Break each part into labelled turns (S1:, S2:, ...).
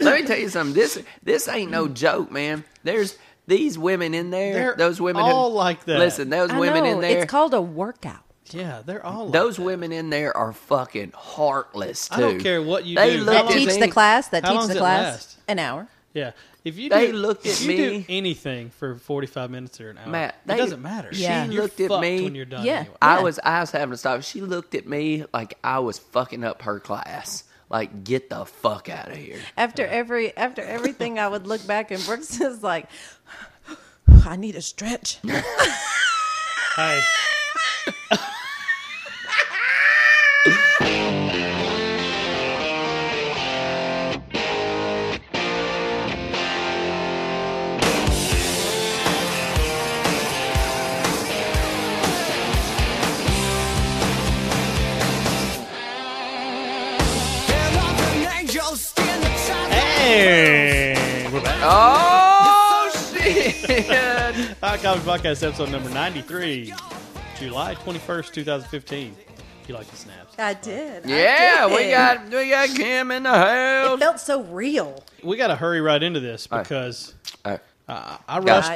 S1: Let me tell you something. This this ain't no joke, man. There's these women in there.
S2: Hmm. They're
S1: those women
S2: all
S1: who,
S2: like that.
S1: Listen, those
S3: I
S1: women
S3: know,
S1: in there.
S3: It's called a workout.
S2: Yeah, they're all like
S1: those
S2: that.
S1: women in there are fucking heartless too.
S2: I don't care what you
S1: They
S2: do.
S1: look
S2: How
S1: at
S3: That
S2: long-
S3: teach
S1: me-
S3: the class. That
S2: how long does
S3: teach the
S2: it
S3: class.
S2: last?
S3: An hour.
S2: Yeah, if you
S1: They
S2: do,
S1: looked
S2: if
S1: at
S2: you do
S1: me-
S2: anything for forty five minutes or an hour,
S1: Matt,
S2: it
S1: they-
S2: doesn't matter.
S1: she
S3: Yeah.
S2: You're
S1: looked at
S2: fucked
S1: me-
S2: when you're done.
S3: Yeah.
S2: anyway.
S1: I was I was having to stop. She looked at me like I was fucking up her class. Like get the fuck out of here.
S3: After every after everything, I would look back and Brooks is like, "I need a stretch."
S2: Hey, hey, we're back.
S1: Oh shit!
S2: High College Podcast, episode number 93, July 21st, 2015. You like the snaps.
S3: I did. I
S1: yeah, we
S3: did.
S1: got we got Kim in the house.
S3: It felt so real.
S2: We got to hurry right into this
S1: right.
S2: because
S1: All right.
S2: uh, I rushed.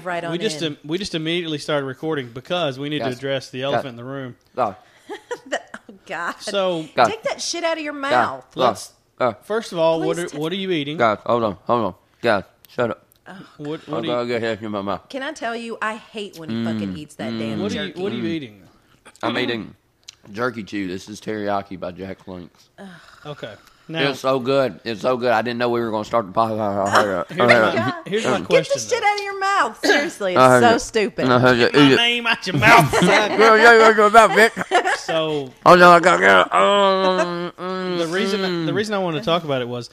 S2: we,
S3: right on
S2: we just
S3: in.
S2: we just immediately started recording because we need
S1: Guys,
S2: to address the
S1: guys.
S2: elephant in the room.
S1: Oh,
S3: Oh God.
S2: So
S1: God.
S3: Take that shit out of your
S1: God,
S3: mouth.
S2: Let's-
S1: oh, oh,
S2: first of all, what
S3: Please
S2: are,
S3: t-
S2: what are you eating?
S1: God, hold on, hold on, God, shut up.
S2: What,
S1: I'm
S2: what, are
S1: gonna
S2: you,
S1: go ahead in my mouth.
S3: Can I tell you? I hate when he
S1: Mm,
S3: fucking eats that damn
S2: what, are you,
S3: jerky.
S2: what are you eating?
S1: I'm eating
S2: Mm-hmm.
S1: jerky chew. This is teriyaki by Jack Links.
S2: Oh. Okay. Now,
S1: It's so good. It's so good. I didn't know we were gonna start the podcast.
S2: here's my,
S3: God.
S2: here's my
S3: Get
S2: question.
S3: the shit
S2: though.
S3: out of your mouth. Seriously,
S1: I
S3: it's
S1: heard
S3: so
S1: it.
S3: stupid.
S1: I had to eat it.
S2: Name out your mouth.
S1: Girl, yeah, yeah, yeah, about bitch.
S2: so
S1: Oh no, I got girl. Um, mm.
S2: the reason the reason I wanted to talk about it was,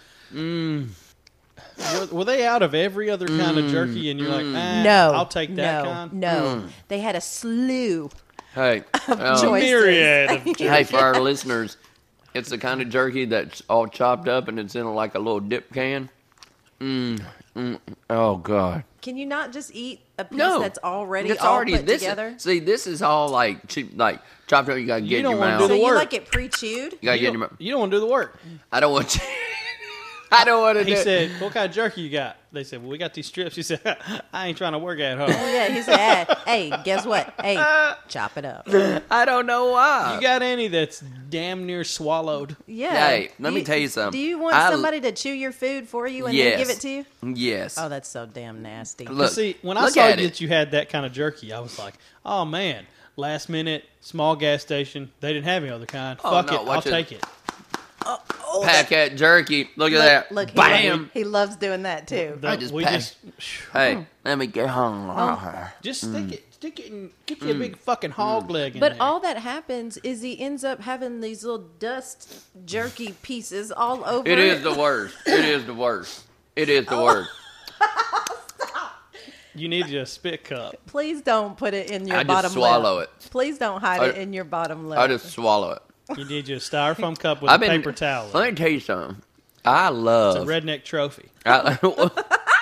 S2: were, were they out of every other kind of jerky? And you're like, ah,
S3: No,
S2: I'll take that
S3: no,
S2: kind.
S3: No,
S1: Mm.
S3: they had a slew.
S1: Hey, um,
S3: Choices.
S2: Myriad of
S1: hey, for our listeners, it's the kind of jerky that's all chopped up and it's in like a little dip can. Mm, mm, oh God.
S3: Can you not just eat a piece
S1: No,
S3: that's already
S1: it's
S3: all
S1: already
S3: put
S1: this.
S3: together?
S1: See, this is all like cheap, like chopped up. You gotta get in
S2: don't
S1: your
S2: wanna
S1: mouth.
S2: do
S3: so
S2: the
S3: you
S2: work.
S3: like it pre-chewed?
S1: you gotta get
S2: You
S1: in your
S2: don't,
S1: mouth.
S2: you don't want to do the work.
S1: I don't want. To, I don't want to.
S2: He
S1: do
S2: said, "What kind of jerky you got?" They said, "Well, we got these strips." He said, "I ain't trying to work at home."
S3: Oh, Yeah, he said, "Hey, guess what? Hey, chop it up." Yeah.
S1: I don't know why.
S2: you got any that's damn near swallowed?
S1: Hey, let me tell you something.
S3: Do you want
S1: I-
S3: somebody to chew your food for you and
S1: yes.
S3: then give it to you?
S1: Yes.
S3: Oh, that's so damn nasty.
S1: Look,
S2: See, when I
S1: look
S2: saw
S1: at it.
S2: that you had that kind of jerky, I was like, "Oh man!" Last minute, small gas station. They didn't have any other kind.
S1: Oh,
S2: Fuck
S1: no,
S2: it,
S1: watch
S2: I'll
S1: it.
S2: take it.
S3: oh, that-
S1: packet jerky. Look at that.
S3: Look, he,
S1: Bam.
S3: he loves doing that too.
S2: The-
S1: just
S2: we
S1: packed.
S2: just
S3: Hmm.
S1: Hey, let me get home.
S3: Oh.
S2: Just stick
S1: Mm.
S2: it, stick it, and get you a big fucking hog leg. In
S3: But
S2: there.
S3: all that happens is he ends up having these little dust jerky pieces all over.
S1: It is the worst. It is the worst. It is
S3: Oh.
S1: the worst.
S2: you need a spit cup.
S3: Please don't put it in your
S1: I just
S3: bottom.
S1: swallow
S3: lip.
S1: it.
S3: Please don't hide
S1: I-
S3: it in your bottom lip.
S1: I just swallow it.
S2: You need your styrofoam cup with
S1: I've
S2: a
S1: been
S2: paper towel. in it.
S1: Let me tell you something. I
S2: It's a
S1: love.
S2: redneck trophy.
S1: I-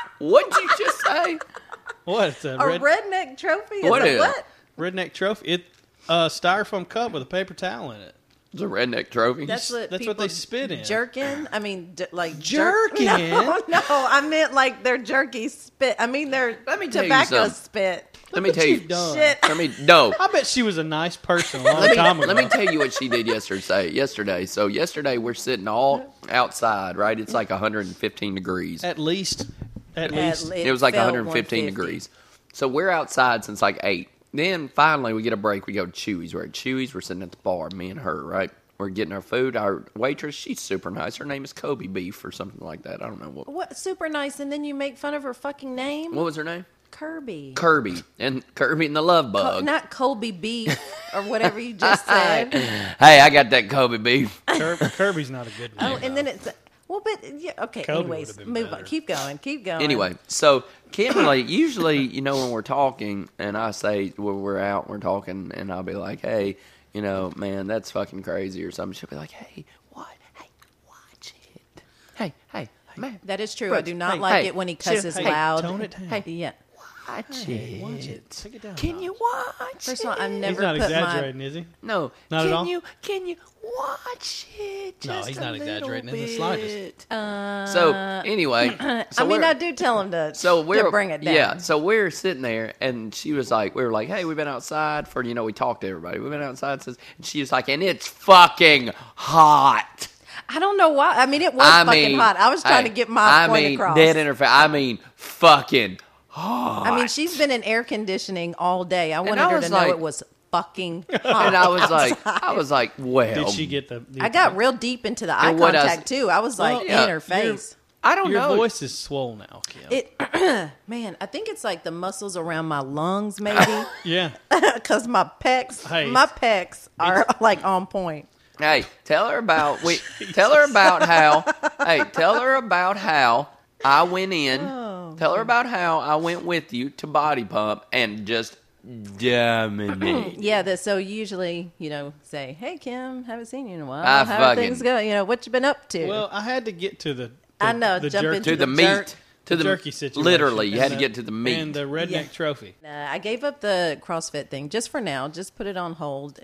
S1: what'd you just say?
S2: What? It's a,
S3: a
S2: red,
S3: redneck trophy. Is
S1: What
S3: a
S1: is-
S3: what?
S2: redneck trophy. It a styrofoam cup with a paper towel in it.
S1: It's a redneck trophy.
S3: That's what
S2: That's what
S3: people
S2: they spit in.
S3: Jerkin. I mean, d- like
S2: Jerkin?
S3: Jerk- no, no, I meant like their jerky spit. I mean their
S1: Let me tell you
S3: tobacco
S1: something.
S3: spit.
S1: Let me
S2: What
S1: tell
S2: you
S1: you.
S2: done?
S3: Shit.
S1: Let me no.
S2: I bet she was a nice person a long
S1: Let me,
S2: time ago.
S1: let me tell you what she did yesterday. Yesterday, so yesterday we're sitting all outside, right? It's like 115 degrees.
S2: at least, at
S3: At
S2: least,
S3: least.
S1: it was like
S3: felt
S1: 115
S3: 150.
S1: degrees. So we're outside since like eight. Then finally we get a break. We go to Chewy's. We're at Chewy's. We're sitting at the bar, me and her, right? We're getting our food. Our waitress, she's super nice. Her name is Kobe Beef or something like that. I don't know what.
S3: What super nice, and then you make fun of her fucking name,
S1: What was her name?
S3: Kirby.
S1: Kirby and Kirby and the Love
S3: Co-
S1: Bug.
S3: not Colby beef or whatever you just
S1: hey,
S3: said.
S1: hey, I got that Kobe Beef.
S2: Kir- Kirby's not a good name.
S3: Oh, and then it's well, but yeah, okay.
S2: Kobe would've
S3: anyways,
S2: been
S3: move
S2: better.
S3: on. Keep going. Keep going.
S1: Anyway, so Kimberly, usually, you know, when we're talking and I say, well, we're out, we're talking, and I'll be like, hey, you know, man, that's fucking crazy or something. She'll be like, hey, what? Hey, watch it. Hey, hey, man.
S3: that is true. I
S1: Brooks,
S3: do not
S1: hey,
S3: like
S1: hey,
S3: it when he
S1: chill,
S3: cusses
S2: hey,
S3: loud.
S2: tone it down.
S3: Yeah.
S1: watch
S2: Hey,
S1: it.
S2: watch it. Take it down a
S1: Can you
S2: notch.
S1: watch
S3: First
S1: it?
S3: of all, I've
S2: He's
S3: never
S2: not
S3: put
S2: exaggerating,
S3: my.
S2: is he?
S1: No.
S2: Not at
S1: can
S2: all?
S1: you can you watch it?
S2: No,
S1: Just
S2: he's
S1: a
S2: not
S1: little
S2: exaggerating in the
S1: bit?
S2: slightest.
S3: Uh,
S1: So anyway, so
S3: I mean,
S1: we're-
S3: I do tell him to.
S1: So we're
S3: to bring it down.
S1: Yeah. So we're sitting there, and she was like, "We were like, hey, we've been outside for you know, we talked to everybody. We've been outside since." And she was like, "And it's fucking hot."
S3: I don't know why. I mean, it was
S1: I
S3: fucking
S1: mean,
S3: hot. I was trying
S1: hey,
S3: to get my
S1: I
S3: point
S1: mean,
S3: across.
S1: dead in her face. I mean, fucking hot.
S3: I mean, she's been in air conditioning all day. I wanted
S1: I
S3: her
S1: was
S3: to
S1: like-
S3: know it was fucking hot.
S1: and I was like, I was like, well,
S2: Did she get the? the
S3: I got real deep into the eye
S1: And what I
S3: contact
S1: s-
S3: too. I was like
S1: Well, yeah,
S3: in her face.
S1: I don't
S2: Your
S1: know.
S2: voice is swollen now, Kim.
S3: It, man, I think it's like the muscles around my lungs, maybe,
S2: yeah.
S3: because my pecs,
S2: Hey.
S3: my pecs are like on point.
S1: Hey, tell her about we. Tell her about how. hey, tell her about how I went in.
S2: Oh,
S1: tell her about how I went with you to Body Pump and just
S2: Hmm.
S1: dominate.
S3: Yeah, that. So usually, you know, say, "Hey, Kim, haven't seen you in a while.
S1: I
S3: How are
S1: Ah, fucking-
S3: things going? You know, what you been up to?"
S2: Well, I had to get to the. the
S3: I know,
S2: The
S3: jump
S2: jerky,
S3: into
S1: to the, meat,
S3: jerk-
S1: to the,
S2: jerky situation.
S1: Literally, you
S2: and
S1: had to
S2: the-
S1: get to the meat.
S2: and the redneck
S3: Yeah.
S2: trophy.
S3: Uh, I gave up the CrossFit thing just for now. Just put it on hold.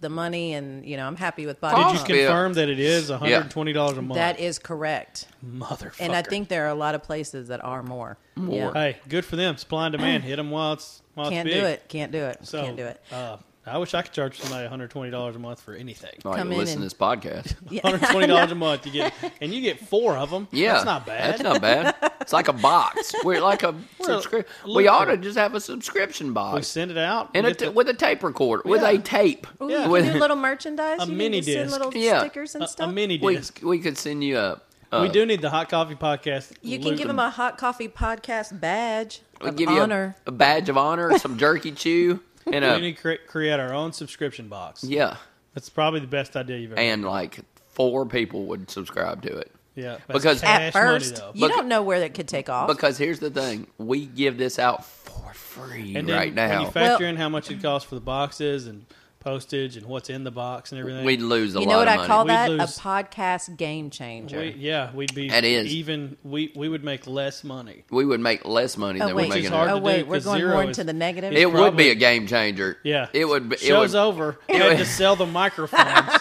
S3: The money, and you know, I'm happy with body.
S1: Did
S2: Did you
S3: Pump.
S1: Bill.
S2: confirm that it is one hundred and twenty dollars a month?
S3: that is correct,
S2: motherfucker.
S3: and I think there are a lot of places that are more.
S1: More.
S2: Hey, good for them. Supply and demand. Hit them while it's while
S3: Can't
S2: it's big.
S3: do it. Can't do it.
S2: So,
S3: Can't do it.
S2: Uh, I wish I could charge somebody one hundred twenty dollars a month for anything.
S1: Like,
S3: come in
S1: listen to
S3: and-
S1: this podcast.
S3: Yeah.
S2: One hundred twenty dollars a month, you get, and you get four of them.
S1: Yeah,
S2: that's not bad.
S1: That's not bad. It's like a box. We're like a
S2: Well,
S1: subscription.
S2: look-
S1: We ought to just have a subscription
S2: we
S1: box
S2: send it out.
S1: and
S2: we
S1: a
S2: get
S1: t-
S2: the-
S1: with a tape recorder, with
S2: Yeah.
S1: a tape.
S3: Ooh,
S2: Yeah.
S3: you
S1: With-
S3: can do little merchandise.
S2: A
S3: you
S2: mini
S3: can just
S2: disc.
S3: send little
S1: Yeah.
S3: stickers and
S2: a-
S3: stuff.
S2: a mini
S1: We
S2: disc.
S1: we could send you a. a
S2: we do need the hot coffee podcast.
S3: you can give them a hot coffee podcast badge
S1: We'll
S3: of
S1: give
S3: honor.
S1: you a, a badge of honor, some jerky chew, and
S2: We
S1: a
S2: need to cre- create our own subscription box.
S1: yeah,
S2: That's probably the best idea you've ever.
S1: and like four people would subscribe to it.
S2: yeah, that's
S1: because-
S2: cash
S3: At
S2: money,
S3: first,
S2: though.
S3: you
S1: Beca-
S3: don't know where that could take off.
S1: Because here's the thing, we give this out for free
S2: and then
S1: right
S2: when
S1: now.
S2: you factor
S3: Well-
S2: in how much it costs for the boxes and postage and what's in the box and everything.
S1: We'd lose a
S3: you
S1: lot
S3: know what
S1: of
S3: I
S1: money.
S3: call
S2: We'd
S3: that?
S2: lose-
S3: A podcast game changer.
S2: We- yeah, we'd be
S1: That is.
S2: even. We we would make less money.
S1: we would make less money
S3: oh
S1: than we're
S3: wait,
S2: Which is
S1: making.
S2: hard
S1: now.
S2: to
S3: oh
S2: do
S3: wait, we're
S2: 'cause
S3: going
S2: zero
S3: more
S2: is-
S3: into the negative.
S1: It would be
S2: probably-
S1: a game changer.
S2: Yeah,
S1: it would. Be, it
S2: Show's
S1: would.
S2: over. We had to sell the microphones.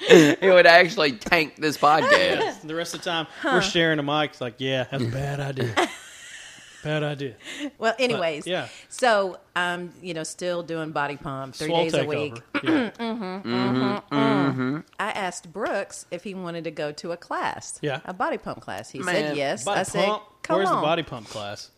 S1: It would actually tank this podcast.
S2: the rest of the time, we're sharing a mic. It's like, yeah, that's a
S1: Mm.
S2: bad idea. bad idea.
S3: well, anyways,
S2: yeah.
S3: So I'm, you know, still doing body pump three
S2: Swole
S3: days a week.
S2: takeover. Yeah.
S3: I asked Brooks if he wanted to go to a class,
S2: Yeah.
S3: a body pump class. He
S1: Man,
S3: said yes.
S2: Body
S3: I said,
S2: pump.
S3: "Come
S2: Where's
S3: on,
S2: the body pump class?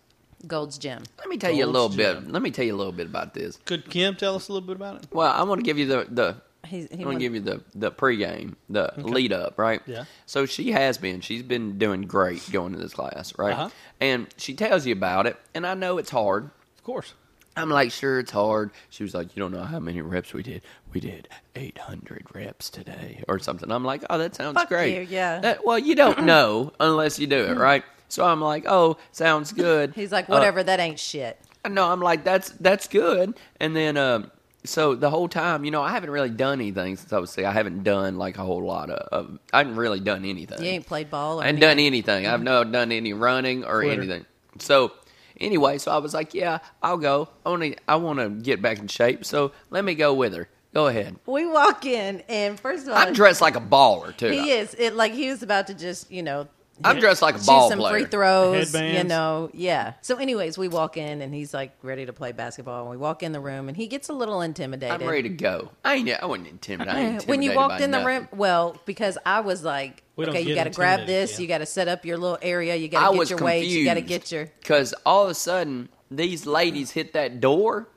S3: Gold's Gym."
S1: Let me tell you a little
S2: Gold's
S1: bit.
S2: Gym.
S1: Let me tell you a little bit about this.
S2: Could Kim tell us a little bit about it?
S1: Well, I want to give you the the
S3: He's, he
S1: I'm gonna
S3: wanted-
S1: give you the the pregame, the lead up, right?
S2: Yeah.
S1: So she has been. She's been doing great going to this class, right?
S2: Uh-huh.
S1: And she tells you about it, and I know it's hard.
S2: Of course.
S1: I'm like, sure, it's hard. She was like, you don't know how many reps we did. We did 800 reps today or something. I'm like, oh, that sounds
S3: Fuck
S1: great.
S3: you, yeah.
S1: That- well, you don't know unless you do it, right? So I'm like, oh, sounds good.
S3: He's like,
S1: Uh,
S3: whatever, that ain't shit.
S1: no, I'm like that's that's good. And then um, so the whole time, you know, I haven't really done anything since I was sick. I haven't done like a whole lot of. of I haven't really done anything.
S3: You ain't played ball. Or
S1: I ain't done anything. I've no done any running or
S2: Twitter.
S1: anything. So anyway, so I was like, yeah, I'll go. Only I want to get back in shape, so let me go with her. Go ahead.
S3: We walk in, and first of all,
S1: I'm dressed like a baller too.
S3: Uh, he is it like he was about to just you know.
S1: I'm
S3: hit-
S1: dressed like a
S3: shoot
S1: ball
S3: some
S1: player.
S3: free throws, you
S2: Headbands.
S3: know, yeah. So, anyways, we walk in and he's like ready to play basketball, and we walk in the room and he gets a little intimidated.
S1: I'm ready to go. I ain't. I wasn't intimidated. I ain't intimidated
S3: when you walked
S1: by
S3: in the
S1: nothing.
S3: room, well, because I was like,
S2: We don't
S3: okay, you
S2: get
S3: got to grab
S2: intimidated,
S3: this,
S2: yeah.
S3: you got to set up your little area, you
S1: I
S3: got to
S1: was
S3: get your weights, you got to
S1: confused.
S3: get your.
S1: Because all of a sudden, these ladies hit that door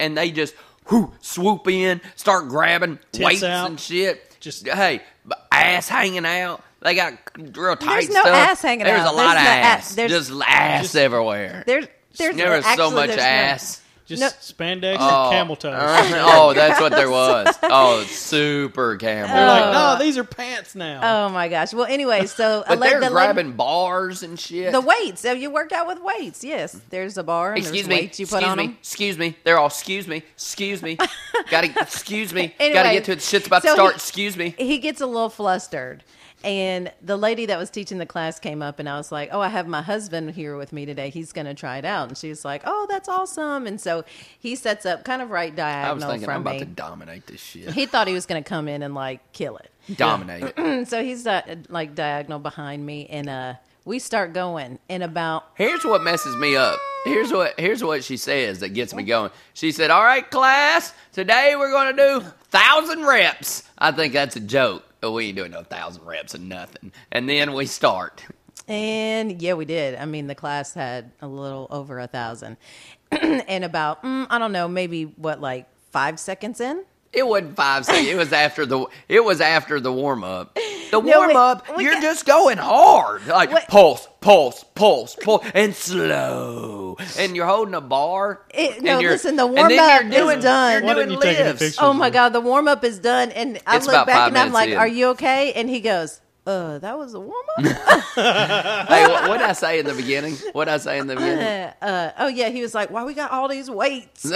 S1: and they just whoo, swoop in, start grabbing
S2: Tits
S1: weights
S2: out.
S1: and shit.
S2: Just-
S1: hey, b- ass hanging out. They got real tight
S3: There's no
S1: stuff.
S3: ass hanging
S1: There's
S3: out.
S1: a lot
S3: There's
S1: of
S3: no
S1: ass.
S3: ass. There's-
S1: just ass
S2: Just-
S1: everywhere.
S3: There's, there's
S1: There was
S3: actually,
S1: so much
S3: there's no-
S1: ass.
S2: Just
S3: No.
S2: spandex
S1: Oh,
S2: and camel toes.
S1: uh, oh, that's what there was. Oh, super
S3: Uh,
S1: camel.
S2: You're like,
S1: toes.
S2: no, these are pants now.
S3: Oh my gosh. Well, anyway, so I
S1: but
S3: let
S1: they're
S3: the lady-
S1: grabbing bars and shit.
S3: the weights. So you work out with weights. Yes, there's a bar. And
S1: Excuse
S3: there's
S1: me.
S3: Weights you put
S1: excuse
S3: on
S1: me.
S3: 'em.
S1: Excuse me. They're all excuse me. Excuse me. Gotta excuse me.
S3: Anyway,
S1: Gotta get to it. Shit's about
S3: so
S1: to start.
S3: he-
S1: excuse me.
S3: He gets a little flustered, And the lady that was teaching the class came up and I was like, Oh, I have my husband here with me today. He's going to try it out. And she was like, Oh, that's awesome. And so he sets up kind of right
S1: I
S3: diagonal
S1: was thinking
S3: from
S1: I'm about
S3: me.
S1: to dominate this shit.
S3: He thought he was going to come in and like kill it.
S1: dominate it.
S3: And so he's uh, like diagonal behind me and uh, we start going. And about,
S1: Here's what messes me up. Here's what here's what she says that gets me going. She said, "All right, class, today we're going to do thousand reps." I think that's a joke. We ain't doing no thousand reps and nothing. And then we start.
S3: and yeah, we did. I mean, the class had a little over a thousand. and about, mm, I don't know, maybe what, like five seconds in?
S1: It wasn't five seconds. It was after the it was after the warm up. The
S3: No, wait,
S1: warm up,
S3: we
S1: you're
S3: got-
S1: just going hard, like
S3: Wait.
S1: pulse, pulse, pulse, pulse, and slow. And you're holding a bar.
S3: It-
S1: and
S3: no,
S1: you're-
S3: listen, the
S1: and then
S3: warm-up
S1: you're
S3: is
S1: doing-
S3: done.
S1: You're
S3: Why
S1: doing
S2: didn't you take any
S1: lifts.
S2: pictures?
S3: Oh my God, the warm up is done. And I
S1: It's
S3: look
S1: about
S3: back
S1: five
S3: and I'm
S1: minutes
S3: like,
S1: in.
S3: Are you okay? And he goes, Uh, that was a warm up?
S1: Hey, what what I say in the beginning? What I say in the beginning?
S3: uh, oh, yeah. He was like, Why we got all these weights?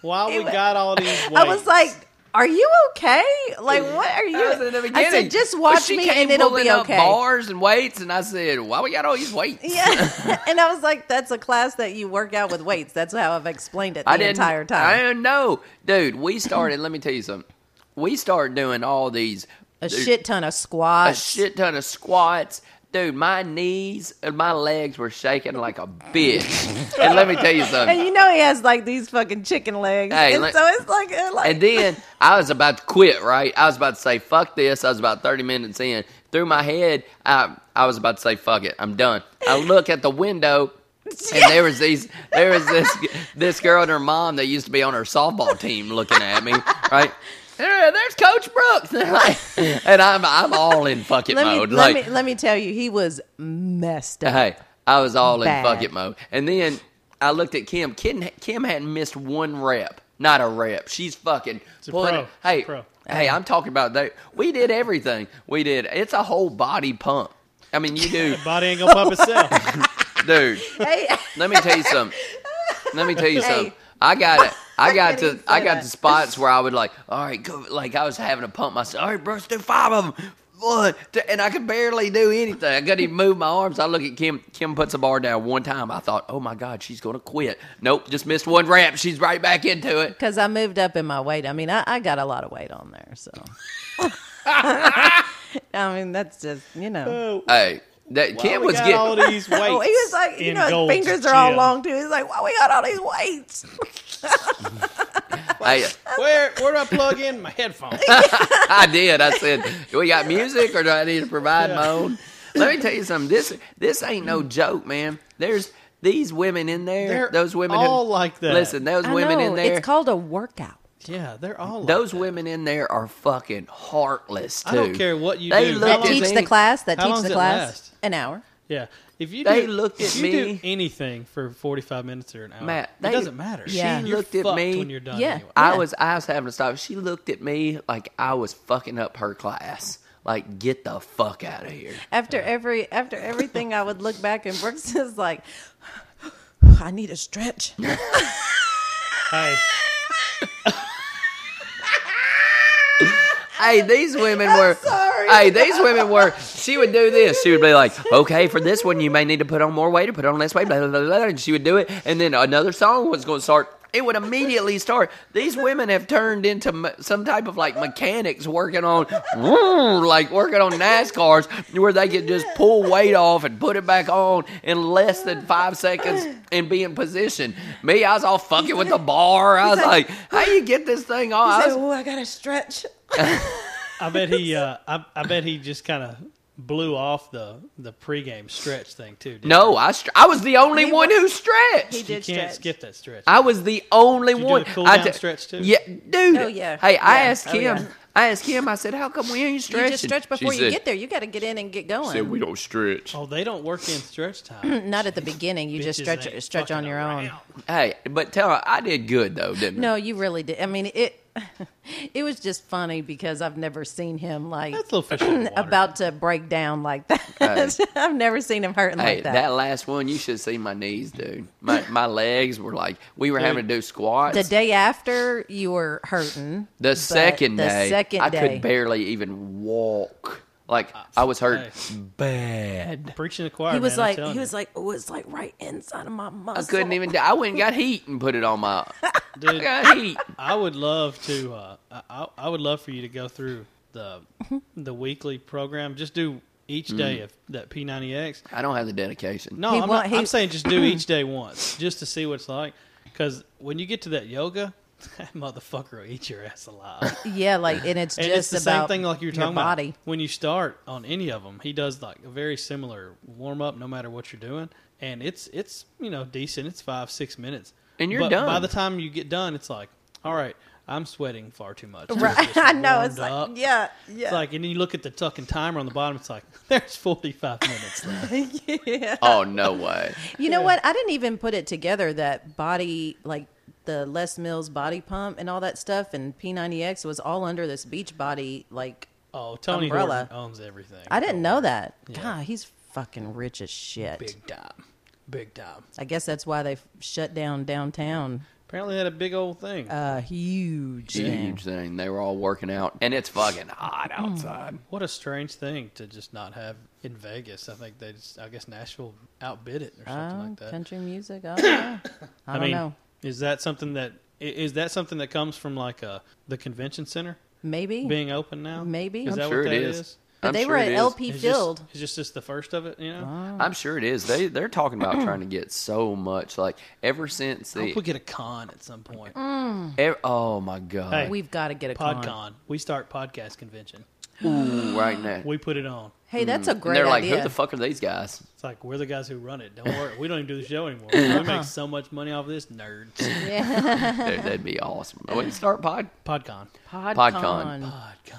S2: Why we got all these weights?
S3: I was like, "Are you okay? Like, what are you?"
S1: That was in the
S3: I said,
S1: beginning.
S3: "Just
S1: When
S3: watch
S1: she
S3: me,
S1: came
S3: and it'll be
S1: pulling up
S3: okay."
S1: Bars and weights, and I said, "Why we got all these weights?"
S3: Yeah, and I was like, "That's a class that you work out with weights." That's how I've explained it the
S1: I didn't,
S3: entire
S1: I
S3: time.
S1: didn't know, dude. We started. let me tell you something. We started doing all these
S3: A
S1: dude,
S3: shit ton of
S1: a
S3: squats.
S1: shit ton of squats. Dude, my knees and my legs were shaking like a bitch. and let me tell you
S3: And
S1: something.
S3: you know he has like these fucking chicken legs,
S1: Hey,
S3: and
S1: let-
S3: so it's like, uh, like
S1: And then I was about to quit, right? I was about to say, fuck this. I was about 30 minutes in. Through my head, I, I was about to say, fuck it. I'm done. I look at the window. And there was these, there was this, this girl and her mom that used to be on her softball team looking at me, right? There, there's Coach Brooks, and I'm, I'm all in fuck it
S3: let me
S1: mode.
S3: let
S1: like,
S3: me let me tell you, he was messed up.
S1: Hey, I was all in
S3: Bad.
S1: fuck it mode. And then I looked at Kim. Kim, Kim hadn't missed one rep. Not a rep. She's fucking
S2: a
S1: pulling.
S2: pro.
S1: it.
S2: She's a
S1: Hey,
S2: pro.
S1: hey, I'm talking about that. We did everything. We did. It's a whole body pump. I mean, you do,
S2: body ain't gonna pump itself.
S1: dude.
S3: Hey,
S1: Let me tell you something. Let me tell you
S3: Hey.
S1: something. I got it. I got
S3: can't
S1: to
S3: even
S1: I
S3: say
S1: got
S3: that.
S1: to spots where I would like, all right, go like I was having to pump myself. All right, bro, let's do five of them. One, two, and I could barely do anything. I couldn't even move my arms. I look at Kim. Kim puts a bar down one time. I thought, oh my god, she's gonna quit. Nope, just missed one rep. She's right back into it.
S3: because I moved up in my weight. I mean, I, I got a lot of weight on there, so. I mean, that's just you know.
S2: Oh,
S1: Hey, that Kim
S2: we
S1: was
S2: got
S1: getting.
S2: all these weights.
S3: Oh, he was like, you
S2: in
S3: know, his
S2: Gold's
S3: fingers are all
S2: gym.
S3: long too. He's like, why we got all these weights?
S1: hey,
S2: Where where do I plug in my headphones?
S1: I did. I said, "Do we got music, or do I need to provide my own?" Let me tell you something. This this ain't no joke, man. There's these women in there.
S2: They're
S1: those women
S2: all
S1: who,
S2: like that.
S1: Listen, those women in there.
S3: It's called a workout.
S2: yeah, they're all like
S1: those
S2: that.
S1: women in there are fucking heartless too.
S2: I don't care what you
S1: They
S2: do.
S1: look
S2: How
S3: That
S1: at
S2: long-
S3: teach
S1: me-
S3: the class. That
S2: how long
S3: teach
S2: does
S3: the
S2: it
S3: class
S2: last?
S3: an hour.
S2: Yeah, if you
S1: They
S2: do,
S1: looked at
S2: if you
S1: me-
S2: do anything for forty five minutes or an hour,
S1: Matt,
S2: it
S1: they-
S2: doesn't matter.
S1: she
S3: Yeah.
S2: You're
S1: looked at
S2: fucked
S1: me-
S2: when you're done.
S3: Yeah.
S2: anyway.
S1: I
S3: Yeah.
S1: was I was having to stop. She looked at me like I was fucking up her class. Like get the fuck out of here.
S3: After every after everything, I would look back and Brooks is like, I need a stretch.
S2: Hey,
S1: Hey, these women were.
S3: sorry.
S1: Hey, these women were. She would do this. She would be like, "Okay, for this one, you may need to put on more weight or put on less weight." Blah blah blah. blah. And she would do it, and then another song was going to start. It would immediately start. These women have turned into m- some type of like mechanics working on, like working on NASCARs, where they could just pull weight off and put it back on in less than five seconds and be in position. Me, I was all fucking with the bar. I was like, "How you get this thing off?" I
S3: I
S1: was-
S3: said, oh, I got a stretch.
S2: I bet he. Uh, I, I bet he just kind of blew off the the pregame stretch thing too. Didn't
S1: No, I str- I was the only
S3: He
S1: one
S3: wa-
S1: who stretched.
S3: He
S2: he? you
S3: did
S2: can't
S3: stretch.
S2: skip that stretch.
S1: I was the only
S2: you do
S1: one.
S2: a cool
S1: I
S2: down
S1: t-
S2: stretch, too?
S1: Yeah, dude.
S3: Oh, yeah.
S1: Hey, I
S3: Yeah.
S1: asked
S3: Oh,
S1: him.
S3: yeah.
S1: I asked him. I said, "How come we ain't stretching?"
S3: You just stretch before
S1: she
S3: you
S1: said,
S3: get there. You got to get in and get going.
S1: said, "We don't stretch."
S2: oh, they don't work in stretch time.
S3: Not at the beginning. You just
S2: Bitches
S3: stretch
S2: ain't
S3: stretch on
S2: fucking
S3: your own.
S2: around.
S1: Hey, but tell her I did good though, didn't
S3: No, you really did. I mean, it. It was just funny because I've never seen him like
S2: That's a little fish in the water.
S3: about to break down like that. I've never seen him hurting
S1: I? Hey,
S3: like
S1: that.
S3: that.
S1: last one, you should see my knees, dude. My my legs were like we were having to do squats.
S3: The day after you were hurting.
S1: The
S3: but
S1: second
S3: the
S1: day,
S3: second
S1: I
S3: day,
S1: could barely even walk. Like I was hurt
S2: Hey.
S1: bad.
S2: Preaching the choir.
S3: He was
S2: man, I'm
S3: like,
S2: telling
S3: he
S2: you.
S3: was like, oh, it's like right inside of my
S1: I
S3: muscle.
S1: couldn't even. I went and got heat and put it on my. I
S2: Dude,
S1: got heat.
S2: I would love to. Uh, I- I, I would love for you to go through the
S3: Mm-hmm.
S2: the weekly program. Just do each day of that P90X.
S1: I don't have the dedication.
S2: No,
S3: He
S2: I'm,
S3: wa-
S2: not,
S3: he-
S2: I'm saying just do each day once, just to see what it's like. Because when you get to that yoga, that motherfucker will eat your ass alive.
S3: Yeah, like, and it's
S2: And
S3: just
S2: it's the same
S3: about
S2: thing like you were
S3: your
S2: talking
S3: body.
S2: about. When you start on any of them, he does like a very similar warm up, no matter what you're doing, and it's it's you know decent. It's five six minutes,
S1: And you're
S2: but
S1: done.
S2: By the time you get done, it's like, all right, I'm sweating far too much.
S3: Right.
S2: Just
S3: I know. It's
S2: warmed
S3: like,
S2: up.
S3: yeah, yeah.
S2: It's like, and then you look at the tuck and timer on the bottom. It's like, there's 45 minutes left.
S1: Oh no way.
S3: You know what? I didn't even put it together that body, like the Les Mills body pump and all that stuff, and P90X was all under this beach body. Like,
S2: Oh, Tony
S3: Umbrella.
S2: Horton owns everything.
S3: I didn't know that.
S2: Yeah.
S3: God, he's fucking rich as shit.
S2: Big time, big time.
S3: I guess that's why they shut down downtown.
S2: Apparently, they had a big old thing.
S3: A huge thing.
S1: Huge thing. They were all working out, and it's fucking hot
S2: Hmm.
S1: outside.
S2: What a strange thing to just not have in Vegas. I think they just, I guess Nashville outbid it or something
S3: Oh,
S2: like that.
S3: country music. I don't know. I don't
S2: mean,
S3: know.
S2: is that something that i- is that something that comes from like uh, the convention center
S3: Maybe.
S2: being open now?
S3: Maybe.
S2: is
S3: I'm
S2: that
S1: sure
S2: what
S1: it
S2: that
S1: is.
S2: is?
S3: but
S1: I'm
S3: they
S1: sure
S3: were
S1: it
S3: at
S1: is.
S3: LP
S2: It's
S3: Field.
S2: Just, it's just just the first of it, you know.
S1: I'm sure it is. They they're talking about trying to get so much. Like ever since
S2: I hope we
S1: the
S2: get a con at some point.
S1: ev oh my god,
S2: Hey.
S3: We've got to get a
S2: PodCon.
S3: con.
S2: We start podcast convention.
S1: Ooh, right now.
S2: We put it on.
S3: Hey, that's a
S1: Mm. And
S3: great
S1: they're like,
S3: idea.
S1: who the fuck are these guys?
S2: It's like we're the guys who run it. Don't worry, we don't even do the show anymore.
S3: Uh-huh.
S2: We make so much money off of this nerds.
S3: yeah.
S1: Dude, that'd be awesome. We can start pod.
S2: PodCon.
S1: Podcon.
S3: Podcon.
S2: PodCon.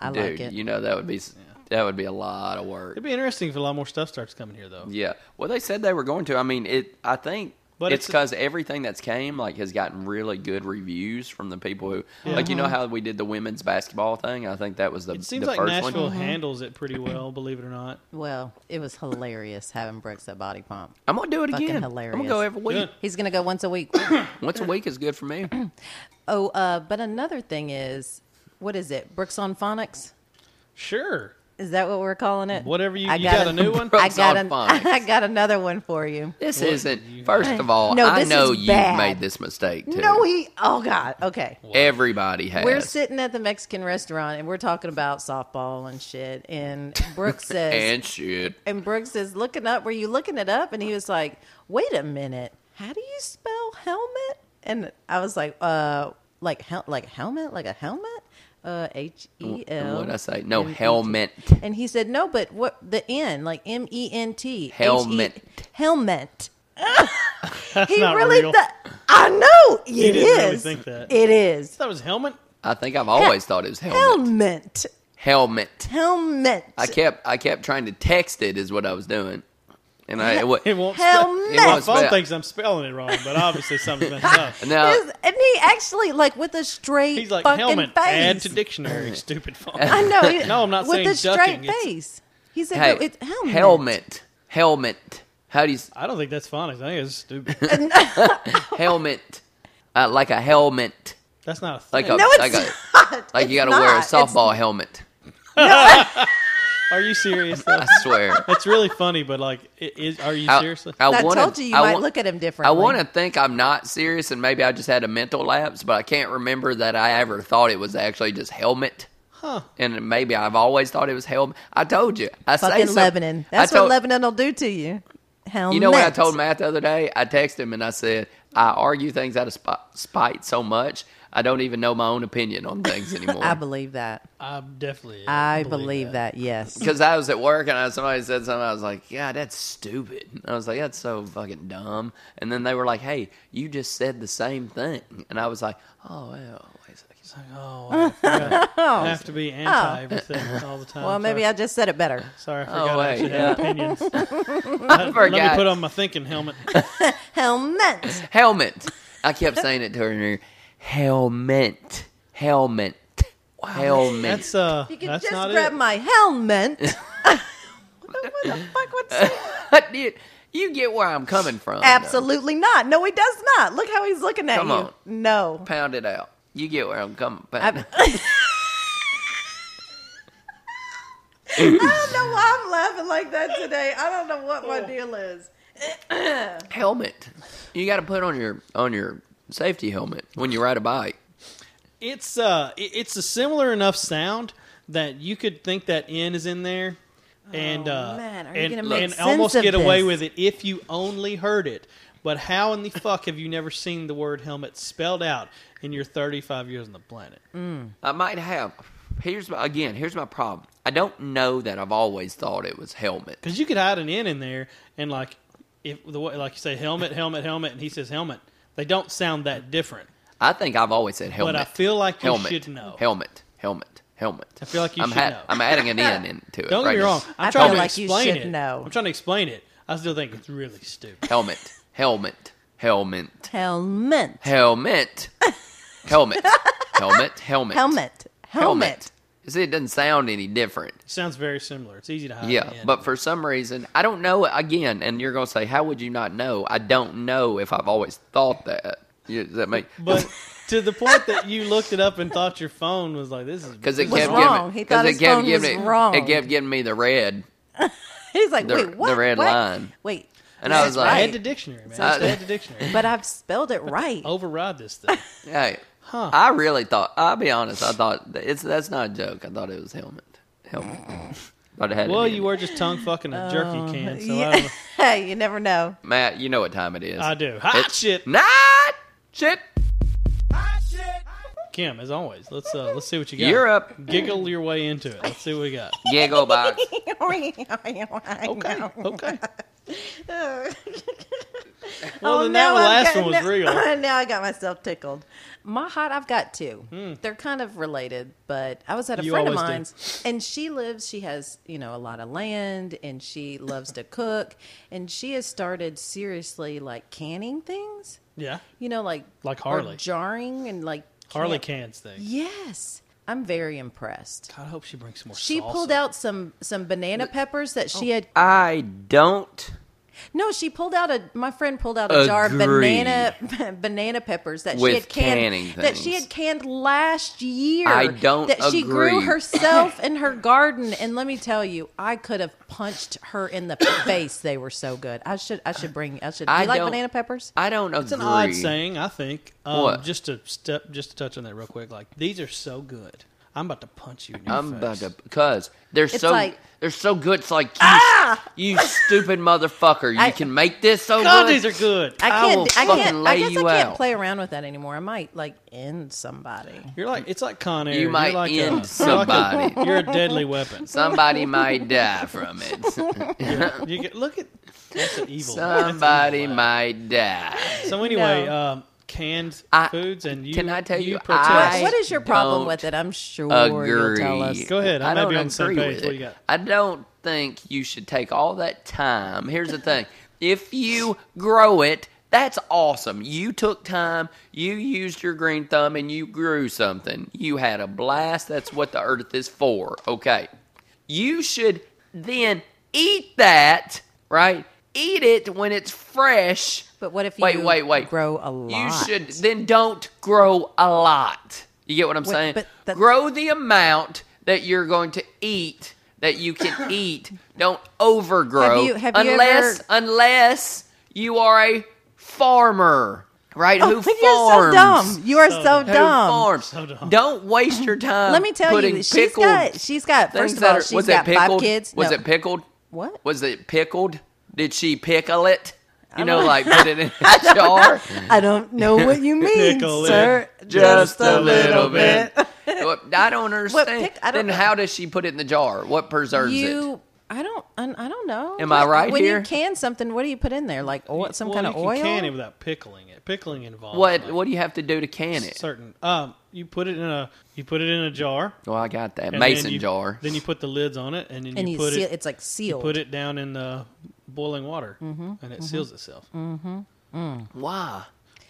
S3: I like
S1: Dude,
S3: it.
S1: you know that would be s that would be a lot of work.
S2: It'd be interesting if a lot more stuff starts coming here, though.
S1: Yeah. Well, they said they were going to. I mean, it. I think.
S2: But
S1: it's
S2: it's a-
S1: because everything that's came like has gotten really good reviews from the people who
S2: Yeah. Uh-huh.
S1: like you know how we did the women's basketball thing. I think that was the
S2: It seems
S1: the
S2: like
S1: first
S2: Nashville
S3: Mm-hmm.
S1: one.
S2: handles it pretty well, believe it or not.
S3: Well, it was hilarious having Brooks at Body Pump.
S1: I'm gonna do it
S3: Fucking
S1: again. I'm gonna
S3: hilarious.
S1: go every week.
S2: Good.
S3: He's going to go once a week.
S1: Once a week is good for me.
S3: oh, uh, but another thing is, what is it? Brooks on Phonics?
S2: Sure.
S3: Is that what we're calling it?
S2: Whatever you- you got a new one?
S3: I
S1: Brooks
S3: got
S1: on
S3: an,
S1: Phonics.
S3: I got another one for you.
S1: This isn't. First of all,
S3: No,
S1: I
S3: this
S1: know
S3: is
S1: you
S3: bad.
S1: made this mistake too.
S3: No, he. Oh God. Okay.
S1: Everybody has.
S3: We're sitting at the Mexican restaurant and we're talking about softball and shit. And Brooks says,
S1: and shit.
S3: And Brooks says, looking up, were you looking it up? And he was like, wait a minute, how do you spell helmet? And I was like, uh, like hel- like helmet, like a helmet, uh, H E L.
S1: What I say? No
S3: M E T.
S1: helmet.
S3: And he said, no, but what the N, like M E N T, H E-
S1: Helmet.
S3: helmet.
S2: That's
S3: He
S2: not
S3: really,
S2: real.
S3: th- I know it
S2: He didn't really
S3: is.
S2: think that.
S3: It is
S2: that was helmet.
S1: I think I've always thought it was helmet.
S3: helmet,
S1: Helmet.
S3: helmet.
S1: I kept. I kept trying to text it. Is what I was doing. And I. It, wa-
S2: It won't. Spell.
S3: Helmet.
S1: It
S2: My
S1: won't
S2: phone
S1: spell-
S2: thinks I'm spelling it wrong, but obviously something's messed up.
S1: Now,
S3: His- and he actually like with a straight
S2: He's like
S3: fucking
S2: helmet.
S3: face.
S2: Add to dictionary. Stupid phone.
S3: I know. he-
S2: No, I'm not
S3: with
S2: saying
S3: a
S2: ducking,
S3: straight
S2: it's-
S3: face. He said,
S1: hey,
S3: no, it's helmet.
S1: helmet. Helmet. How do you s-
S2: I don't think that's phonics. I think it's stupid.
S3: Oh.
S1: helmet? Uh, like a helmet.
S2: That's not a thing.
S1: Like a
S3: No, it's
S1: like a
S3: not.
S1: like you
S3: It's
S1: got to wear a
S3: not. It's-
S1: softball helmet.
S2: Are you serious? Though?
S1: I swear.
S2: That's really funny, but like, i- is, are you
S1: I,
S2: seriously?
S1: I,
S3: I
S1: wanna,
S3: told you you
S1: I
S3: might
S1: wa-
S3: look at him
S1: I
S3: differently.
S1: want to think I'm not serious, and maybe I just had a mental lapse, but I can't remember that I ever thought it was actually just helmet.
S2: Huh.
S1: And maybe I've always thought it was helmet. I told you, I say
S3: fucking
S1: some-
S3: Lebanon.
S1: I
S3: That's
S1: told-
S3: what Lebanon will do to you. Helmet.
S1: You know what I told Matt the other day? I texted him and I said, I argue things out of spi- spite so much, I don't even know my own opinion on things anymore.
S3: I believe that.
S2: I definitely.
S3: I believe that. Yes.
S1: because I was at work and I, somebody said something. I was like, "Yeah, that's stupid." And I was like, "That's so fucking dumb." And then they were like, "Hey, you just said the same thing," and I was like, "Oh well." wait a second."
S2: Like, oh, I, forgot. I have to be anti everything all the time.
S3: Oh. Well, maybe
S2: Sorry.
S3: I just said it better.
S2: Sorry, I forgot I
S1: Oh, wait,
S2: actually
S1: yeah.
S2: had opinions.
S1: I
S2: Let me
S1: forgot
S2: put on my thinking helmet.
S3: Helmet.
S1: helmet. I kept saying it to her in her helmet, helmet, helmet.
S2: That's uh,
S3: You can
S2: that's
S3: just
S2: not
S3: grab
S2: it.
S3: my helmet. what, the, what the fuck would say?
S1: Dude, you get where I'm coming from. though.
S3: Absolutely not. No, he does not. Look how he's looking at
S1: Come
S3: you.
S1: on.
S3: No.
S1: Pound it out. You get where I'm coming. Pound.
S3: I- I don't know why I'm laughing like that today. I don't know what my
S1: Oh.
S3: deal is.
S1: helmet. You got to put on your on your safety helmet when you ride a bike.
S2: It's uh, it- it's a similar enough sound that you could think that N is in there, and
S3: Oh,
S2: uh,
S3: man, are you
S2: and,
S3: gonna make
S2: and
S3: sense
S2: almost
S3: of
S2: get away
S3: this?
S2: with it if you only heard it. But how in the fuck have you never seen the word helmet spelled out in your 35 years on the planet?
S3: Mm.
S1: I might have. Here's my, again. Here's my problem. I don't know that I've always thought it was helmet.
S2: Because you could hide an N in there, and like if the way, like you say helmet, helmet, helmet, and he says helmet, they don't sound that different.
S1: I think I've always said helmet.
S2: But I feel like you
S1: helmet,
S2: should know.
S1: Helmet. Helmet. Helmet. I
S2: feel like you
S1: I'm
S2: should know.
S1: I'm adding an N into it.
S2: Don't
S1: right
S2: get me
S1: now.
S2: wrong. I'm
S3: I
S2: trying
S3: feel
S2: to
S3: like you
S2: explain
S3: should
S2: it.
S3: know.
S2: I'm trying to explain it. I still think it's really stupid.
S1: Helmet. Helmet. Helmet.
S3: Helmet.
S1: Helmet. Helmet. Helmet. Helmet.
S3: Helmet. Helmet.
S1: See, it doesn't sound any different.
S2: It sounds very similar. It's easy to hide.
S1: Yeah,
S2: an N.
S1: but for some reason, I don't know. Again, and you're gonna say, "How would you not know?" I don't know if I've always thought that. You, does that make
S2: but to the point that you looked it up and thought your phone was like this is
S1: because it
S3: Was
S1: kept
S3: wrong.
S1: giving
S3: He
S1: because
S3: thought
S1: it
S3: his
S1: kept
S3: phone
S1: giving
S3: was
S1: it-
S3: wrong.
S1: it kept giving me the red.
S3: He's like,
S1: The-
S3: wait, what?
S1: the red
S3: What?
S1: line.
S3: Wait.
S1: And I
S3: that's
S1: was
S2: I
S1: like-
S2: had the dictionary, man.
S1: Uh,
S2: I just had the dictionary.
S3: but I've spelled it right.
S2: Override this thing.
S1: Hey,
S2: Huh.
S1: I really thought. I'll be honest. I thought that it's that's not a joke. I thought it was helmet. Helmet. Thought it had it
S2: Well,
S1: in
S2: you
S1: it.
S2: were just tongue fucking a jerky can, so I,
S3: Um, yeah.
S2: don't-
S3: you never know.
S1: Matt. You know what time it is.
S2: I do. Hot
S1: It's
S2: shit,
S1: Not shit.
S2: Kim. As always, let's uh, let's see what you got.
S1: You're up.
S2: Giggle your way into it. Let's see what we got.
S1: Giggle box.
S2: Okay, okay.
S3: Oh,
S2: Well, then that
S3: I've
S2: last
S3: got-
S2: one was
S3: Oh, now-
S2: real.
S3: now I got myself tickled. My hot, I've got two. They're kind of related, but I was at a
S2: Hmm. You
S3: friend of
S2: always do.
S3: mine's, and she lives. She has you know a lot of land, and she loves to cook, and she has started seriously like canning things.
S2: Yeah,
S3: You know, like
S2: Like
S3: or
S2: Harley.
S3: jarring and like
S2: Harley
S3: can-
S2: cans thing.
S3: Yes, I'm very impressed.
S2: God, I hope she brings some more.
S3: She
S2: salsa.
S3: pulled out some some banana peppers that
S2: oh.
S3: she had
S1: I don't.
S3: No, she pulled out a. My friend pulled out a jar of
S1: Agree.
S3: banana banana peppers that
S1: With
S3: she had canned
S1: canning
S3: that she
S1: things.
S3: had canned last year.
S1: I don't
S3: that she grew
S1: agree.
S3: herself in her garden. And let me tell you, I could have punched her in the face. They were so good. I should I should bring I should. Do you
S1: I
S3: like
S1: don't-
S3: banana peppers?
S1: I don't
S2: It's an
S1: agree.
S2: odd saying, I think. Um,
S1: What?
S2: Just to step, just to touch on that real quick. Like these are so good. I'm about to punch you. In your
S1: I'm
S2: face.
S1: about to because they're so
S3: like-
S1: they're so good. It's like you,
S2: Ah!
S1: you stupid motherfucker. You
S3: I-
S1: can make this so
S2: God,
S1: good.
S2: these are good.
S3: I
S1: I will
S3: can't. I,
S1: fucking
S3: can't.
S1: lay
S3: I guess
S1: you
S3: I can't
S1: out.
S3: play around with that anymore. I might like end somebody.
S2: You're like it's like Con Air.
S1: You
S2: You're
S1: might
S2: like a-
S1: end
S2: you're like a,
S1: somebody.
S2: You're a deadly weapon.
S1: Somebody might die from it.
S2: You get, look at that's an evil. that's an
S1: Somebody
S2: evil
S1: might die.
S2: act. So anyway,
S3: No.
S2: um, canned
S1: I-
S2: foods and you.
S1: can I tell you,
S2: protest.
S1: I-
S3: what is your problem
S1: don't
S3: with it? I'm sure you'll
S1: Agree.
S3: tell us.
S2: Go ahead. I may
S1: don't
S2: be on the same
S1: agree
S2: page.
S1: with
S2: What
S1: it.
S2: you got?
S1: I don't think you should take all that time. Here's the thing: if you grow it, that's awesome. You took time. You used your green thumb and you grew something. You had a blast. That's what the earth is for. Okay. You should then eat that. Right. Eat it when it's fresh.
S3: But what if you
S1: wait, wait, wait.
S3: grow a
S1: You
S3: lot?
S1: should then don't grow a lot. You get what I'm
S3: Wait,
S1: saying?
S3: but that's-
S1: grow the amount that you're going to eat that you can eat. Don't overgrow.
S3: Have you- have you
S1: unless
S3: ever-
S1: unless you are a farmer, right?
S3: Oh,
S1: Who farms?
S3: you're so dumb. You are so,
S2: dumb.
S1: Who
S3: dumb.
S1: farms?
S2: So dumb.
S1: Don't waste your time.
S3: Let me tell
S1: putting
S3: you, she's
S1: pickled
S3: got she's got
S1: things
S3: first of
S1: that
S3: all
S1: are-
S3: she's
S1: was
S3: got
S1: it
S3: five
S1: pickled?
S3: kids.
S1: Was
S3: No.
S1: it pickled?
S3: What?
S1: Was it pickled? Did she pickle it? You know, like put it in a jar.
S3: I don't know what you mean,
S2: Pickle it.
S3: sir.
S1: Just a
S2: little bit.
S1: Well, I don't understand.
S3: pick- I don't
S1: then
S3: know.
S1: how does she put it in the jar? What preserves it?
S3: You, I don't, I I don't know.
S1: Am I
S3: What-
S1: right
S3: when
S1: here?
S3: you can something, what do you put in there? Like oil, some
S2: well,
S3: kind
S2: you
S3: of
S2: can
S3: oil?
S2: can it without pickling it. Pickling involves
S1: What
S2: like,
S1: What do you have to do to can it?
S2: certain. Um, you put it in a you put it in a jar.
S1: Well, I got that
S2: and
S1: mason
S2: then you,
S1: jar.
S2: Then you put the lids on it, and then
S3: And
S2: you,
S3: you,
S2: put
S3: seal,
S2: it.
S3: it's like sealed.
S2: put it down in the
S3: Mm-hmm,
S2: boiling water, and it seals itself.
S1: Why?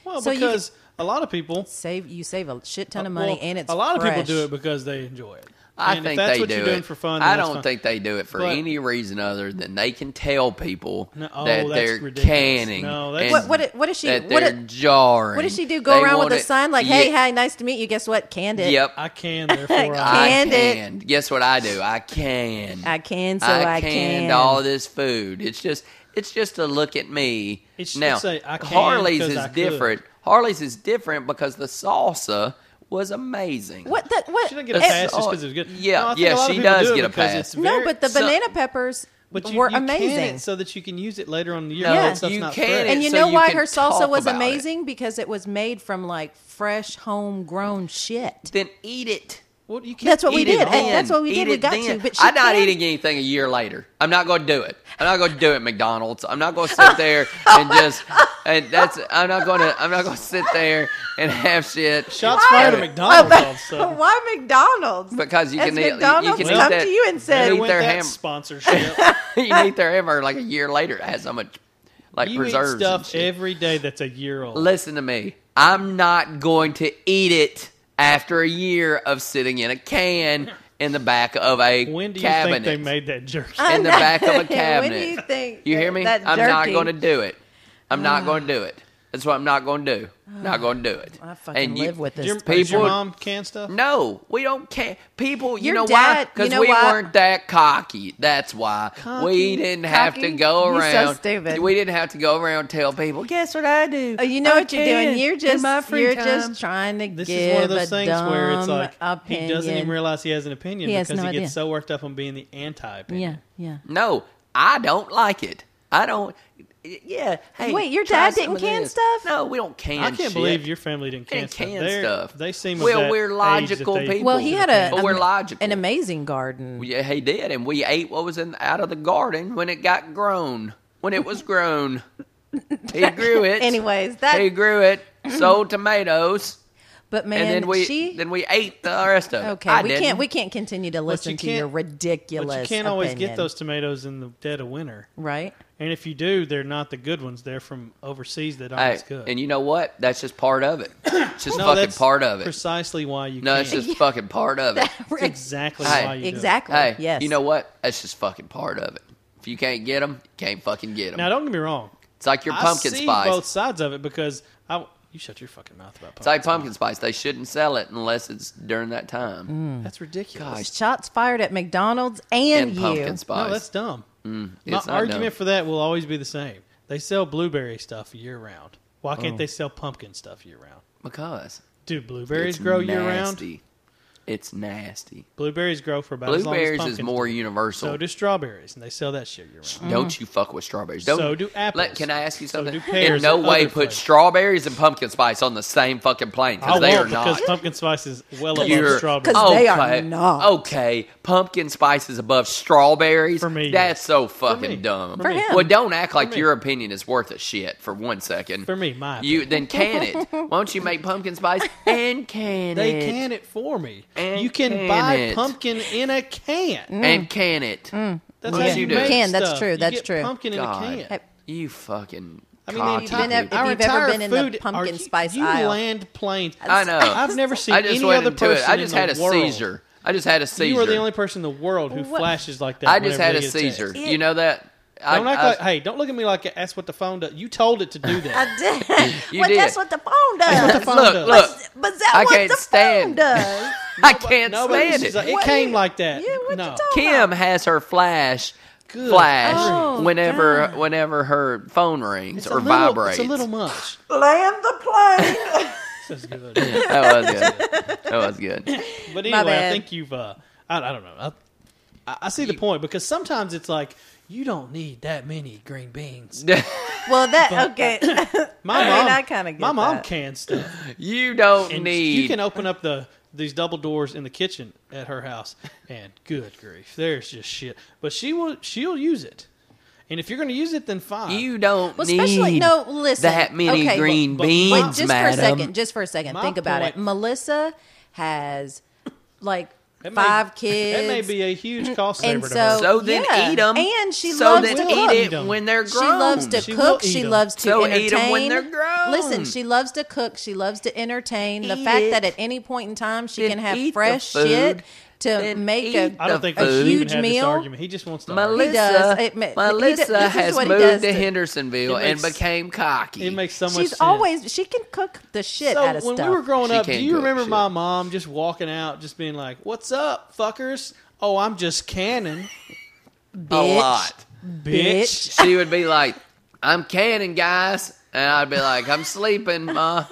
S2: Well,
S3: So you
S2: because a lot of people
S3: Save you save a shit ton of money,
S2: Uh, well,
S3: and it's
S2: a lot of
S3: fresh.
S2: people do it because they enjoy it.
S1: I
S2: and
S1: think
S2: if that's
S1: they
S2: what
S1: do
S2: you're
S1: it.
S2: doing for fun. then
S1: I
S2: that's
S1: don't
S2: fine.
S1: think they do it for
S2: But-
S1: any reason other than they can tell people
S2: No, oh,
S1: that
S2: that's
S1: they're
S2: ridiculous.
S1: canning.
S2: No, that's-
S1: and
S3: What, what, did- what does she?
S1: that
S3: What
S1: they're
S3: did,
S1: jarring.
S3: what does she do? Go
S1: They
S3: around with
S1: want
S3: a
S1: it-
S3: sign like, "Hey,
S1: Yeah,
S3: hi, nice to meet you." Guess what? Canned it.
S1: Yep.
S2: I can, therefore
S1: I
S2: I.
S3: Canned it.
S1: canned. Guess what I do? I can.
S3: I can, so I,
S1: canned
S3: can.
S1: all this food. It's just it's just a look at me.
S2: It should
S1: now
S2: say, "I can
S1: Harley's
S2: 'cause
S1: is
S2: I could."
S1: different. Harley's is different because the salsa was amazing.
S3: What? The, what?
S2: She didn't get a
S3: it-
S2: pass just because it was good.
S1: Yeah,
S2: No, I think
S1: yeah,
S2: a lot of
S1: she
S2: people
S1: does
S2: do it
S1: get a
S2: because
S1: pass.
S2: it's
S3: No,
S2: very-
S3: but the
S1: so-
S3: banana peppers
S2: but you,
S3: were
S2: you can it
S3: amazing.
S2: so that you can use it later on in the year.
S1: No,
S2: when
S3: Yeah.
S2: stuff's
S1: you
S2: not
S1: can
S2: fresh.
S1: it.
S3: and you
S1: so
S3: know
S1: you
S3: why
S1: can
S3: her salsa
S1: talk
S3: was
S1: about it.
S3: amazing because it was made from like fresh homegrown shit.
S1: Then eat it.
S2: Well, you can't
S3: That's what we
S1: Eat
S3: did.
S1: it
S3: and that's
S1: then.
S3: what we
S1: Eat
S3: did. We
S1: it
S3: got
S1: then.
S3: to. But she
S1: I'm not
S3: canned-
S1: eating anything a year later. I'm not going to do it. I'm not going to do it, McDonald's. I'm not going to sit there and just and that's. I'm not going to. I'm not going to sit there and have shit.
S2: Shots fired at
S1: Right.
S2: McDonald's.
S3: But-
S2: also.
S3: why McDonald's?
S1: Because you
S3: Has
S1: can eat- you- you
S3: McDonald's
S1: can
S2: eat
S3: come
S1: that-
S3: to you and
S1: They
S2: They
S1: eat
S3: said,
S2: went
S1: their
S2: that
S1: ham-
S2: sponsorship.
S1: you eat their hamburger like a year later. It has so much like
S2: you eat
S1: preserves. and
S2: stuff
S1: shit.
S2: every day that's a year old.
S1: Listen to me. I'm not going to eat it after a year of sitting in a can in the back of a
S2: when do you
S1: cabinet.
S2: think they made that jerky?
S3: I
S1: in the
S3: know.
S1: back of a
S3: When do you
S1: cabinet.
S3: think
S1: You
S3: that-
S1: hear me?
S3: that
S1: I'm not
S3: jerky- Ah.
S1: going to do it. I'm not going to do it. That's what I'm not going to do. Not going to do it.
S3: I fucking
S1: And
S3: live with
S2: Did
S3: this.
S2: your,
S1: People-
S2: does your mom can stuff?
S1: No, we don't care. People, you
S3: Your
S1: know why?
S3: dad- you
S1: Because
S3: know
S1: we
S3: why-
S1: weren't that cocky. That's why we
S3: Cocky?
S1: didn't have to
S3: Cocky?
S1: go
S3: You're so
S1: around.
S3: stupid.
S1: We didn't have to go around and tell people. Guess what I do?
S3: Oh, you know
S1: I
S3: what you're doing.
S1: can
S3: You're
S1: in
S3: just
S1: my free
S3: you're
S1: time."
S3: just trying to
S2: This
S3: give
S2: is one of those
S3: a
S2: things where it's
S3: dumb
S2: like
S3: opinion.
S2: he doesn't even realize he has an opinion
S3: He has
S2: because
S3: no
S2: he
S3: idea.
S2: gets so worked up on being the anti-opinion.
S3: Yeah, yeah.
S1: No, I don't like it. I don't. Yeah. Hey,
S3: Wait, your
S1: try
S3: dad didn't
S1: some of
S3: can
S1: this.
S3: stuff?
S1: No, we don't can.
S2: I can't
S1: shit.
S2: believe your family didn't
S1: They
S2: can,
S1: didn't
S2: stuff.
S1: can
S2: They're-
S1: stuff.
S2: They seem
S1: Well,
S2: of that
S1: we're
S2: age that
S1: logical
S2: they-
S1: people.
S3: Well, he had a,
S1: But we're
S3: am-
S1: logical.
S3: an amazing garden.
S1: Yeah, he did, and we ate what was in out of the garden when it got grown. When it was grown, he grew it.
S3: Anyways, that-
S1: he grew it, sold tomatoes,
S3: But man,
S1: and then we
S3: she
S1: then we ate the rest of it.
S3: okay.
S1: I
S3: we
S1: didn't.
S3: can't we can't continue to listen
S2: you
S3: to your
S2: can't-
S3: ridiculous.
S2: But you can't always
S3: opinion,
S2: get those tomatoes in the dead of winter.
S3: right.
S2: And if you do, they're not the good ones. They're from overseas that aren't
S1: Hey,
S2: as good.
S1: and you know what? That's just part of it. It's just
S2: no,
S1: fucking
S2: that's
S1: part of it.
S2: Precisely why you
S1: no,
S2: can't.
S1: it's just fucking part of it.
S2: That's exactly
S1: Hey,
S2: why you do it.
S3: exactly.
S1: Hey,
S3: yes.
S1: you know what? That's just fucking part of it. If you can't get them, you can't fucking get them.
S2: Now, don't get me wrong.
S1: it's like your pumpkin
S2: I see
S1: spice.
S2: both sides of it because I. You shut your fucking mouth about
S1: It's
S2: pumpkin.
S1: like pumpkin spice. They shouldn't sell it unless it's during that time.
S2: That's ridiculous.
S1: Gosh,
S3: shots fired at McDonald's and,
S1: and
S3: you.
S1: pumpkin
S2: No,
S1: spice.
S2: that's dumb. My
S1: Mm, it's not
S2: argument
S1: dumb.
S2: for that will always be the same. They sell blueberry stuff year round. Why
S3: Oh.
S2: can't they sell pumpkin stuff year round?
S1: because
S2: Dude, blueberries
S1: it's
S2: grow
S1: nasty.
S2: year round.
S1: It's nasty.
S2: Blueberries grow for about as
S1: Blueberries
S2: long as
S1: is
S2: pumpkins
S1: more
S2: do.
S1: universal.
S2: So do strawberries, and they sell that shit year round.
S1: don't you fuck with strawberries. Don't,
S2: So do apples.
S1: can I ask you
S2: So
S1: something?
S2: do pears
S1: In no
S2: and
S1: way
S2: other
S1: put
S2: flavors.
S1: strawberries and pumpkin spice on the same fucking plane
S2: I
S1: because they are
S2: won't
S1: not.
S2: because pumpkin spice is well
S1: You're-
S2: above strawberries.
S3: 'Cause they are not.
S1: Okay, pumpkin spice is above strawberries.
S2: For me,
S1: that's
S2: yes.
S1: so fucking
S2: me.
S1: dumb.
S3: For him.
S1: Well, don't act like
S2: me.
S1: your opinion is worth a shit for one second.
S2: For me, my
S1: you then can it. Why don't you make pumpkin spice and can
S2: They
S1: it?
S2: can it for me.
S1: And
S2: you can,
S1: can
S2: buy
S1: it.
S2: pumpkin in a
S3: Mm.
S2: can.
S1: and can it.
S2: That's
S1: Yes,
S2: how
S1: you
S2: you
S1: do.
S2: make
S1: Can,
S3: that's
S2: stuff.
S3: true,
S2: You
S3: that's
S2: get
S3: true.
S2: Pumpkin in a
S1: God,
S2: can.
S1: You fucking.
S2: I mean, the
S1: cocky
S2: entire,
S3: You've been- if
S1: people.
S2: our
S3: you've ever
S2: entire
S3: been in the
S2: food,
S3: pumpkin
S2: are,
S3: spice
S2: you
S3: aisle.
S2: land planes.
S1: I know.
S2: I've never seen
S1: I just
S2: any
S1: went
S2: other
S1: into it.
S2: person.
S1: I just
S2: in
S1: had
S2: the
S1: a
S2: world.
S1: seizure. I just had a seizure.
S2: You are the only person in the world who
S3: What?
S2: flashes like that.
S1: I just
S2: whenever
S1: had
S2: they
S1: a
S2: get
S1: seizure.
S2: text.
S1: You know that? I,
S2: Don't act
S1: I-
S2: like, hey, don't look at me like that's what the phone does. You told it to do that.
S3: I did.
S1: You
S3: well,
S1: did.
S3: that's what the phone does.
S2: what the phone
S1: look,
S2: does.
S1: look.
S3: But that
S1: I
S3: what
S1: can't
S3: the phone
S1: stand-
S3: does.
S1: I can't
S2: Nobody.
S1: stand
S2: she's
S1: it.
S2: like, it
S3: What
S2: came
S3: you-
S2: like that.
S3: you- what you
S2: no.
S3: talking-
S1: Kim has her flash
S2: Good
S1: flash
S3: grief.
S1: whenever
S3: Oh, God.
S1: whenever her phone rings
S2: It's a
S1: or
S2: little-
S1: vibrates.
S2: It's a little much.
S3: Land the plane.
S2: That's good.
S1: that was good. That was good.
S2: But
S3: My
S2: anyway, I
S3: bad.
S2: think you've. Uh, I, I don't know. I, I- I see the point because sometimes it's like you don't need that many green beans.
S3: well, that okay.
S2: My
S3: I mean,
S2: mom,
S3: I kinda get
S2: my mom
S3: that.
S2: can stuff.
S1: You don't
S2: And
S1: need.
S2: you can uh, open up the these double doors in the kitchen at her house, and good grief, there's just shit. But she will. She'll use it. And if you're going to use it, then fine.
S1: you don't
S3: Well,
S1: need.
S3: especially no. Listen,
S1: that many
S3: okay,
S1: green
S2: but- but-
S1: beans,
S3: Wait, just
S1: madam.
S3: for a second. Just for a second.
S2: My
S3: think about it.
S2: point-
S3: Melissa has like
S2: That may-
S3: five kids.
S2: That may be a huge cost saver
S3: and
S2: to her.
S3: so,
S1: So then
S3: yeah.
S1: eat 'em.
S3: And she
S1: so
S3: loves
S1: then
S3: to
S1: eat
S3: cook.
S1: it
S2: Eat 'em.
S1: when they're
S3: She
S1: grown.
S3: loves to
S2: She will
S3: cook. She
S2: eat 'em.
S3: loves to
S1: So
S3: entertain.
S1: eat 'em when they're grown.
S3: Listen, she loves to cook. She loves to entertain. the
S1: Eat
S3: fact
S1: it.
S3: that at any point in time she
S1: Then
S3: can have
S1: eat the
S3: fresh
S1: food.
S3: shit to
S1: Then
S3: make
S1: eat
S3: a.
S2: I don't think
S1: A
S2: we should even
S3: huge
S2: have this
S3: meal?
S2: argument. He just wants to. argue.
S1: Melissa,
S3: does. It ma- he does-
S1: Melissa
S3: this is
S1: has
S3: what he
S1: moved
S3: does
S1: to
S3: to-
S1: Hendersonville
S2: It makes-
S1: and became cocky.
S2: It makes so much
S3: She's
S2: sense.
S3: always she can cook the shit
S2: so
S3: out of
S2: when
S3: stuff.
S2: we were growing
S1: She
S2: up, do
S1: can't
S2: you
S1: cook
S2: remember
S1: shit.
S2: my mom just walking out, just being like, "What's up, fuckers? Oh, I'm just canning,
S1: a lot.
S2: bitch."
S1: She would be like, "I'm canning, guys," and I'd be like, "I'm sleeping, ma."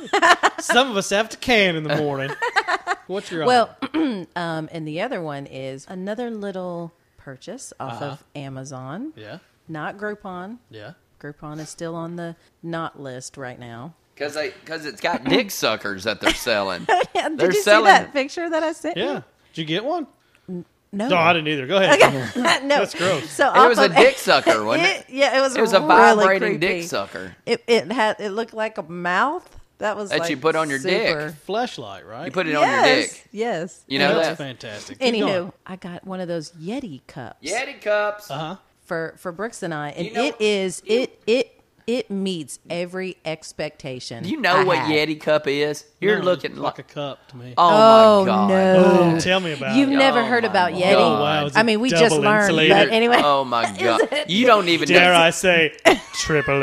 S2: Some of us have to can in the morning. What's your
S3: Well, um, and the other one is another little purchase off
S2: Uh-huh.
S3: of Amazon,
S2: Yeah,
S3: not Groupon.
S2: yeah.
S3: Groupon is still on the not list right now.
S1: Because because it's got dick suckers that they're selling.
S3: Yeah, did
S1: They're
S3: you
S1: selling-
S3: see that picture that I sent? you?
S2: Yeah. Did you get one?
S3: No.
S2: No, I didn't either. Go ahead.
S3: no. That's
S2: gross.
S3: So
S1: It was a
S3: off of-
S1: dick sucker, wasn't it?
S3: yeah, it was.
S1: It was a
S3: really
S1: vibrating
S3: creepy.
S1: dick sucker.
S3: It it had it looked like a mouth that was
S1: That
S3: like
S1: you put on your dick.
S3: super-
S2: Flashlight, right?
S1: You put it on your
S3: Yes,
S1: dick.
S3: yes.
S1: You know
S2: that's
S1: that.
S2: fantastic. Keep
S3: Anywho,
S2: going.
S3: I got one of those Yeti cups
S1: Yeti cups.
S2: Uh-huh.
S3: for for Brooks and I, and
S1: You know-
S3: it is it it it meets every expectation.
S1: You know
S3: I
S1: what
S3: had.
S1: Yeti cup is? You're
S2: No, it
S1: looking like.
S2: looks like a cup to me.
S1: Oh,
S3: Oh,
S1: my god.
S3: no.
S2: Oh, tell me about
S3: You've
S2: it.
S3: never
S1: Oh,
S3: heard
S1: my
S3: about
S1: God.
S3: Yeti.
S1: Oh, wow,
S2: it's
S3: I mean, we just
S2: double
S3: learned,
S2: insulated.
S3: but anyway.
S1: Oh my god. You don't even
S2: Dare
S1: know.
S2: I say, triple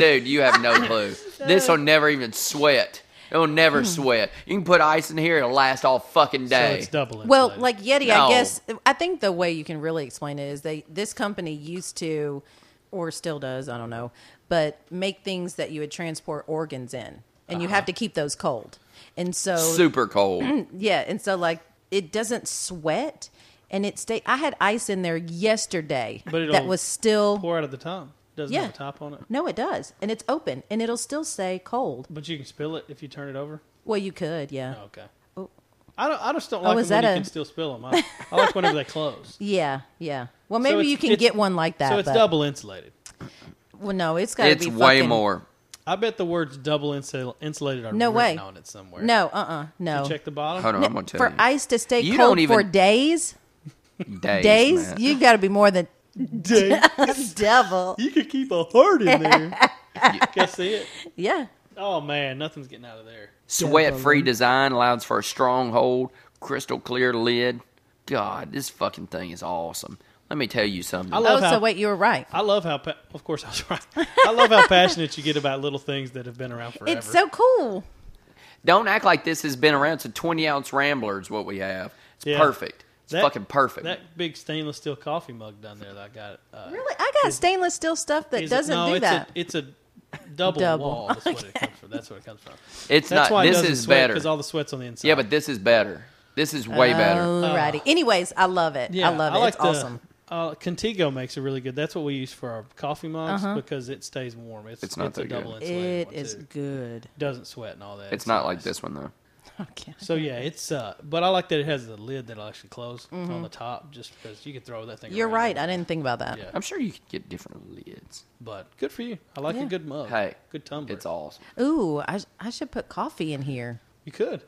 S1: Dude, you have no clue. this will never even sweat. It'll
S3: Hmm.
S1: never sweat. You can put ice in here, it'll last all fucking
S2: So
S1: day.
S2: it's double insulated.
S3: Well, like Yeti,
S1: No.
S3: I guess I think the way you can really explain it is they this company used to, or still does, I don't know, but make things that you would transport organs in, and you
S2: Uh-huh.
S3: have to keep those cold, and so
S1: Super cold.
S3: yeah, and so like it doesn't sweat, and it stay. I had ice in there yesterday
S2: But it'll
S3: that was still
S2: pour out of the tongue. Doesn't
S3: yeah.
S2: have a top on it.
S3: No, it does, and it's open, and it'll still say cold.
S2: But you can spill it if you turn it over.
S3: Well, you could, yeah,
S2: Okay.
S3: Oh.
S2: I don't. I just don't like
S3: is
S2: them when
S3: that
S2: you
S3: a-
S2: can still spill them. I, I like whenever they close.
S3: yeah, yeah. Well,
S2: So
S3: maybe
S2: it's-
S3: you can
S2: it's-
S3: get one like that.
S2: So it's
S3: but,
S2: double insulated.
S3: Well, no, it's got to
S1: It's
S3: be
S1: way
S3: fucking-
S1: more.
S2: I bet the words "double insul- insulated" are
S3: No
S2: written
S3: way.
S2: on it somewhere.
S3: No, uh, uh no.
S2: You check the bottom.
S1: Hold on,
S3: No,
S1: I'm gonna tell
S3: for
S1: you.
S3: ice to stay
S1: You
S3: cold
S1: don't even-
S3: for days,
S1: days.
S3: days,
S1: man.
S3: you got to be more than
S2: Dang.
S3: devil.
S2: you could keep a heart in there. can I see it?
S3: Yeah,
S2: Oh man, nothing's getting out of there.
S1: Sweat free design allows for a strong hold, crystal clear lid. God, this fucking thing is awesome. Let me tell you something.
S2: I
S3: Oh,
S2: love how.
S3: so wait, you were right.
S2: I love how. Pa- of course, I was right. I love how passionate you get about little things that have been around forever.
S3: It's so cool.
S1: Don't act like this has been around. It's a 20 ounce Rambler, is what we have. It's
S2: Yeah.
S1: perfect. It's
S2: That-
S1: fucking perfect.
S2: That big stainless steel coffee mug down there that I got. Uh,
S3: Really, I got stainless steel stuff that
S2: is it-
S3: doesn't
S2: no,
S3: do
S2: it's
S3: that.
S2: A, it's a double,
S3: Double.
S2: wall. That's what it comes from. That's what it comes from.
S1: it's
S2: That's
S1: not.
S2: why
S1: This
S2: it doesn't
S1: is
S2: sweat
S1: better.
S2: because all the sweat's on the inside.
S1: yeah, but this is better. This is way better.
S3: Alrighty. Anyways, I love it.
S2: Yeah,
S3: I love it. it's
S2: the-
S3: awesome.
S2: Uh, Contigo makes it really good. That's what we use for our coffee mugs because it stays warm. It's,
S1: It's not
S2: a
S1: that good.
S2: double insulated one,
S3: Uh-huh. It is
S2: too.
S3: good.
S2: doesn't sweat and all that.
S1: It's not like this one though.
S3: Okay.
S2: So yeah, it's uh, but I like that it has the lid that'll actually close on the top, just because you can throw that thing.
S3: Mm-hmm. You're
S2: around.
S3: right. I didn't think about that.
S2: Yeah.
S1: I'm sure you could get different lids.
S2: But good for you. I like a
S3: Yeah.
S2: good mug.
S1: Hey,
S2: good tumbler.
S1: It's awesome.
S3: Ooh, I, sh- I should put coffee in here.
S2: you could.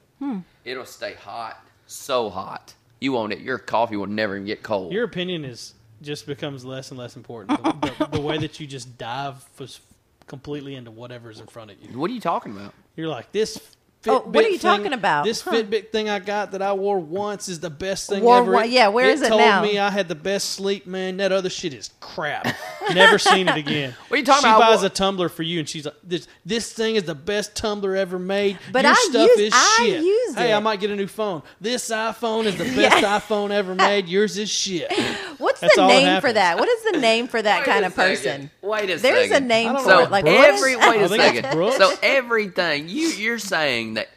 S1: It'll stay hot, so hot. You won't. Your coffee will never even get cold.
S2: Your opinion is just becomes less and less important. The, the, the way that you just dive was completely into whatever's in front of you.
S1: what are you talking about?
S2: You're like this.
S3: Oh, what are
S2: Fitbit
S3: you
S2: thing-
S3: talking about?
S2: This
S3: Huh.
S2: Fitbit thing I got that I wore once is the best thing
S3: Wore
S2: ever.
S3: one- yeah, where is it
S2: told
S3: now?
S2: me I had the best sleep, man. That other shit is crap. Never seen it again.
S1: What are you talking
S2: she
S1: about?
S2: She buys
S1: What-
S2: a tumbler for you, and she's like, "This this thing is the best tumbler ever made.
S3: But
S2: Your
S3: I
S2: stuff
S3: use-
S2: is
S3: I
S2: shit.
S3: use
S2: hey,
S3: it.
S2: I might get a new phone. This iPhone is the best iPhone ever made. Yours is shit.
S3: What's
S2: That's
S3: the
S2: all that
S3: name for
S2: happens.
S3: that? What is the name for that
S1: Wait
S3: kind
S1: a
S3: of
S1: second.
S3: person?
S1: Wait a
S3: There's
S1: second.
S3: a name
S2: I don't
S3: for
S2: know,
S3: it. Like
S2: like Brooks?
S1: Every
S3: what is-
S1: wait a
S2: I think it's
S1: second.
S2: Brooks.
S1: So everything you you're saying that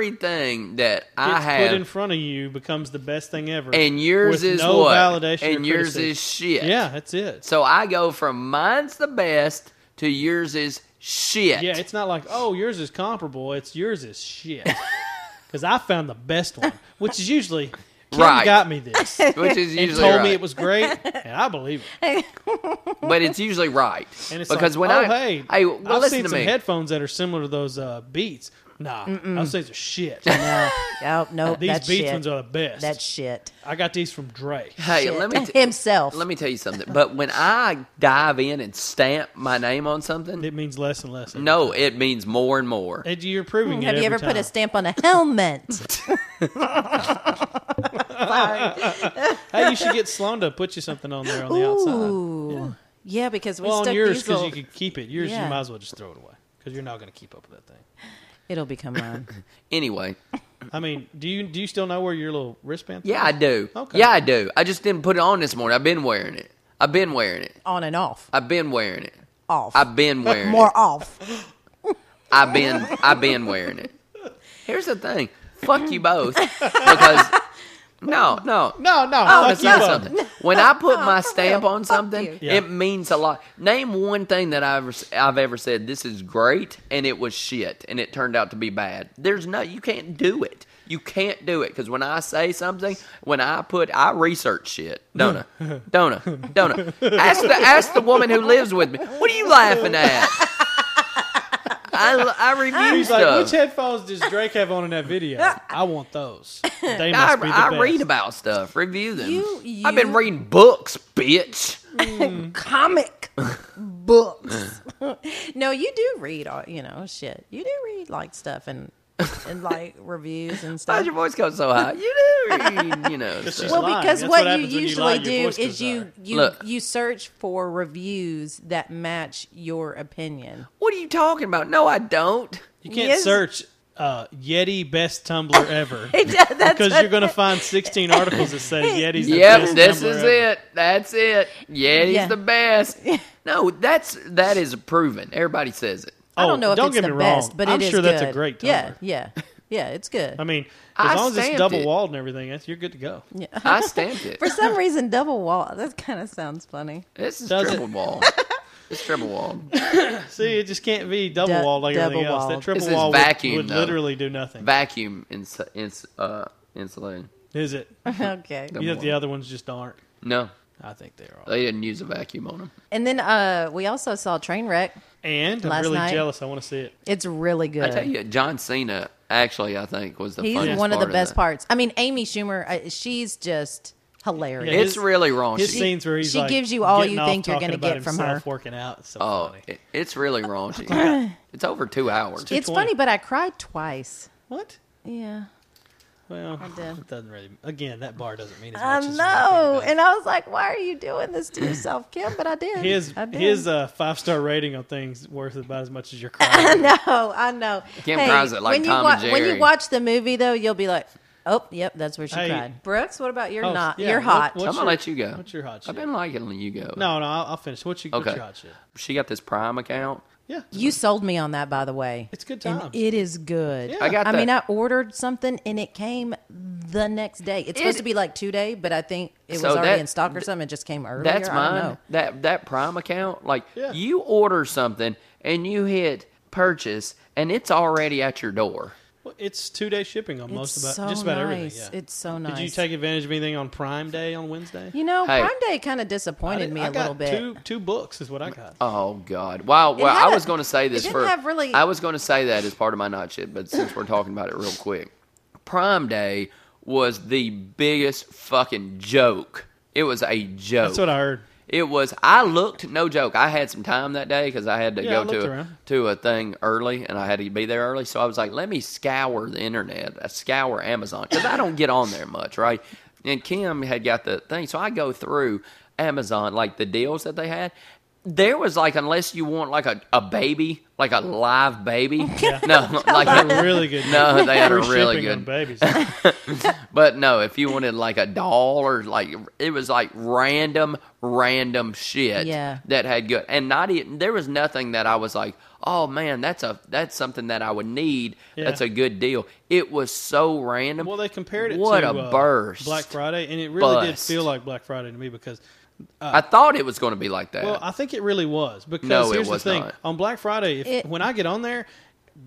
S1: everything that I
S2: Gets
S1: have
S2: put in front of you becomes the best thing ever,
S1: and yours
S2: with
S1: is
S2: no
S1: what
S2: validation or
S1: and yours
S2: criticism.
S1: is shit.
S2: Yeah, that's it.
S1: So I go from mine's the best to yours is shit.
S2: Yeah, it's not like oh yours is comparable. It's yours is shit. Because I found the best one, which is usually Kim
S1: Right.
S2: got me this.
S1: which is
S2: and
S1: usually
S2: told
S1: right.
S2: me it was great, and I believe it.
S1: but it's usually right.
S2: And it's
S1: because
S2: like,
S1: when
S2: oh,
S1: I
S2: hey,
S1: hey, well,
S2: I've
S1: listen
S2: seen
S1: to
S2: some
S1: me.
S2: headphones that are similar to those uh, Beats. Nah, those things are shit.
S3: No, no, no
S2: These
S3: that's
S2: Beats
S3: shit.
S2: ones are the best.
S3: That's shit.
S2: I got these from Dre.
S1: Hey,
S3: Shit.
S1: let me t-
S3: himself.
S1: let me tell you something. But when I dive in and stamp my name on something,
S2: It means less and less.
S1: no, it means more and more.
S2: And you're proving it.
S3: Have you
S2: every
S3: ever put a
S2: time.
S3: stamp on a helmet? Sorry.
S2: Hey, you should get Sloan to put you something on there on the outside.
S3: Ooh. Yeah, because we
S2: Well, on
S3: stuck
S2: yours
S3: these
S2: because you
S3: little.
S2: could keep it. Yours,
S3: Yeah.
S2: you might as well just throw it away because you're not going to keep up with that thing.
S3: It'll become mine.
S1: Anyway,
S2: I mean, do you do you still know where your little wristband? thing
S1: yeah, I
S2: is?
S1: do.
S2: Okay.
S1: Yeah, I do. I just didn't put it on this morning. I've been wearing it. I've been wearing it.
S3: on and off.
S1: I've been wearing it.
S3: Off.
S1: I've been wearing it.
S3: More off.
S1: I've been I've been wearing it. Here's the thing. Fuck you both. Because no, no.
S2: No, no.
S3: Oh,
S1: I
S2: fuck
S1: wanna
S2: you
S1: say
S2: both.
S1: something. When I put my stamp
S3: real.
S1: on
S3: Fuck
S1: something,
S3: you.
S2: Yeah.
S1: it means a lot. Name one thing that I've I've ever said this is great and it was shit and it turned out to be bad. There's no you can't do it. You can't do it because when I say something, when I put I research shit. Donna, Donna, Donna. Ask the ask the woman who lives with me. What are you laughing at? I I review
S2: He's
S1: stuff.
S2: like, which headphones does Drake have on in that video? I want those. They must
S1: I,
S2: be the
S1: I
S2: best.
S1: read about stuff, review them.
S3: You-
S1: I've been
S3: you-
S1: reading books, bitch.
S3: Comic books. no, you do read all. You know, shit. You do read like stuff and and like reviews and
S1: Why'd
S3: stuff.
S1: your voice go so high? You do read, you know.
S2: It's
S1: stuff.
S2: just
S3: well,
S2: lying.
S3: because
S2: That's
S3: what,
S2: what
S3: you
S2: happens when you
S3: usually
S2: lie, your
S3: do
S2: voice goes
S3: is you
S2: higher.
S3: you
S1: Look.
S3: you search for reviews that match your opinion.
S1: what are you talking about? No, I don't.
S2: You can't
S3: Yes.
S2: search uh, Yeti best Tumblr ever
S3: That's
S2: because
S3: what-
S2: you're going to find 16 articles that say Yeti's the
S1: yep,
S2: best
S1: this
S2: Tumblr
S1: is
S2: ever.
S1: it. That's it. Yeah, he's
S3: Yeah.
S1: the best. No, that's that is proven. Everybody says it.
S2: Oh,
S3: I don't know if
S2: don't
S3: it's
S2: get
S3: the
S2: me wrong.
S3: best, but
S2: I'm
S3: it is
S2: sure that's a
S3: good.
S2: great
S3: Yeah,
S2: Tumblr.
S3: yeah, yeah. It's good.
S2: I mean,
S1: I
S2: as long as it's
S1: stamped
S2: double
S1: it.
S2: walled and everything, that's, you're good to go.
S1: I stamped it.
S3: For some reason, double wall. That kind of sounds funny.
S1: This is
S2: Does it-
S1: triple wall. It's triple wall.
S2: See, it just can't be double
S3: Du-
S2: walled like everything
S3: double
S2: else. That
S3: walled.
S2: triple
S1: This is
S2: wall
S1: vacuum,
S2: would, would
S1: though.
S2: literally do nothing.
S1: Vacuum ins- ins- uh, insulating.
S2: is it?
S3: Okay.
S1: Double
S2: You know, the
S1: wall.
S2: other ones just aren't.
S1: No,
S2: I think they are. all.
S1: they didn't use a vacuum on them.
S3: And then uh, we also saw Trainwreck.
S2: And I'm
S3: Last
S2: really
S3: night-
S2: jealous. I want to see it.
S3: It's really good.
S1: I tell you, John Cena actually, I think, was the
S3: He's
S1: funniest
S3: one of
S1: part
S3: the best
S1: that.
S3: parts. I mean, Amy Schumer. Uh, she's just hilarious.
S2: Yeah,
S1: It's
S2: his-
S1: really raunchy.
S2: His scenes where he's
S3: she
S2: like
S3: gives you all
S2: getting
S3: you
S2: off
S3: think you're
S2: talking
S3: gonna
S2: about
S3: get from
S2: himself
S3: her.
S2: working out. It's so
S1: oh,
S2: funny.
S1: it, it's really raunchy. it's over two hours.
S3: it's
S2: 220.
S3: funny, but I cried twice.
S2: What?
S3: Yeah.
S2: Well,
S3: did.
S2: it doesn't really. Again, that bar doesn't mean as
S3: I
S2: much. as when
S3: know.
S2: think about
S3: And I was like, why are you doing this to yourself, Kim? But I did.
S2: it. his
S3: I did.
S2: his uh, five star rating on things worth about as much as your car.
S3: I know. I know.
S1: Kim cries it like
S3: when you
S1: Tom
S3: wa-
S1: and
S3: When
S1: Jerry.
S3: you watch the movie, though, you'll be like, oh, yep, that's where she
S2: Hey.
S3: cried. Brooks, what about you're
S2: Oh,
S3: not?
S2: yeah,
S3: you're
S2: what-
S3: hot.
S2: what-
S1: I'm gonna
S2: what's your-
S1: let you go.
S2: what's your hot
S1: I've
S2: shit?
S1: been liking letting you go.
S2: No, no, I'll, I'll finish. What you? What's
S1: Okay.
S2: your hot shit?
S1: She got this Prime account.
S2: Yeah.
S3: you sold me on that, by the way.
S2: It's good
S3: And
S2: times.
S3: it is good.
S2: Yeah.
S1: I got
S3: I
S1: that.
S3: mean, I ordered something and it came the next day. It's
S1: It-
S3: supposed to be like two day, but I think it
S1: So
S3: was already
S1: that-
S3: in stock or something. It just came earlier.
S1: That's
S3: I don't
S1: mine.
S3: know.
S1: That that Prime account. Like
S2: Yeah.
S1: you order something and you hit purchase and it's already at your door.
S2: Well, it's two day shipping on most
S3: It's
S2: about
S3: so
S2: just about
S3: nice.
S2: everything. Yeah.
S3: It's so
S2: Did you
S3: nice.
S2: take advantage of anything on Prime Day on Wednesday?
S3: You know,
S1: Hey.
S3: Prime Day kind of
S2: I
S3: disappointed
S2: did-
S3: me
S2: I
S3: a little
S2: got
S3: bit.
S2: Two two books is what I got.
S1: Oh God! Wow. Well,
S3: had
S1: I
S3: a-
S1: was going to say
S3: it
S1: this
S3: didn't
S1: first.
S3: have really-
S1: I was going to say that as part of my not shit, but since we're talking about it real quick, Prime Day was the biggest fucking joke. It was a joke.
S2: That's what I heard.
S1: It was. I looked. No joke. I had some time that day because I had to
S2: Yeah, I
S1: go
S2: looked
S1: to a,
S2: around.
S1: to a thing early, and I had to be there early. So I was like, let me scour the internet, I scour Amazon because I don't get on there much, right? And Kim had got the thing, so I go through Amazon like the deals that they had. There was like, unless you want like a, a baby, like a live baby. No, like
S2: They had a really good.
S1: no, they had a
S2: free
S1: really
S2: shipping
S1: good
S2: on babies.
S1: but no, if you wanted like a doll or like it was like random, random shit
S3: Yeah.
S1: that had good and not even there was nothing that I was like, oh man, that's a that's something that I would need.
S2: Yeah.
S1: That's a good deal. It was so random.
S2: Well, they compared it
S1: What
S2: to
S1: a
S2: uh,
S1: burst.
S2: Black Friday, and it really did
S1: Bust.
S2: feel like Black Friday to me because,
S1: I thought it was going to be like that.
S2: uh, well, I think it really was. Because
S1: No, it
S2: here's
S1: was
S2: the thing:
S1: not.
S2: on Black Friday, if,
S3: It-
S2: when I get on there,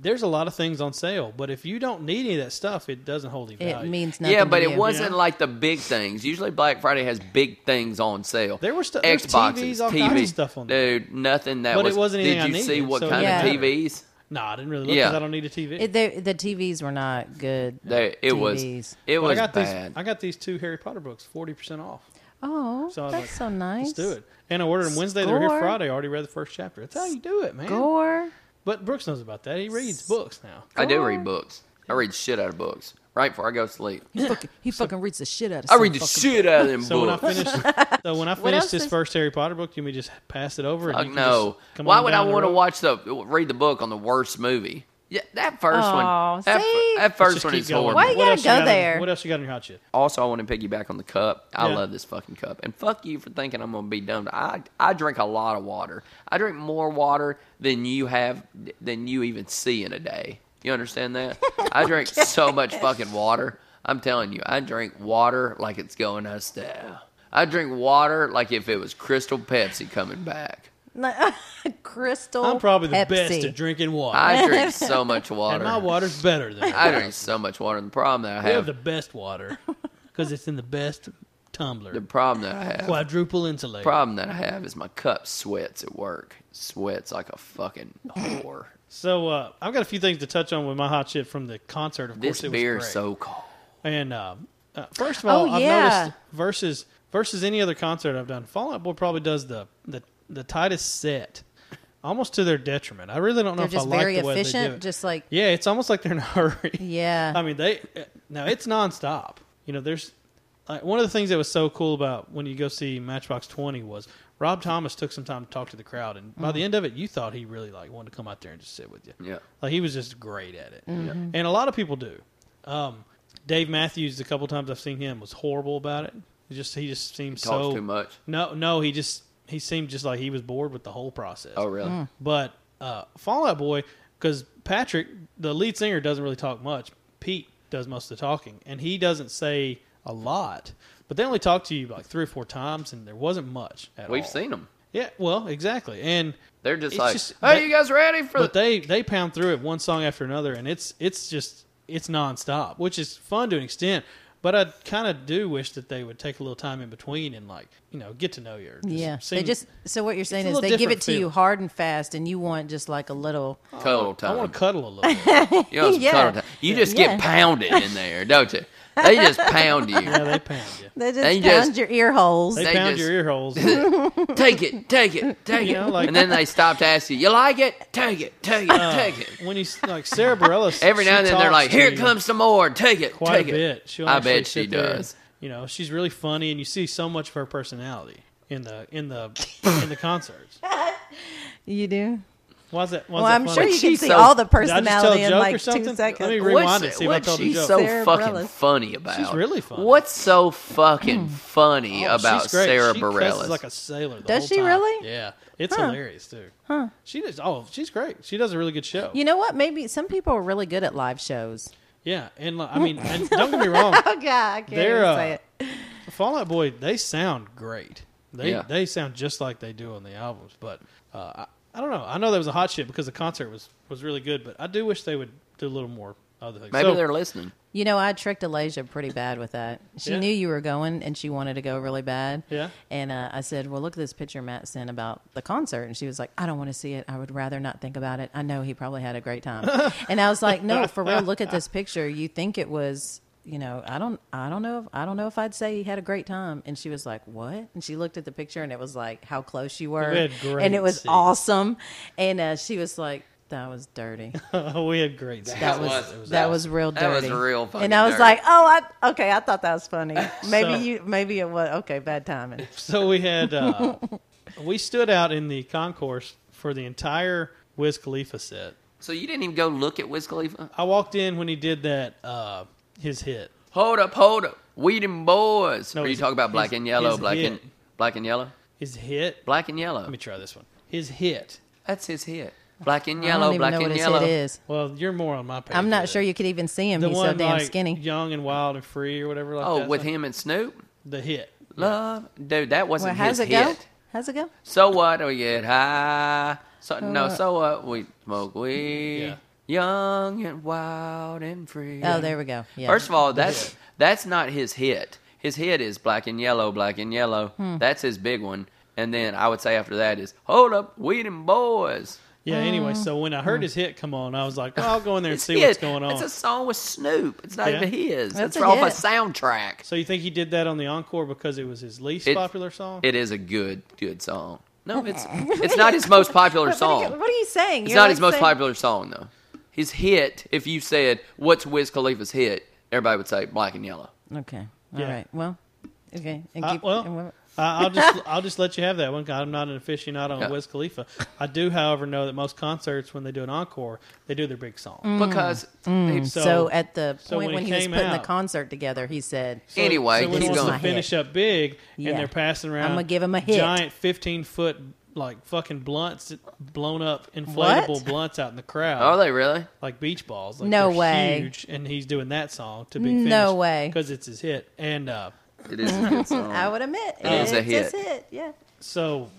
S2: there's a lot of things on sale. But if you don't need any of that stuff, it doesn't hold any
S3: It
S2: value.
S3: means nothing.
S1: yeah, but
S3: to
S1: it
S3: you.
S1: wasn't
S2: Yeah.
S1: like the big things. Usually Black Friday has big things on sale.
S2: There were stu- there was
S1: Xboxes,
S2: TVs, all
S1: TV
S2: kinds of stuff on there.
S1: Dude, nothing that
S2: But it
S1: was
S2: wasn't
S1: Did
S2: anything I
S1: you see
S2: needed,
S1: what
S2: so it
S1: kind
S3: didn't
S1: of
S3: matter.
S1: TVs?
S2: No, I didn't really look
S1: Yeah.
S2: because I don't need a TV.
S3: It, they, the TVs were not good.
S1: They, it was
S3: TVs.
S1: it
S2: But
S1: was
S2: I got
S1: bad.
S2: these. I got these two Harry Potter books, forty percent off.
S3: Oh,
S2: So I was
S3: that's
S2: like,
S3: so nice.
S2: Let's do it. And I ordered them Wednesday. They were here
S3: Score.
S2: Friday. I already read the first chapter. That's how you do it, man.
S3: Gore.
S2: But Brooks knows about that. He reads books now.
S1: I do
S3: Gore.
S1: read books. I read shit out of books right before I go to sleep.
S3: He fucking, he fucking reads the shit out of
S1: I read the
S3: some fucking-
S1: shit out of them
S2: So when I
S1: books.
S2: finished, so when I
S3: else
S2: finished this
S3: is-
S2: first Harry Potter book, you may just pass it over. And
S1: Fuck
S2: you can
S1: no.
S2: just come
S1: Why
S2: on
S1: would I
S2: down the
S1: want to
S2: road.
S1: watch the read the book on the worst movie? Yeah, that first
S3: Aw,
S1: one. That,
S3: see?
S1: fir- that
S2: Let's
S1: first
S2: just
S1: one
S2: keep
S1: is
S2: going.
S1: horrible.
S3: Why you
S2: What
S3: gotta
S2: else
S3: go
S2: got in-
S3: there?
S2: what else you got in your hot shit?
S1: Also, I want to piggyback on the cup. I
S2: Yeah.
S1: love this fucking cup. And fuck you for thinking I'm going to be dumb. I I drink a lot of water. I drink more water than you have than you even see in a day. You understand that? I drink so much fucking water. I'm telling you, I drink water like it's going out of style. I drink water like if it was Crystal Pepsi coming back.
S3: Crystal.
S2: I'm probably the
S3: Oh, Pepsi.
S2: best at drinking water,
S1: I drink so much
S2: and my
S1: water.
S2: water's better than
S1: I
S2: yours.
S1: drink so much water. And the problem that I
S2: We
S1: have,
S2: have the best water because it's in the best tumbler,
S1: the problem that I have,
S2: quadruple insulated.
S1: problem that I have is my cup sweats at work. Sweats like a fucking whore.
S2: So uh, I've got a few things to touch on with my hot shit from the concert. Of
S1: This
S2: course, it
S1: beer
S2: was
S1: is
S2: great.
S1: so cold.
S2: And uh, uh, first of all,
S3: Oh,
S2: I've
S3: yeah.
S2: noticed versus versus any other concert I've done, Fallout Boy probably does the the, the tightest set, almost to their detriment. I really don't know
S3: They're
S2: if
S3: just
S2: I like
S3: very
S2: the way they do
S3: efficient.
S2: it.
S3: Just like
S2: yeah, it's almost like they're in a hurry.
S3: yeah.
S2: I mean, they uh, now it's nonstop. You know, there's like one of the things that was so cool about when you go see Matchbox Twenty was Rob Thomas took some time to talk to the crowd, and by the end of it, you thought he really like wanted to come out there and just sit with you.
S1: Yeah.
S2: like he was just great at it, and a lot of people do. Um, Dave Matthews, a couple times I've seen him, was horrible about it. He just he just seemed
S1: Talks
S2: so
S1: too much.
S2: No, no, he just he seemed just like he was bored with the whole process.
S1: Oh really?
S3: Hmm.
S2: But uh, Fallout Boy, because Patrick, the lead singer, doesn't really talk much. Pete does most of the talking, and he doesn't say a lot. But they only talk to you like three or four times, and there wasn't much at
S1: We've
S2: all.
S1: seen them.
S2: Yeah, well, exactly. And
S1: They're just
S2: It's
S1: like,
S2: just-
S1: hey,
S2: they-
S1: you guys ready for?
S2: but
S1: The-?
S2: they they pound through it one song after another, and it's it's just it's nonstop, which is fun to an extent. But I kind of do wish that they would take a little time in between and like you know get to know you. or Just
S3: yeah.
S2: sing-
S3: they just so what you're saying
S2: a
S3: is
S2: little
S3: they give
S2: different
S3: it to you
S2: feel.
S3: hard and fast, and you want just like a little.
S1: Total
S2: I
S1: time.
S2: want to cuddle a little. bit.
S1: You, know, it's
S3: Yeah.
S1: cuddle time. You just
S3: Yeah.
S1: get pounded in there, don't you? They just pound you.
S2: yeah, they pound you.
S3: They just
S1: They
S3: pound
S1: just-
S3: your ear holes.
S2: They,
S1: They
S2: pound
S1: just-
S2: your ear holes.
S1: Take it, take it, take
S2: You know,
S1: it.
S2: like-
S1: and then they stop to ask you, you like it? Take it, take it, take it.
S2: when you like Sarah Bareilles,
S1: Every
S2: she
S1: now and then they're
S2: talks
S1: like,
S2: to
S1: here
S2: you
S1: comes some more. Take it,
S2: quite
S1: take
S2: a
S1: it.
S2: bit. She'll
S1: I
S2: actually
S1: bet she
S2: sit there and,
S1: does.
S2: you know, she's really funny, and you see so much of her personality in the in the in the concerts.
S3: you do.
S2: Why's that? Why's
S3: Well,
S2: that
S3: I'm
S2: funny?
S3: sure you
S1: But
S3: can
S1: she's
S3: see
S1: so-
S3: all the
S2: Did I just tell a
S3: personality in
S2: joke or
S3: like two
S2: something?
S3: seconds.
S2: Let me rewind
S1: What's,
S2: it, see if I
S1: what's
S2: told a
S1: she
S2: joke.
S1: so
S3: Sarah
S1: fucking
S3: Bareilles.
S1: funny about?
S2: She's really funny.
S1: What's so fucking funny
S2: Oh,
S1: about
S2: she's great.
S1: Sarah
S2: she
S1: Bareilles?
S2: cusses like a sailor. the
S3: Does
S2: whole
S3: she
S2: time.
S3: really?
S2: Yeah, it's
S3: Huh.
S2: hilarious too. Huh? She does. Oh, she's great. She does a really good show.
S3: You know what? Maybe some people are really good at live shows.
S2: yeah, and like, I mean, and don't get me wrong.
S3: Oh God, I can't
S2: They're,
S3: even
S2: uh,
S3: say it.
S2: Fallout Boy, they sound great. They
S1: Yeah.
S2: they sound just like they do on the albums. But uh, I, I don't know. I know that was a hot shit because the concert was was really good. But I do wish they would do a little more other things.
S1: Maybe
S2: So,
S1: they're listening.
S3: You know, I tricked Alasia pretty bad with that. She
S2: Yeah.
S3: knew you were going, and she wanted to go really bad.
S2: Yeah.
S3: And uh, I said, "Well, look at this picture Matt sent about the concert," and she was like, "I don't want to see it. I would rather not think about it. I know he probably had a great time." and I was like, "No, for real. Look at this picture. You think it was." You know, I don't, I don't know, if, I don't know if I'd say he had a great time. And she was like, "What?" And she looked at the picture, and it was like how close you were,
S2: We had great
S3: and it was
S2: seats.
S3: awesome. And uh, she was like, "That was dirty."
S2: we had great. seats.
S3: That
S1: That
S3: was,
S1: was- it was
S3: that
S1: awesome.
S3: was real
S1: That was
S3: dirty.
S1: real fucking
S3: And I was
S1: dirty.
S3: like, oh, I okay, I thought that was funny. Maybe
S2: So-
S3: you, maybe it was okay. Bad timing.
S2: So we had uh, we stood out in the concourse for the entire Wiz Khalifa set.
S1: So you didn't even go look at Wiz Khalifa?
S2: I walked in when he did that uh, his hit.
S1: Hold up, hold up. Weed and boys.
S2: No,
S1: Were you
S2: his-
S1: talking about black
S2: his-
S1: and yellow,
S2: his
S1: black
S2: hit.
S1: and black and yellow?
S2: His hit.
S1: Black and yellow.
S2: Let me try this one. His hit.
S1: That's his hit. Black and
S3: I don't
S1: yellow,
S3: even
S1: black
S3: know what
S1: and
S3: his
S1: yellow.
S3: hit is.
S2: Well, you're more on my page.
S3: I'm
S2: for
S3: not
S2: that.
S3: sure you could even see him.
S2: The
S3: He's
S2: one
S3: so damn
S2: like,
S3: skinny.
S2: young and wild and free or whatever. Like
S1: Oh,
S2: that.
S1: with
S2: Like,
S1: him and Snoop?
S2: the hit.
S1: Love. Dude, that wasn't
S3: Well, how's
S1: his
S3: it
S1: hit.
S3: go? How's it go?
S1: So what? We get high. So, no, so what? We smoke weed.
S2: Yeah.
S1: Young and wild and free.
S3: Oh, there we go. Yeah.
S1: First of all, that's that's not his hit. His hit is black and yellow, black and
S3: Hmm.
S1: yellow. That's his big one. And then I would say after that is hold up, weed and boys.
S2: Yeah. Anyway, so when I
S3: Oh.
S2: heard his hit come on, I was like, well, I'll go in there and
S1: It's
S2: see
S1: his.
S2: what's going
S1: It's
S2: on.
S1: a song with Snoop. It's not
S2: Yeah.
S1: even his.
S3: That's
S1: It's
S3: a
S1: off a
S3: hit.
S1: soundtrack.
S2: so you think he did that on the encore because it was his least
S1: It-
S2: popular song?
S1: It is a good, good song. No, it's it's not his most popular
S3: What, what, are you,
S1: song.
S3: what are you saying?
S1: It's
S3: You're
S1: not
S3: like
S1: his most
S3: saying-
S1: popular song though. His hit, if you said what's Wiz Khalifa's hit, everybody would say Black and Yellow.
S3: Okay. All right.
S2: Yeah.
S3: Well. Okay. And
S2: Uh,
S3: keep, and
S2: well,
S3: what-
S2: I- I'll just I'll just let you have that one. 'cause I'm not an aficionado on
S1: Yeah.
S2: Wiz Khalifa. I do, however, know that most concerts when they do an encore, they do their big song.
S3: Mm.
S1: Because they-
S2: So-
S3: so, at the
S2: so
S3: point
S2: when
S3: when,
S2: it
S3: he was
S2: came
S3: putting
S2: out-
S3: the concert together, he said,
S2: So-
S1: Anyway,
S2: so when
S1: keep
S2: he wants
S1: going.
S2: to finish up big,
S3: Yeah.
S2: and they're passing around.
S3: I'ma give him a hit.
S2: Giant fifteen foot like fucking blunts, blown up inflatable
S3: What?
S2: blunts out in the crowd.
S1: are they really?
S2: like beach balls. Like
S3: No
S2: they're
S3: way.
S2: Huge, and he's doing that song to be
S3: No way.
S2: because it's his hit. And uh,
S1: It is a good song.
S3: "I would admit
S1: It is a hit.
S3: It's a hit. Yeah.
S2: so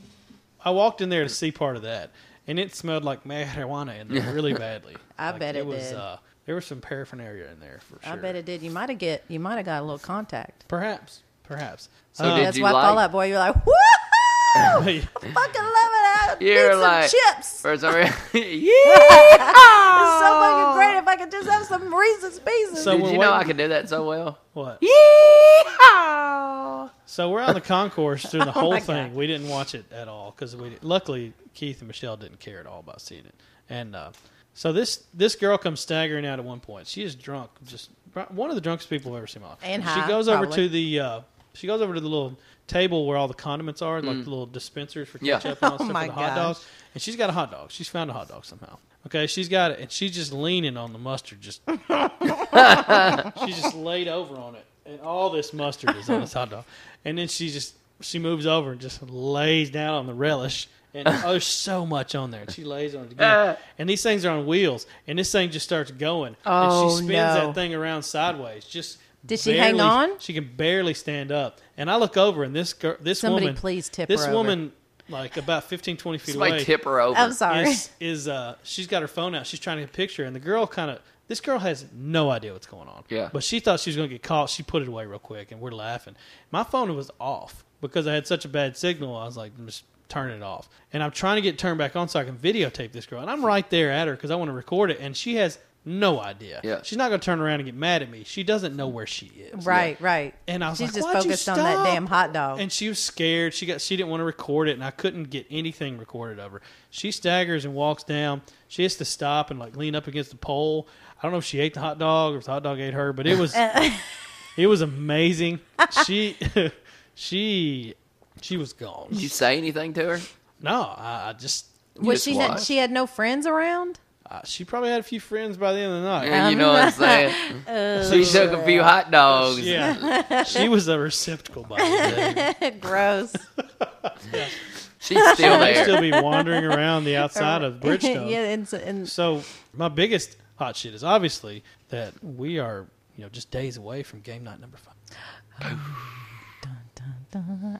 S2: I walked in there to see part of that, and it smelled like marijuana in there really badly.
S3: I
S2: Like,
S3: bet it
S2: was.
S3: did.
S2: Uh, there was some paraphernalia in there for sure.
S3: I bet it did. You might have get. You might have got a little contact.
S2: Perhaps, perhaps. Um,
S1: So
S2: Uh,
S1: did
S3: That's
S1: you
S3: why
S1: like-
S3: Fall Out Boy. You're like, woohoo! fucking love it. I
S1: You're
S3: need some
S1: like-
S3: chips.
S1: Or is that re- yeah.
S3: It's so fucking great if I could just have some Reese's Pieces.
S2: "Oh." So-
S1: Did
S2: we're
S1: you know I
S2: waiting-
S1: could do that so well?
S2: what?
S1: Yeehaw!
S2: So we're on the concourse through the whole
S3: Oh my
S2: thing.
S3: God.
S2: We didn't watch it at all because we luckily Keith and Michelle didn't care at all about seeing it. And uh, so this this girl comes staggering out at one point. She is drunk, just one of the drunkest people I've ever seen. in my life.
S3: And
S2: she
S3: high,
S2: goes over
S3: probably.
S2: to the uh, she goes over to the little table where all the condiments are, like the little dispensers for
S1: Yeah.
S2: ketchup and all
S3: Oh
S2: that stuff for
S3: my
S2: the hot
S3: gosh.
S2: dogs. And she's got a hot dog. She's found a hot dog somehow. Okay, she's got it, and she's just leaning on the mustard, just she's just laid over on it, and all this mustard is on this hot dog. And then she just she moves over and just lays down on the relish, and oh, there's so much on there. And she lays on it again, and these things are on wheels, and this thing just starts going, and
S3: Oh,
S2: she spins
S3: no.
S2: that thing around sideways. Just
S3: Did she hang on?
S2: She can barely stand up, and I look over, and this girl, this
S3: Somebody
S2: woman,
S3: please tip
S2: this
S3: her over.
S2: woman, like about 15, 20 feet away,
S1: Somebody tip her over.
S3: I'm sorry.
S2: is, is uh she's got her phone out. She's trying to get a picture, and the girl kind of this girl has no idea what's going on.
S1: Yeah.
S2: but she thought she was going to get caught. She put it away real quick, and we're laughing. My phone was off because I had such a bad signal. I was like, just turn it off. And I'm trying to get it turned back on so I can videotape this girl, and I'm right there at her because I want to record it, and she has no idea.
S1: Yeah.
S2: she's not going to turn around and get mad at me. She doesn't know where she is.
S3: right. Right.
S2: And I was
S3: She's
S2: like,
S3: just
S2: "Why'd you
S3: focused on that
S2: stop?"
S3: damn hot dog.
S2: And she was scared. She got she didn't want to record it, and I couldn't get anything recorded of her. She staggers and walks down. She has to stop and like lean up against the pole. I don't know if she ate the hot dog or if the hot dog ate her, but it was
S3: Uh.
S2: it was amazing. She she she was gone.
S1: Did you say anything to her?
S2: No, I, I just
S3: was
S1: just
S3: she? Not,
S1: watched.
S3: she had no friends around.
S2: I, she probably had a few friends by the end of the night.
S3: Um,
S1: And you know what I'm saying?
S3: Oh,
S1: she took a few hot dogs.
S2: Yeah, she was a receptacle by the end.
S3: Gross.
S1: She's still
S2: I'd
S1: there.
S2: still be wandering around the outside of Bridgestone.
S3: yeah. And, so- and
S2: So my biggest hot shit is obviously that we are, you know, just days away from game night number five.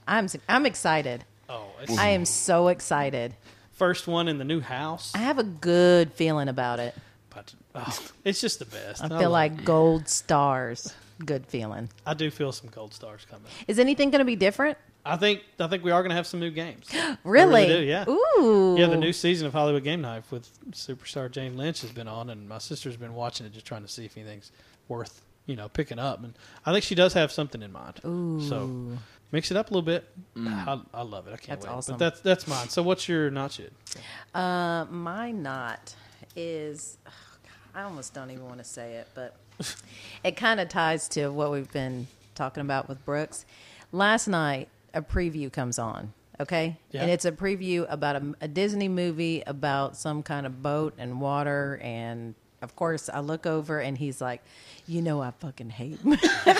S3: I'm I'm excited.
S2: Oh, it's
S3: I am so excited.
S2: first one in the new house.
S3: I have a good feeling about it.
S2: But, oh, it's just the best.
S3: I
S2: love
S3: feel like gold stars. Good feeling.
S2: it. I do feel some gold stars coming.
S3: Is anything going to be different?
S2: I think I think we are going to have some new games.
S3: Really?
S2: do, yeah.
S3: Ooh.
S2: Yeah, the new season of Hollywood Game Night with superstar Jane Lynch has been on, and my sister's been watching it, just trying to see if anything's worth you know picking up. And I think she does have something in mind. Ooh. So mix it up a little bit. I, I love it. I can't
S3: That's
S2: wait.
S3: awesome.
S2: But that's that's mine. So what's your not shit?
S3: Uh, my knot is. oh, God, I almost don't even want to say it, but it kind of ties to what we've been talking about with Brooks. Last night, a preview comes on. Okay,
S2: Yeah.
S3: and it's a preview about a, a Disney movie about some kind of boat and water, and of course, I look over and he's like, "You know, I fucking hate."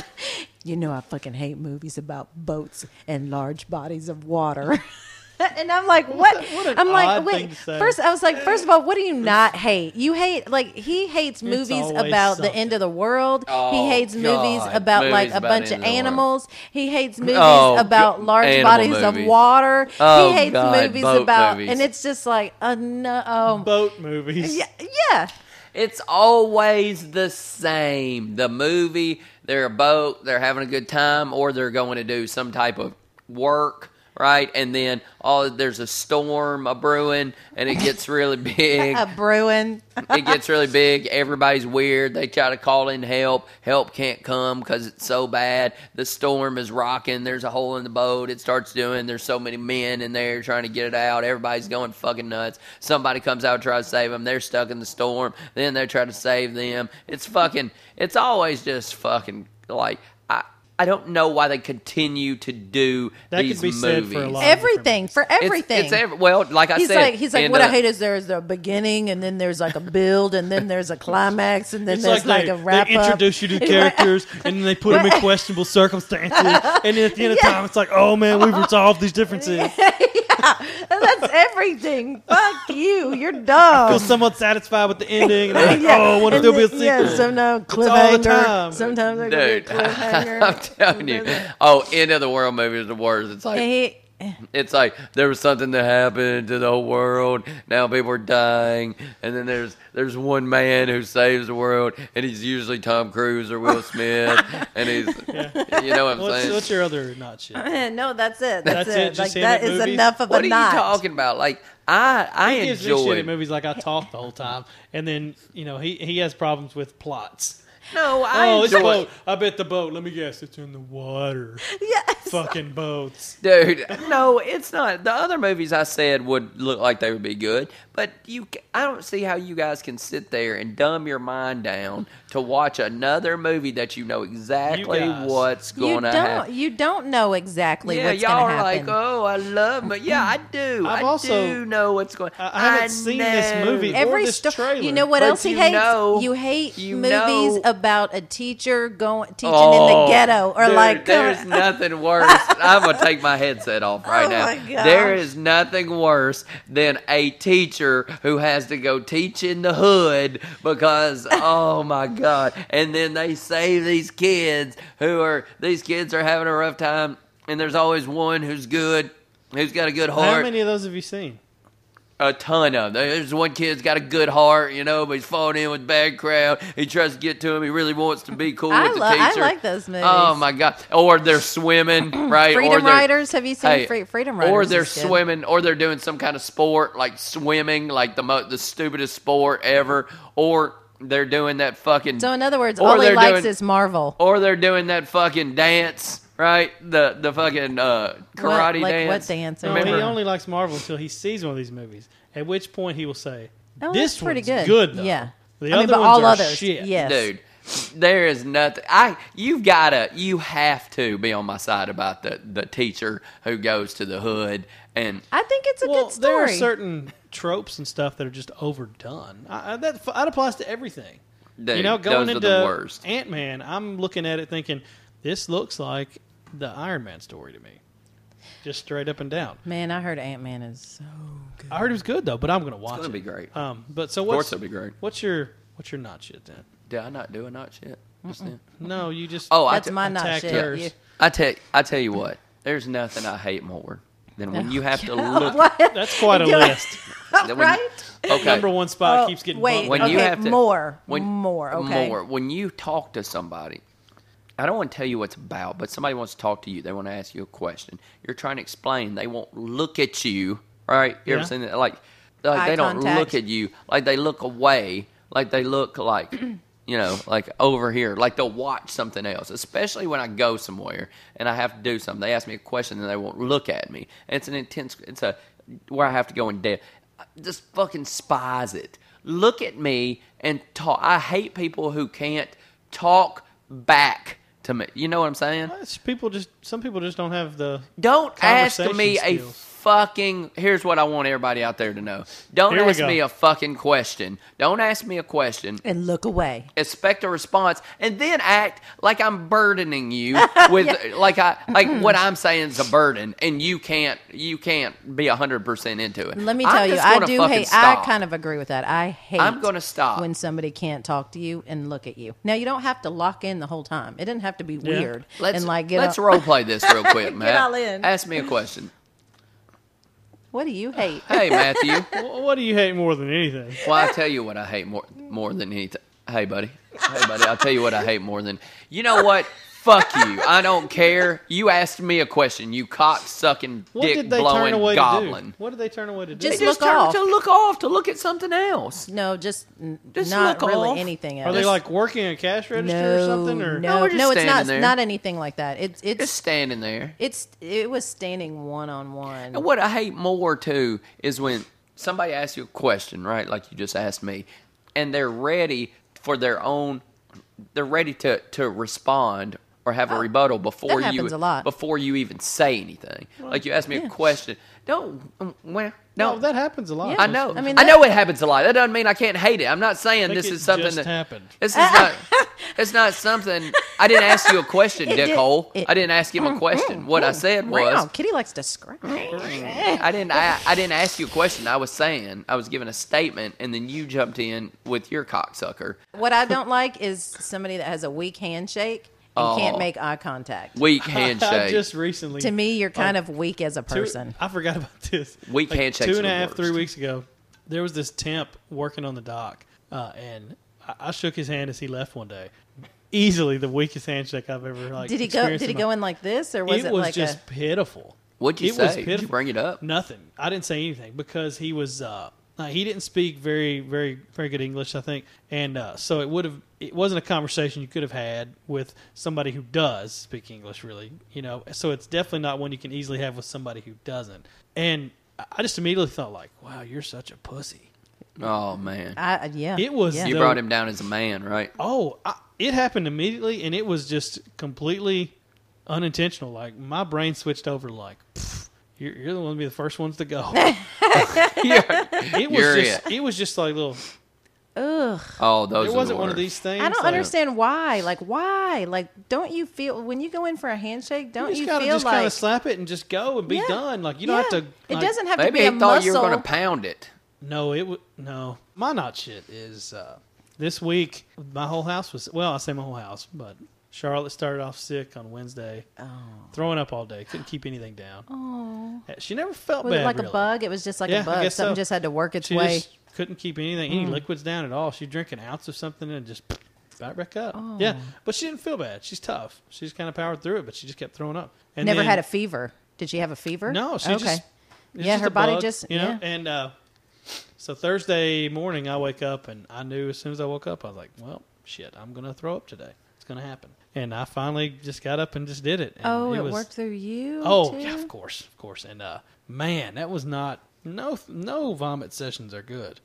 S3: you know I fucking hate movies about boats and large bodies of water. and I'm like, what?
S2: what an
S3: I'm
S2: odd
S3: like,
S2: thing
S3: wait.
S2: to say.
S3: First, I was like, first of all, what do you not hate? You hate like he hates movies
S2: always
S3: about the
S2: something.
S3: end of the world.
S1: Oh,
S3: he hates movies
S1: God.
S3: about like
S1: Movies
S3: a
S1: about
S3: bunch
S1: the end of
S3: of
S1: the world.
S3: animals. He hates movies
S1: Oh,
S3: about
S1: God.
S3: large
S1: Animal
S3: bodies of
S1: movies.
S3: water.
S1: Oh,
S3: he hates
S1: God.
S3: movies
S1: Boat
S3: about,
S1: movies.
S3: and it's just like, uh, no, oh,
S2: Boat movies.
S3: yeah, yeah.
S1: It's always the same. The movie, they're a boat, they're having a good time, or they're going to do some type of work right? And then all there's a storm a brewing, and it gets really big.
S3: A Bruin.
S1: it gets really big. Everybody's weird. They try to call in help. Help can't come because it's so bad. The storm is rocking. There's a hole in the boat. It starts doing. There's so many men in there trying to get it out. Everybody's going fucking nuts. Somebody comes out and tries to save them. They're stuck in the storm. Then they try to save them. It's fucking. It's always just fucking like I. I don't know why they continue to do
S2: That could
S1: these
S2: be
S1: movies.
S2: said for a lot.
S3: everything for
S1: It's-
S3: everything.
S1: It's, every, well, like I
S3: He's
S1: said,
S3: like he's like
S1: in,
S3: what
S1: uh,
S3: I hate is there's a beginning and then there's like a build and then there's a climax and then
S2: It's
S3: there's like,
S2: they,
S3: a wrap
S2: they
S3: up.
S2: introduce you to characters and then they put them in questionable circumstances, and then at the end of
S3: Yeah.
S2: time, it's like, oh man, we've resolved these differences.
S3: And that's everything. Fuck you. You're dumb.
S2: feel somewhat satisfied with the ending, and they're like,
S3: Yeah.
S2: oh, I wonder if
S3: And
S2: there'll be a
S3: then-
S2: sequel.
S3: Yeah, sometimes
S2: It's all the
S3: cliffhanger.
S2: time.
S3: Sometimes there's a
S1: Dude,
S3: cliffhanger.
S1: I'm telling you. Oh, end of the world movie is the worst. It's like
S3: Hey,
S1: it's like there was something that happened to the whole world. Now people are dying, and then there's there's one man who saves the world, and he's usually Tom Cruise or Will Smith, and he's you know what I'm
S2: What's,
S1: saying.
S2: what's your other not shit?
S3: no, that's it. That's,
S2: That's it,
S3: it.
S2: just
S3: Like
S2: him
S3: that
S2: at
S3: is
S2: movies?
S3: enough of
S1: what
S3: a
S1: are
S3: knot.
S1: you talking about? Like I I
S2: He gives me shit at
S1: enjoy.
S2: movies like I talk the whole time, and then you know he he has problems with plots.
S1: No, I
S2: oh, it's a
S1: enjoy.
S2: boat. I bet the boat. Let me guess, it's in the water.
S3: Yes.
S2: Fucking boats.
S1: Dude, no, it's not. The other movies I said would look like they would be good, but you, ca- I don't see how you guys can sit there and dumb your mind down to watch another movie that you know exactly
S2: guys.
S1: what's
S3: You
S1: going to
S3: don't.
S1: happen.
S3: You don't know exactly
S1: Yeah,
S3: what's
S1: y'all
S3: going
S1: are
S3: to happen.
S1: like, oh, I love, but yeah, I do.
S2: I've
S1: I
S2: also-
S1: do know what's going.
S2: I- I haven't seen this
S1: know.
S2: movie. or
S3: Every
S2: this
S3: sto-
S2: trailer.
S3: You know what
S1: But
S3: else he
S1: you
S3: hates?
S1: know-
S3: you hate
S1: you
S3: movies
S1: know-
S3: about a teacher going teaching in
S1: Oh,
S3: the ghetto or
S1: dude,
S3: like
S1: there's nothing worse. I'm gonna take my headset off right
S3: Oh
S1: now.
S3: my gosh.
S1: There is nothing worse than a teacher who has to go teach in the hood because oh my god. And then they save these kids who are these kids are having a rough time, and there's always one who's good. Who's got a good
S2: How
S1: heart?
S2: many of those have you seen?
S1: a ton of. them. There's one kid's got a good heart, you know, but he's falling in with bad crowd. He tries to get to him. He really wants to be cool
S3: I
S1: with
S3: lo-
S1: the
S3: I
S1: teacher.
S3: like those movies.
S1: Oh my god! Or they're swimming, right? or
S3: Freedom
S1: they're,
S3: Riders. Have you seen
S1: Hey,
S3: Free- Freedom Riders?
S1: Or they're
S3: is good.
S1: swimming, or they're doing some kind of sport like swimming, like the mo- the stupidest sport ever. Or they're doing that fucking.
S3: So in other words,
S1: or
S3: all he
S1: they're
S3: likes
S1: doing-
S3: is Marvel.
S1: Or they're doing that fucking dance, right? The the fucking uh, karate
S3: What- like
S1: dance.
S3: what dance?
S2: No,
S1: Remember-
S2: he only likes Marvel until he sees one of these movies. At which point he will say,
S3: Oh,
S2: "This
S3: that's pretty
S2: one's
S3: good.
S2: though.
S3: Yeah.
S2: The
S3: I
S2: other
S3: mean, but
S2: ones
S3: all
S2: are
S3: others,
S2: shit.
S3: yeah. Yes.
S1: dude there is nothing i you've gotta you have to be on my side about the the teacher who goes to the hood and
S3: I think it's a
S2: well,
S3: good story.
S2: there are certain tropes and stuff that are just overdone. I, I, that, that applies to everything.
S1: Dude,
S2: you know, going
S1: those are
S2: into
S1: the worst.
S2: Ant Man, I'm looking at it thinking this looks like the Iron Man story to me, just straight up and down.
S3: Man, I heard Ant Man is.
S2: I heard it was good though, but I'm going to watch
S1: gonna
S2: it.
S1: be great.
S2: Um, but so
S1: course
S2: what's
S1: it'll be great.
S2: What's your what's your not shit then?
S1: did i not do a not shit just then?
S2: No, you just
S1: oh
S3: That's
S1: I, t-
S3: my not
S2: attacked
S3: shit.
S2: hers.
S3: You-
S1: I tell i tell you what there's nothing i hate more than when you have to look
S3: What?
S2: that's quite a
S3: Yeah.
S2: list.
S1: when-
S3: right?
S1: okay
S2: Number one spot
S3: Oh,
S2: keeps getting
S3: wait.
S2: bumped
S1: when
S2: up.
S1: you
S3: Okay,
S1: have to,
S3: more,
S1: when,
S3: more, okay.
S1: more. When you talk to somebody, I don't want to tell you what's about, but somebody wants to talk to you. They want to ask you a question. You're trying to explain. They won't look at you, right? You
S2: Yeah.
S1: ever seen that? Like, like
S3: Eye
S1: they don't
S3: contact.
S1: look at you. Like they look away. Like they look like. You know, like over here, like they'll watch something else, especially when I go somewhere and I have to do something. They ask me a question and they won't look at me. And it's an intense, it's a where I have to go in depth. Just fucking spies it. Look at me and talk. I hate people who can't talk back to me. You know what I'm saying?
S2: It's Uh, people just some people just don't have the
S1: Don't ask
S2: Conversation
S1: me a
S2: skills.
S1: fucking. Here's what I want everybody out there to know. Don't
S2: Here we
S1: ask
S2: go.
S1: me a fucking question. Don't ask me a question.
S3: And look away.
S1: Expect a response, and then act like I'm burdening you with like I like what I'm saying is a burden, and you can't you can't be hundred percent into it.
S3: Let me
S1: I'm
S3: tell you,
S1: just
S3: I
S1: gonna
S3: do
S1: fucking
S3: hate.
S1: Stop.
S3: I kind of agree with that. I hate.
S1: I'm gonna stop.
S3: when somebody can't talk to you and look at you. Now you don't have to lock in the whole time. It didn't have to be weird
S1: Let's
S3: and like get.
S1: let's
S3: all-
S1: role play this real quick, Matt.
S3: all in.
S1: Ask me a question.
S3: What do you hate?
S1: Hey, Matthew.
S2: Wh- What do you hate more than anything?
S1: Well, I tell you what I hate more more than anything. Hey, buddy. Hey, buddy, I'll tell you what I hate more than you know what. Fuck you. I don't care. You asked me a question. You cock sucking,
S2: What
S1: dick
S2: did they
S1: blowing
S2: turn away
S1: goblin.
S2: to do? What did they turn away to do?
S3: Just
S1: They just
S3: look
S1: turn
S3: off.
S1: to look off to look at something else.
S3: No, just, n-
S1: Just
S3: not
S1: look
S3: really
S1: off.
S3: anything else.
S2: Are they like working a cash register
S3: no,
S2: or something? Or
S1: No,
S3: no,
S1: we're just
S3: no, it's
S1: standing
S3: not
S1: there.
S3: not anything like that. It's it's
S1: Just standing there.
S3: it's it was standing one on one.
S1: And what I hate more too is when somebody asks you a question, right? Like you just asked me, and they're ready for their own. They're ready to to respond or have a rebuttal before you
S3: happens a lot.
S1: before you even say anything. like you ask me a
S3: yeah.
S1: question. Don't well,
S2: no,
S1: no.
S2: that happens a lot.
S3: Yeah.
S1: I know. I
S3: I mean,
S1: mean, I
S3: that-
S1: know it happens a lot. That doesn't mean I can't hate it. I'm not saying
S2: think
S1: this
S2: it
S1: is something
S2: just
S1: that
S2: happened.
S1: This is not. it's not something. I didn't ask you a question,
S3: It did-
S1: dickhole.
S3: it- Mm,
S1: I didn't ask him a question. What I said was,
S3: Wow, Kitty likes to scratch.
S1: I didn't. I, I didn't ask you a question. I was saying I was giving a statement, and then you jumped in with your cocksucker.
S3: What I don't like is somebody that has a weak handshake and
S1: Oh.
S3: can't make eye contact.
S1: Weak
S2: I
S1: handshake.
S2: just recently
S3: To me, you're kind of weak as a person.
S2: Two, I forgot about this.
S1: Weak handshakes
S2: Two and
S1: are
S2: a
S1: the
S2: half, three
S1: worst.
S2: weeks ago, there was this temp working on the dock, uh, and I, I shook his hand as he left one day. Easily the weakest handshake I've ever like.
S3: did he go?
S2: experienced
S3: Did he
S2: in my-
S3: go in like this, or was it,
S2: was
S3: like
S2: just
S3: a?
S2: pitiful.
S1: What'd you
S2: It was
S1: say? Did you
S2: pitiful.
S1: bring it up?
S2: Nothing. I didn't say anything because he was uh, uh, he didn't speak very very very good English, I think, and uh, so it would have it wasn't a conversation you could have had with somebody who does speak English really, you know. So it's definitely not one you can easily have with somebody who doesn't. And I- I just immediately thought like, wow, you're such a pussy.
S1: Oh man,
S3: I, yeah,
S2: It was
S3: Yeah.
S1: you
S2: the-
S1: brought him down as a man, right?
S2: Oh, I, it happened immediately, and it was just completely unintentional. Like my brain switched over. Like pff, you're, you're the one to be the first ones to go. it was
S1: You're
S2: just it. was just like little.
S3: Ugh.
S1: Oh, those.
S2: It
S1: are
S2: wasn't
S1: the
S2: one of
S1: worst.
S2: these things.
S3: I don't
S2: like,
S3: understand why. Like why? Like don't you feel when you go in for a handshake?
S2: You
S3: Don't
S2: just
S3: you,
S2: gotta
S3: feel
S2: just
S3: like
S2: kind of slap it and just go and be
S3: Yeah.
S2: done. Like you don't
S3: Yeah.
S2: have to.
S3: It
S2: like-
S3: doesn't have
S1: Maybe
S3: to
S1: he
S3: be a
S1: thought
S3: muscle.
S1: you were going to pound it.
S2: No, it would no. My not shit is uh, this week. My whole house was well. I say my whole house, but Charlotte started off sick on Wednesday, throwing up all day. Couldn't keep anything down.
S3: oh.
S2: Yeah, She never felt
S3: Was
S2: bad.
S3: it like
S2: really.
S3: a bug? It was just like
S2: Yeah, I
S3: a bug.
S2: guess
S3: Something
S2: so.
S3: just had to work its
S2: She
S3: way. Mm.
S2: just couldn't keep anything, any liquids down at all. She'd drink an ounce of something and just back back up.
S3: Oh.
S2: Yeah, but she didn't feel bad. She's tough. She's kind of powered through it, but she just kept throwing up. And
S3: Never
S2: then-
S3: had a fever. Did she have a fever? Oh,
S2: No, she just. it's
S3: Yeah,
S2: just
S3: her
S2: a
S3: body
S2: bug,
S3: just-
S2: you know.
S3: yeah.
S2: And uh, so Thursday morning, I wake up and I knew as soon as I woke up, I was like, "Well, shit, I'm gonna throw up today. It's gonna happen." And I finally just got up and just did it. And
S3: Oh, it,
S2: was,
S3: worked through you.
S2: Oh
S3: too?
S2: yeah, of course, of course. And uh, man, that was not no no vomit sessions are good,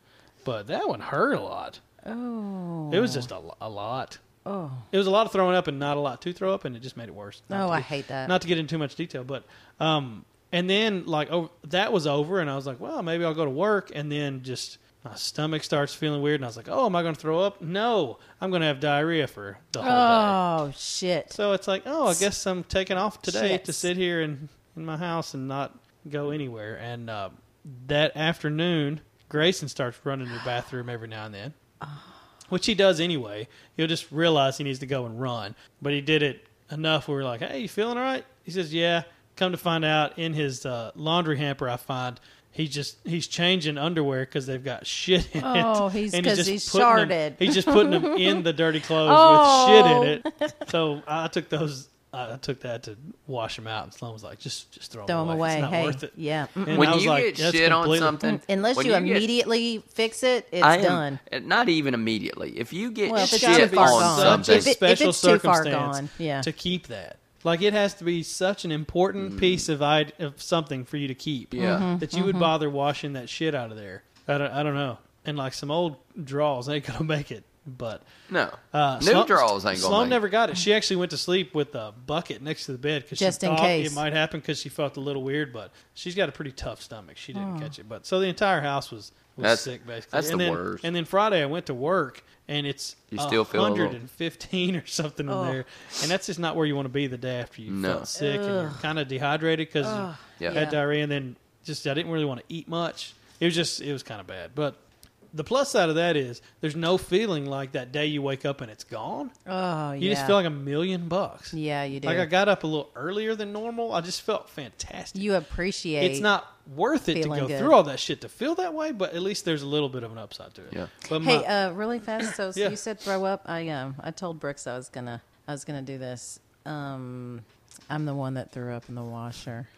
S2: but that one hurt a lot.
S3: Oh.
S2: It was just a, lo- a lot.
S3: Oh.
S2: It was a lot of throwing up and not a lot to throw up, and it just made it worse. Not
S3: Oh,
S2: to
S3: I
S2: get-
S3: hate that.
S2: Not to get into too much detail, but um, and then like oh, that was over, and I was like, well, maybe I'll go to work, and then just my stomach starts feeling weird, and I was like, oh, am I going to throw up? No, I'm going to have diarrhea for the whole day.
S3: Oh shit.
S2: So it's like, oh, I guess I'm taking off today to
S3: Shits.
S2: sit here in, in my house and not go anywhere. And uh, that afternoon, Grayson starts running to the bathroom every now and then,
S3: Ah.
S2: which he does anyway. He'll just realize he needs to go and run. But he did it enough where we're like, hey, you feeling all right? He says, yeah. Come to find out, in his uh, laundry hamper, I find he just he's changing underwear because they've got shit in it.
S3: Oh, he's-
S2: And
S3: 'cause
S2: just
S3: he's
S2: putting 'em-
S3: sharded.
S2: He's just putting them in the dirty clothes
S3: Oh.
S2: with shit in it so I took those. I took that to wash them out, and Sloan was like, "Just, just throw,
S3: Throw
S2: them
S3: them
S2: away.
S3: away.
S2: It's not
S3: Hey,
S2: worth it."
S3: yeah. Mm.
S2: And
S1: when
S2: I was
S1: you
S2: like,
S1: get
S2: "That's
S1: shit on
S2: completely-
S1: something,
S3: Unless
S1: when
S3: you,
S1: get-
S3: immediately fix it, it's
S1: I am- eh,
S3: done.
S1: Not even immediately. If you get
S3: Well, if
S2: It's
S3: it's
S2: gotta
S1: shit
S3: too
S2: be
S3: far
S1: on
S3: gone.
S1: something,
S2: such
S3: If
S2: a
S3: it- if
S2: special
S3: it's too far
S2: circumstance
S3: gone, yeah.
S2: to keep that. Like it has to be such an important piece of I- of something for you to keep.
S1: Mm. Yeah.
S3: Mm-hmm.
S1: Mhm,
S2: that you would bother washing that shit out of there. I don't, I don't know. And like some old draws ain't gonna make it, but.
S1: no,
S2: Uh,
S1: new
S2: Sloan-
S1: draws ain't
S2: Sloan
S1: going. to
S2: never got it. She actually went to sleep with a bucket next to the bed because
S3: Just
S2: she
S3: in
S2: thought
S3: case.
S2: it might happen because she felt a little weird. But she's got a pretty tough stomach. She didn't catch it. But so the entire house was, was
S1: That's-
S2: sick basically.
S1: that's
S2: and
S1: the
S2: then,
S1: worst.
S2: And then Friday I went to work and it's
S1: You still feel a little-
S2: 115 or something
S3: Oh.
S2: in there, and that's just not where you want to be the day after you
S1: No.
S2: felt sick and you're kind of dehydrated because
S3: Ugh.
S1: Yeah.
S2: had
S3: Yeah.
S2: diarrhea and then just I didn't really want to eat much. It was just it was kind of bad, but the plus side of that is there's no feeling like that day you wake up and it's gone.
S3: Oh, yeah.
S2: You just feel like a million bucks.
S3: yeah, you do.
S2: Like I got up a little earlier than normal. I just felt fantastic.
S3: you appreciate.
S2: it's not worth it to
S3: feeling
S2: go
S3: good.
S2: through all that shit to feel that way, but at least there's a little bit of an upside to it.
S1: Yeah.
S2: But my,
S3: Hey, uh, really fast. So, so
S2: Yeah.
S3: you said throw up. I um, I told Brooks I was gonna, I was gonna do this. Um, I'm the one that threw up in the washer.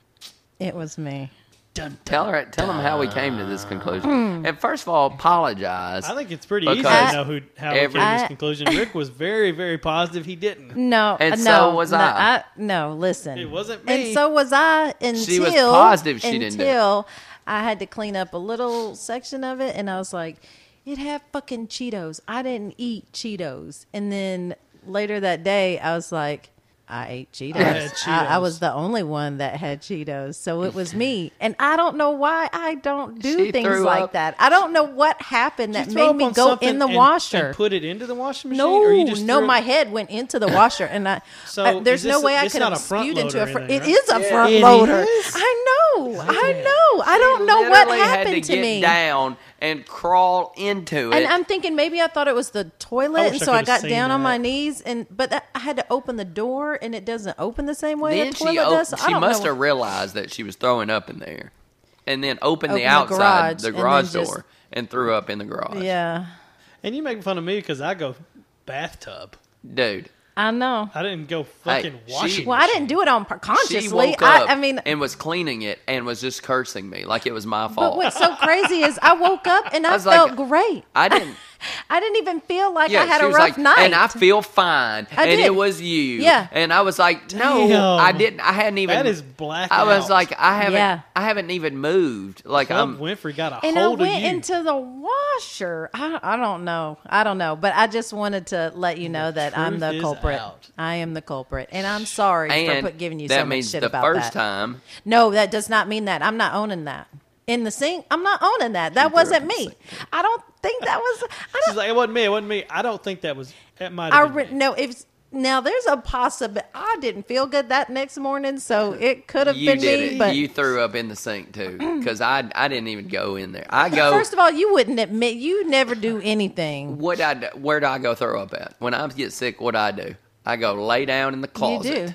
S3: It was me.
S2: dun, dun.
S1: Tell her, tell them how we came to this conclusion. And first of all, apologize.
S2: Hmm. I think it's pretty easy
S1: Because
S2: to know who how
S1: every-
S2: we came to
S3: I-
S2: this conclusion. Rick was very, very positive he didn't.
S3: No, uh,
S1: And
S3: no,
S1: so was
S3: no, uh,
S1: I.
S3: No, listen,
S2: It wasn't
S3: And
S2: me.
S3: so was I until
S1: was positive she didn't do it.
S3: until I had to clean up a little section of it, and I was like, "It had fucking Cheetos. I didn't eat Cheetos." And then later that day, I was like. I ate Cheetos. I,
S2: had
S3: I
S2: Cheetos.
S3: was the only one that had Cheetos, so it was me. And I don't know why I don't do
S1: She
S3: things
S1: threw
S3: like
S1: up.
S3: that. I don't know what happened
S2: Did
S3: that
S2: you throw
S3: made
S2: up
S3: me
S2: on
S3: go
S2: something
S3: in the
S2: and-
S3: washer.
S2: and put it into the washing machine.
S3: No,
S2: or you just
S3: no,
S2: threw it-
S3: my head went into the washer, and I,
S2: So,
S3: I- there's
S2: is this
S3: no
S2: a-
S3: way I
S2: it's
S3: could
S2: not
S3: have
S2: a front
S3: skewed into
S2: loader
S3: a
S2: or
S3: front.
S2: anything,
S3: It
S2: right?
S3: is a front
S2: It
S3: loader.
S2: is.
S3: I know, I
S2: Yeah.
S3: know. I don't know what
S1: Literally
S3: happened
S1: had to,
S3: to,
S1: get
S3: me.
S1: down and crawl into it.
S3: And I'm thinking maybe I thought it was the
S2: I
S3: toilet,
S2: wish
S3: and
S2: I
S3: so I
S2: could've
S3: got
S2: seen
S3: down on
S2: that.
S3: my knees, and but that, I had to open the door, and it doesn't open the same way
S1: then
S3: the toilet
S1: she op-
S3: does. so I
S1: she
S3: don't
S1: must
S3: know.
S1: have realized that she was throwing up in there, and then opened
S3: Opened
S1: the
S3: the
S1: outside
S3: garage
S1: the
S3: and then
S1: garage,
S3: just-
S1: door and threw up in the garage.
S3: Yeah,
S2: And you make fun of me because I go bathtub.
S1: dude.
S3: I know.
S2: I didn't go
S1: Hey,
S2: fucking
S1: she-
S2: washing.
S3: Well, I didn't do it on pur-
S1: She
S3: consciously.
S1: woke up
S3: I, I mean,
S1: and was cleaning it and was just cursing me like it was my
S3: but
S1: fault.
S3: what's so crazy is I woke up and I,
S1: was like,
S3: felt great.
S1: I didn't.
S3: I didn't even feel like
S1: Yeah,
S3: I had
S1: she
S3: a
S1: was
S3: rough
S1: like,
S3: night.
S1: and I feel fine,
S3: I
S1: and
S3: did.
S1: it was you.
S3: Yeah.
S1: and I was like, no,
S2: Damn.
S1: I didn't. I hadn't even.
S2: That is black
S1: I was
S2: out.
S1: like, I haven't.
S3: Yeah.
S1: I haven't even moved. Like
S2: Club
S1: I'm.
S2: Winfrey got a
S3: and I
S2: hold
S3: went
S2: of you.
S3: into the washer. I, I don't know. I don't know. But I just wanted to let you know that I'm
S2: truth
S3: the
S2: is
S3: culprit.
S2: out.
S3: I am the culprit, and I'm sorry
S1: and
S3: for put, giving you
S1: that
S3: so much
S1: means
S3: shit
S1: the
S3: about
S1: first
S3: that.
S1: time.
S3: No, that does not mean that. I'm not owning that. In the sink, I'm not owning that. That
S1: threw up
S3: wasn't
S1: in the
S3: me.
S1: sink.
S3: I don't think that was. I
S2: She's
S3: don't.
S2: like, it wasn't me. It wasn't me. I don't think that was. That might
S3: I
S2: have been
S3: re-
S2: me.
S3: no. If now there's a possibility. I didn't feel good that next morning, so it could have
S1: You
S3: been
S1: did
S3: me.
S1: it.
S3: But
S1: you threw up in the sink too, because I I didn't even go in there. I go.
S3: first of all, you wouldn't admit. You never do anything.
S1: what I do- where do I go throw up at when I get sick? What I do? I go lay down in the closet.
S3: You do.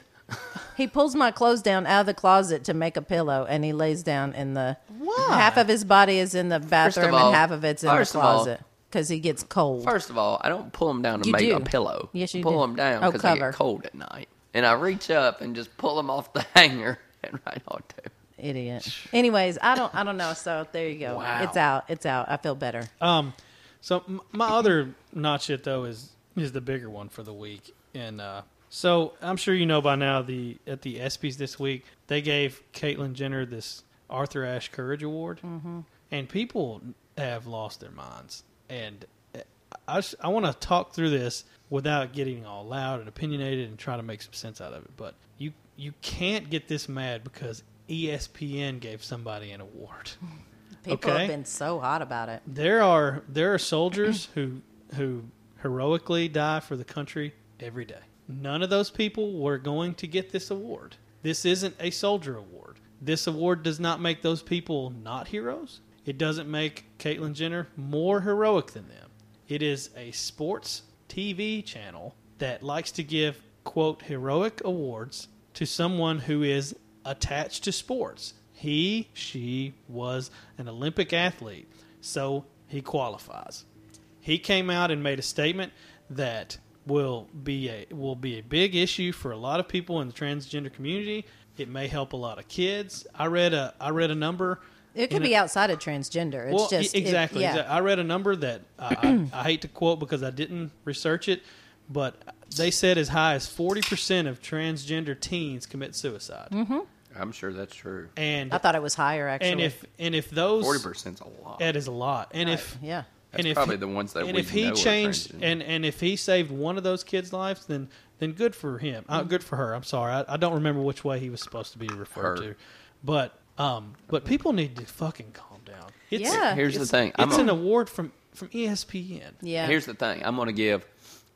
S3: he pulls my clothes down out of the closet to make a pillow, and he lays down in the.
S2: Why?
S3: Half of his body is in the bathroom,
S1: all-
S3: and half of it's in the
S1: first of all-
S3: closet because he gets cold.
S1: First of all, I don't pull them down to
S3: You
S1: make a
S3: do.
S1: pillow.
S3: Yes, you
S1: pull
S3: do.
S1: them down
S3: Oh,
S1: because I get
S3: cover.
S1: cold at night, and I reach up and just pull them off the hanger and right on to.
S3: Idiot. Anyways, I don't. I don't know. So there you go.
S1: Wow.
S3: It's out. It's out. I feel better.
S2: Um, so m- my other not shit though is is the bigger one for the week, and uh, so I'm sure you know by now the at the ESPYS this week they gave Caitlyn Jenner this Arthur Ashe Courage Award, mm-hmm. and people have lost their minds, and uh, I s- I want to talk through this without getting all loud and opinionated and try to make some sense out of it, but you you can't get this mad because E ESPN gave somebody an award
S3: People
S2: Okay.
S3: have been so hot about it.
S2: there are there are soldiers who who heroically die for the country every day. None of those people were going to get this award. This isn't a soldier award. This award does not make those people not heroes. It doesn't make Caitlyn Jenner more heroic than them. It is a sports TV channel that likes to give quote heroic awards to someone who is attached to sports. He, she was an Olympic athlete, so he qualifies. He came out and made a statement that will be a will be a big issue for a lot of people in the transgender community. It may help a lot of kids. I read a I read a number.
S3: It
S2: in
S3: could
S2: a-
S3: be outside of transgender. It's
S2: well,
S3: just
S2: e-
S3: it-
S2: exactly.
S3: yeah.
S2: exact- I read a number that uh, I, I, I hate to quote because I didn't research it, but they said as high as forty percent of transgender teens commit suicide,
S1: I'm sure that's true.
S2: and
S3: Mm-hmm. I thought it was higher actually.
S2: and if and if those
S1: Forty percent's a lot.
S2: that is a lot, and if
S3: yeah.
S1: That's
S2: and if
S1: probably the ones that
S2: and
S1: we
S2: if he
S1: know are
S2: changed
S1: transgender.
S2: and and if he saved one of those kids' lives, then then good for him. Uh,
S1: Mm-hmm.
S2: good for her. I'm sorry, I, I don't remember which way he was supposed to be referred
S1: Her. Uh-huh.
S2: to, but um, but people need to fucking calm down. It's,
S3: Yeah.
S1: Here's the
S2: it's-
S1: thing. I'm
S2: it's
S1: a-
S2: an award from from E ESPN.
S3: Yeah.
S1: Here's the thing. I'm going to give.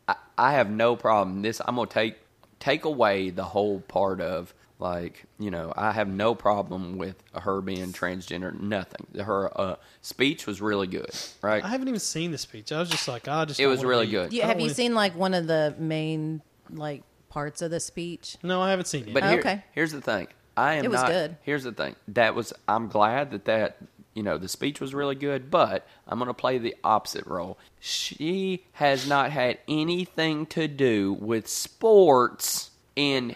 S1: I, I have no problem. This I'm going to take take away the whole part of Like, you know, I have no problem with her being transgender. Nothing. Her uh, speech was really good, right?
S2: I haven't even seen the speech. I was just like, I just.
S1: It
S2: don't
S1: was
S2: wanna
S1: really
S2: be- Oh,
S1: good.
S2: I
S3: You,
S2: don't
S3: have you
S2: wanna-
S3: seen like one of the main like parts of the speech?
S2: No, I haven't seen it.
S1: But here,
S3: Oh, Okay.
S1: here's the thing. I am
S3: It was
S1: not-
S3: good.
S1: Here's the thing. That was. I'm glad that that you know the speech was really good, but I'm going to play the opposite role. She has not had anything to do with sports, and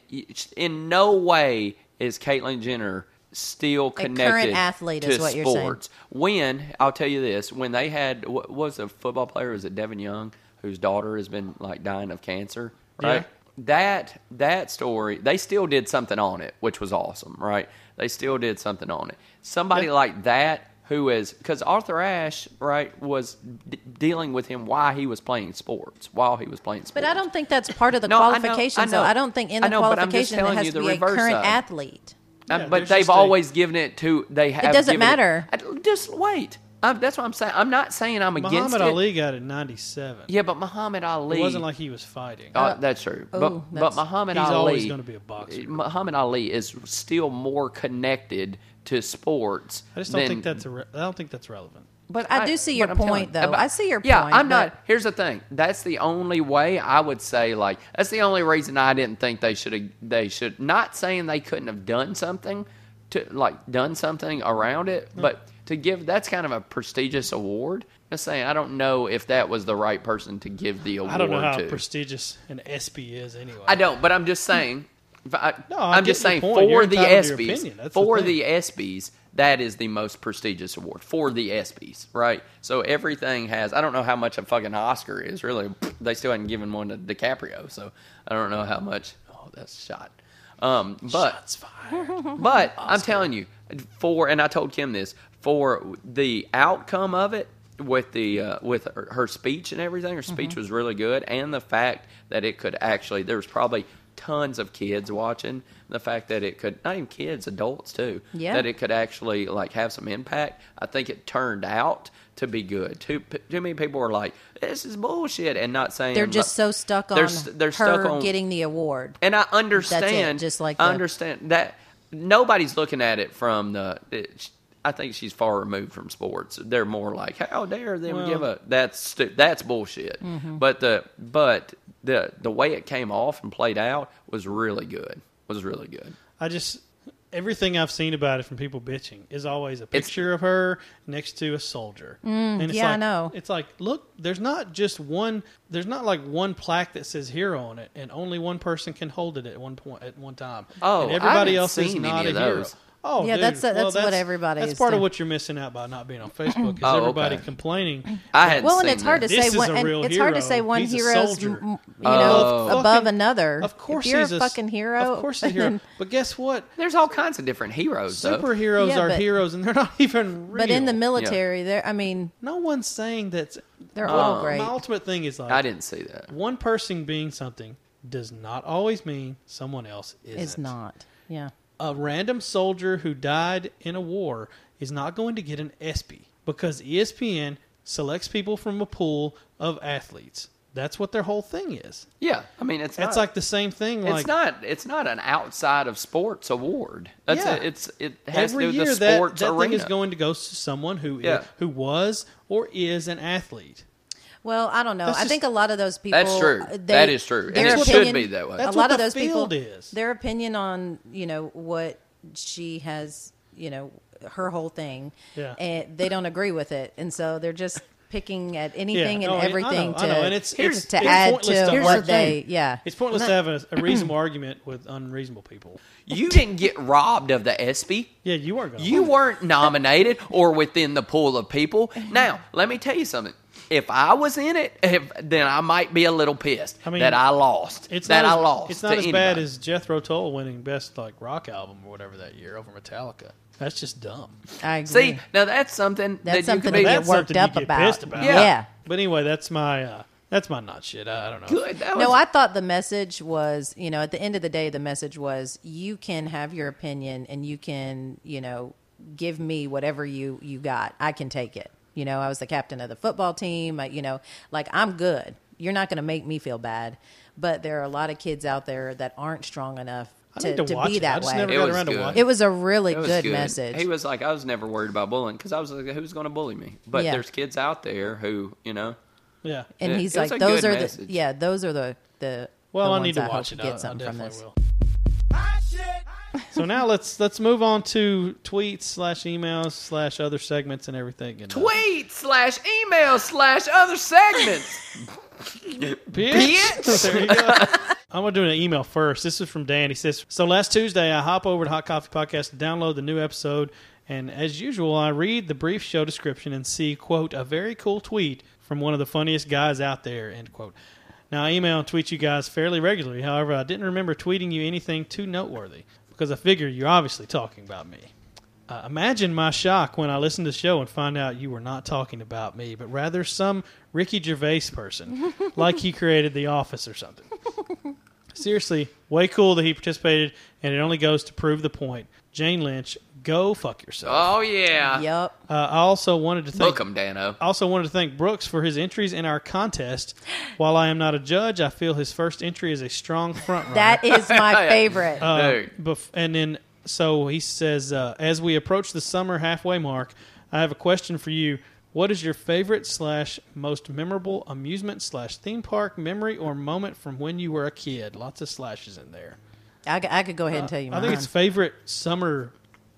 S1: in no way is Caitlyn Jenner still
S3: current
S1: connected
S3: athlete
S1: to
S3: is what you're saying.
S1: sports. When I'll tell you this, when they had what was a football player was it Devin Young whose daughter has been like dying of cancer, right?
S2: Yeah.
S1: that that story they still did something on it which was awesome right they still did something on it somebody
S2: Yeah.
S1: like that who is because arthur ashe right was d- dealing with him while he was playing sports while he was playing sports
S3: But I don't think that's part of the
S1: No, I know-
S3: qualification.
S1: I know.
S3: So I don't think in
S1: I
S3: the
S1: know, but I'm just
S3: qualification it
S1: telling
S3: has
S1: you the
S3: to be a
S1: reverse
S3: current
S1: side.
S3: athlete.
S1: Um,
S2: Yeah,
S1: but
S2: there's
S1: they've
S2: just a-
S1: always given it to they have
S3: doesn't
S1: given
S3: matter.
S1: I- just wait I, that's what i'm saying i'm not saying i'm against
S2: Muhammad
S1: it
S2: Ali got it in '97.
S1: yeah but muhammad ali
S2: It wasn't like he was fighting.
S1: Uh, that's true. but
S3: oh,
S1: but
S3: that's-
S1: Muhammad
S2: He's
S1: Ali eh,
S2: always gonna be a boxer.
S1: Muhammad Ali is still more connected to sports.
S2: I just don't
S1: than-
S2: think that's a re- I don't think that's relevant.
S1: But
S3: I do see your
S1: but I'm telling-
S3: point, though. I see your
S1: yeah,
S3: point,
S1: I'm not.
S3: but-
S1: Here's the thing. That's the only way I would say. Like that's the only reason I didn't think they should. have They should not saying they couldn't have done something to like done something around it,
S2: Hmm.
S1: but to give that's kind of a prestigious award. I'm saying I don't know if that was the right person to give the award
S2: I don't know how
S1: to.
S2: prestigious an ESPY is anyway.
S1: I don't, but I'm just saying. if I,
S2: Hmm. No, I
S1: I'm just saying
S2: get your point.
S1: for
S2: You're
S1: the
S2: entitled to your opinion.
S1: ESPYS,
S2: That's the
S1: for
S2: thing.
S1: the ESPYS, that is the most prestigious award for the ESPYS, right? So everything has. I don't know how much a fucking Oscar is really. They still hadn't given one to DiCaprio, so I don't know how much. Oh, that's shot. Um, but
S2: Shots fired.
S1: but I'm telling you, for and I told Kim this for the outcome of it with the uh, with her, her speech and everything. Her speech
S3: Mm-hmm.
S1: was really good, and the fact that it could actually there was probably tons of kids watching. The fact that it could not even kids, adults too.
S3: Yeah.
S1: That it could actually like have some impact. I think it turned out to be good. Too too many people were like, "This is bullshit," and not saying
S3: They're just so stuck on
S1: They're st- they're
S3: her
S1: stuck on-
S3: getting the award.
S1: and I understand.
S3: just like
S1: I
S3: the-
S1: understand that nobody's looking at it from the. It, I think she's far removed from sports. They're more like, how dare them
S2: Well-
S1: give a that's stu- that's bullshit.
S3: Mm-hmm.
S1: But the but the the way it came off and played out was really good. Was really good.
S2: I just everything I've seen about it from people bitching is always a picture of her next to a soldier. and it's
S3: Mm, yeah, I
S2: like,
S3: know.
S2: It's like, look, there's not just one. There's not like one plaque that says hero on it, and only one person can hold it at one point at one time.
S1: Oh,
S2: and
S1: I
S2: everybody
S1: haven't
S2: else is
S1: seen any
S2: not a
S1: of
S2: hero.
S1: those.
S2: Oh,
S3: Yeah,
S2: dude.
S3: that's- that's
S2: well,
S3: what everybody
S2: That's
S3: is
S2: part of
S3: doing.
S2: what you're missing out by not being on Facebook is
S1: Oh,
S2: everybody
S1: okay.
S2: complaining.
S1: I had
S3: Well, and it's hard to
S2: This
S3: say
S2: is
S3: one.
S2: a
S3: and
S2: real
S3: it's hard to
S2: hero.
S3: say one
S2: He's a
S3: hero's
S2: soldier.
S3: m- m- you
S1: Oh.
S3: know
S2: Of
S3: above
S2: fucking-
S3: another.
S2: Of course,
S3: if you're
S2: he's
S3: a
S2: s-
S3: fucking hero.
S2: Of course, he's a hero.
S3: then-
S2: But guess what?
S1: There's all kinds of different heroes. though.
S2: Superheroes
S3: Yeah,
S2: are
S3: but-
S2: heroes, and they're not even real.
S3: But in the military, there. I mean,
S2: no one's saying that's
S3: they're
S1: Oh.
S3: all great.
S2: My ultimate thing is like
S1: I didn't see that.
S2: one person being something does not always mean someone else isn't.
S3: Is not. Yeah.
S2: A random soldier who died in a war is not going to get an ESPY because E ESPN selects people from a pool of athletes. That's what their whole thing is.
S1: Yeah, I mean it's
S2: That's
S1: not-
S2: like the same thing.
S1: It's
S2: Like
S1: not. It's not an outside of sports award. That's
S2: Yeah.
S1: it. It's it has
S2: every
S1: to do
S2: year,
S1: with the
S2: that,
S1: sports
S2: that
S1: arena.
S2: thing is going to go to someone who is-
S1: Yeah.
S2: who was or is an athlete.
S3: Well, I don't know.
S2: That's
S3: I
S2: just-
S3: think a lot of those people.
S1: That's true.
S3: uh,
S1: That is true. And
S3: their
S1: it should be that way.
S3: A
S2: That's
S3: lot
S2: what
S3: of
S2: the
S3: those people.
S2: field is.
S3: Their opinion on you know what she has, you know, her whole thing.
S2: Yeah.
S3: And they don't agree with it, and so they're just picking at anything
S2: no,
S3: and
S2: I- I
S3: everything
S2: know,
S3: to
S2: I know, and it's-
S3: to
S2: it's- it's
S3: add
S2: pointless to
S3: to
S2: Here's
S3: what
S2: the thing.
S3: they. Yeah.
S2: It's pointless to have a, a reasonable argument with unreasonable people.
S1: You didn't get robbed of the ESPY.
S2: Yeah, you are going.
S1: You weren't nominated or within the pool of people. Now, let me tell you something. If I was in it, if, then I might be a little pissed
S2: I mean,
S1: that I lost.
S2: It's
S1: that
S2: not
S1: I
S2: as,
S1: lost.
S2: It's not
S1: to
S2: as bad
S1: anybody.
S2: as Jethro Tull winning best like rock album or whatever that year over Metallica. That's just dumb.
S3: I agree.
S1: See, now that's something that you
S3: That's
S1: could
S3: something
S1: be
S3: to get
S2: That's
S3: worked
S2: something you
S3: up
S2: get
S3: about.
S2: pissed about.
S1: Yeah.
S3: yeah.
S2: But anyway, that's my uh, that's my not shit. I, I don't know.
S1: good. That was,
S3: No, I thought the message was, you know, at the end of the day, the message was you can have your opinion and you can, you know, give me whatever you you got. I can take it. You know, I was the captain of the football team. I, you know, like I'm good. You're not going to make me feel bad. But there are a lot of kids out there that aren't strong enough
S2: I
S3: to,
S2: need
S3: to,
S2: to, watch
S3: be
S2: it. I
S3: that
S2: just
S3: way.
S2: never
S1: It
S2: got
S1: was
S2: around
S1: good.
S2: to watching.
S3: It was a really
S1: It was
S3: good, message.
S1: He was like, I was never worried about bullying because I was like, who's going to bully me? But
S3: Yeah.
S1: there's kids out there who, you know,
S2: yeah.
S3: and
S1: it-
S3: he's
S1: it was
S3: like,
S1: a
S3: those
S1: good
S3: are
S1: message.
S3: the yeah, those are the the.
S2: Well, I
S3: the ones
S2: need to
S3: hope
S2: watch
S3: you
S2: it.
S3: Get
S2: I, I
S3: something from
S2: definitely
S3: this.
S2: will. so now let's let's move on to tweets slash emails slash other segments and everything. And, uh,
S1: tweet slash email slash other segments. Bitch.
S2: There you go. I'm going to do an email first. This is from Dan. He says So last Tuesday, I hop over to Hot Coffee Podcast to download the new episode. And as usual, I read the brief show description and see, quote, a very cool tweet from one of the funniest guys out there, end quote. Now, I email and tweet you guys fairly regularly. However, I didn't remember tweeting you anything too noteworthy because I figure you're obviously talking about me. Uh, imagine my shock when I listened to the show and find out you were not talking about me, but rather some Ricky Gervais person, like he created The Office or something. Seriously, way cool that he participated, and it only goes to prove the point. Jane Lynch, go fuck yourself.
S1: Oh, yeah.
S3: Yup.
S2: Uh, I also wanted to thank
S1: Book 'em, Dano.
S2: I also wanted to thank Brooks for his entries in our contest. While I am not a judge, I feel his first entry is a strong front runner.
S3: That is my favorite.
S2: Uh,
S1: Dude.
S2: bef- and then so he says, uh, as we approach the summer halfway mark, I have a question for you. What is your favorite slash most memorable amusement slash theme park memory or moment from when you were a kid? Lots of slashes in there.
S3: I, c- I could go ahead and tell you
S2: Uh, I
S3: mine.
S2: think it's favorite summer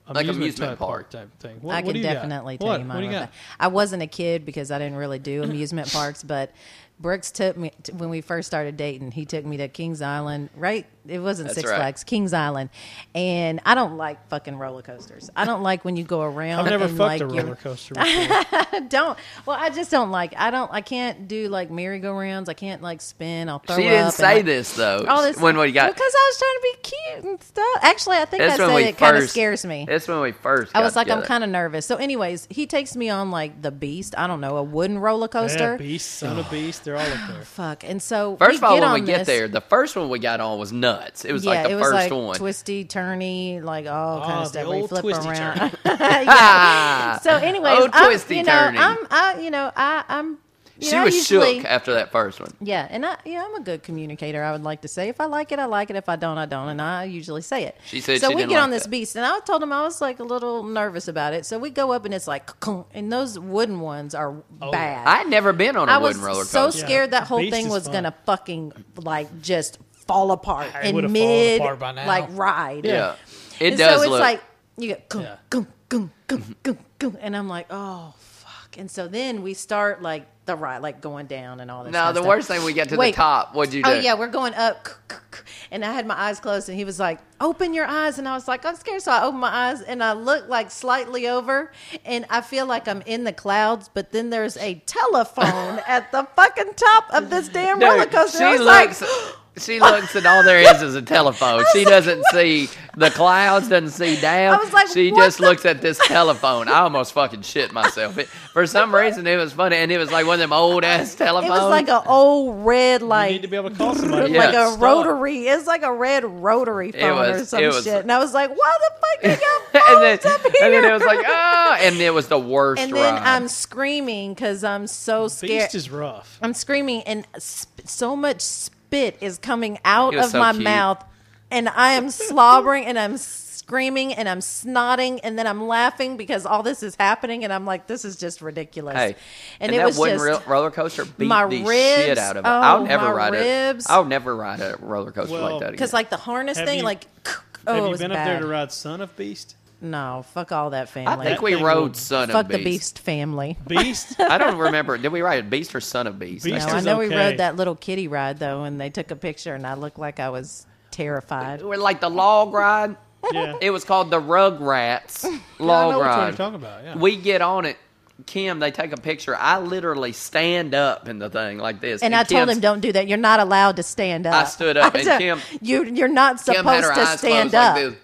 S2: amusement,
S1: amusement
S2: type
S1: park.
S2: park type thing. What,
S3: I
S2: what
S3: can
S2: do you got?
S3: definitely tell
S2: What?
S3: you
S2: What
S3: mine.
S2: do you
S3: real
S2: got?
S3: quick. I wasn't a kid because I didn't really do amusement parks, but Brooks took me to, when we first started dating. He took me to Kings Island, right? It wasn't
S1: That's
S3: Six
S1: right.
S3: Flags, Kings Island, and I don't like fucking roller coasters. I don't like when you go around.
S2: I've never
S3: and
S2: fucked
S3: like
S2: a
S3: you're-
S2: roller coaster before.
S3: I don't. Well, I just don't like. I don't. I can't do like merry-go-rounds. I can't like spin. I'll throw.
S1: She didn't
S3: up
S1: say
S3: and,
S1: this, though.
S3: All this
S1: when we got.
S3: because I was trying to be cute and stuff. Actually, I think I
S1: That's when
S3: said
S1: we
S3: it kind of
S1: first.
S3: scares me.
S1: That's when we first.
S3: I was like, I'm kind of nervous. So, anyways, he takes me on like the beast. I don't know, a wooden roller coaster.
S2: Yeah, beast, son of beast, they're all up there.
S3: Fuck. And so,
S1: First of all, when
S3: on
S1: we get
S3: this-
S1: there, the first one we got on was nuts. It was
S3: yeah,
S1: like the
S3: it was
S1: first
S3: like
S1: one.
S3: twisty, turny, like all kind
S2: Ah,
S3: of
S2: the
S3: stuff. where you
S2: old
S3: flip
S2: twisty
S3: around. Yeah. So, anyways,
S1: Old
S3: I'm,
S1: twisty
S3: you know,
S1: turny.
S3: I'm, I, you know, I, I'm. you
S1: she
S3: know, I
S1: was
S3: usually,
S1: shook after that first one.
S3: Yeah, and I, yeah, I'm a good communicator. I would like to say if I like it, I like it. If I don't, I don't, and I usually say it.
S1: She said
S3: so.
S1: she
S3: we
S1: didn't
S3: get on
S1: like
S3: this
S1: that.
S3: beast, and I told him I was like a little nervous about it. So we go up, and it's like, and those wooden ones are bad.
S1: I'd never been on a
S3: I was
S1: wooden roller
S3: so
S1: coaster.
S3: scared
S2: Oh, Yeah,
S3: that whole
S2: Beast
S3: thing
S2: is
S3: was
S2: fun.
S3: gonna fucking like just fall apart
S2: It
S3: in
S2: would've fallen
S3: mid
S2: apart by now.
S3: like ride.
S1: yeah, it
S3: and
S1: does
S3: So it's
S1: look.
S3: like you get gung,
S2: Yeah.
S3: gung, gung, gung, gung, gung, and I'm like, oh fuck. And so then we start like the ride, like going down and all that.
S1: no, the worst thing we get to
S3: Wait.
S1: the top. What'd you do?
S3: Oh yeah, we're going up, k- k- k- and I had my eyes closed, and he was like, "Open your eyes," and I was like, "I'm scared," so I opened my eyes, and I look like slightly over, and I feel like I'm in the clouds, but then there's a telephone at the fucking top of this damn
S1: Dude,
S3: roller coaster.
S1: She
S3: I was
S1: looks.
S3: like,
S1: she looks, and all there is is a telephone. She doesn't see the clouds, doesn't see down.
S3: I was like,
S1: she
S3: what
S1: just
S3: the-
S1: looks at this telephone. I almost fucking shit myself. It, for some reason, it was funny, and it was like one of them old ass telephones.
S3: it was like an old red
S2: You
S3: like.
S2: need to be able to call somebody.
S1: Yeah.
S3: Like a
S2: Stop.
S3: rotary, it's like a red rotary phone or
S1: was-
S3: some
S1: it was-
S3: shit, and I was like, "Why the fuck you got
S1: and then,
S3: phones oh, up here?"
S1: and then it was like, oh, and it was the worst
S3: and then um,
S1: ride.
S3: I'm screaming because I'm so scared.
S2: Beast is rough.
S3: I'm screaming, and sp- so much spit is coming out
S1: He was
S3: of
S1: so
S3: my
S1: cute.
S3: mouth, and I am slobbering, and I'm screaming, and I'm snotting, and then I'm laughing because all this is happening, and I'm like, this is just ridiculous.
S1: Hey,
S3: and,
S1: and,
S3: it
S1: that
S3: was
S1: wooden
S3: just
S1: ro- roller coaster beat
S3: my
S1: the
S3: ribs,
S1: shit out of it.
S3: oh,
S1: I'll never
S3: my
S1: ride
S3: ribs.
S1: it. I'll never ride a roller coaster
S2: Well,
S1: like that again.
S3: because like the harness
S2: Have
S3: thing,
S2: you-
S3: like oh,
S2: Have
S3: it
S2: you
S3: was
S2: been
S3: bad.
S2: up there to ride Son of Beast?
S3: No, fuck all that
S1: I
S3: family.
S1: think
S2: that
S1: we
S2: thing
S1: rode
S2: will-
S1: Son
S3: fuck
S1: of
S3: the
S1: Beast.
S3: Beast family.
S2: Beast?
S1: I don't remember. Did we ride Beast or Son of Beast?
S2: Beast
S3: No,
S2: This
S3: I
S2: is
S3: know we
S2: okay.
S3: rode that little kitty ride though, and they took a picture, and I looked like I was terrified.
S1: We're like the log ride.
S2: yeah.
S1: It was called the Rugrats
S2: I
S1: log
S2: know which one you're
S1: ride.
S2: talking about. Yeah.
S1: We get on it. Kim, they take a picture. I literally stand up in the thing like this,
S3: And I told
S1: Kim's-
S3: him, "Don't do that. You're not allowed to stand up."
S1: I stood up,
S3: I
S1: and
S3: said,
S1: Kim-
S3: you you're not
S1: Kim had
S3: supposed
S1: her
S3: to
S1: eyes
S3: stand
S1: closed
S3: up.
S1: like this,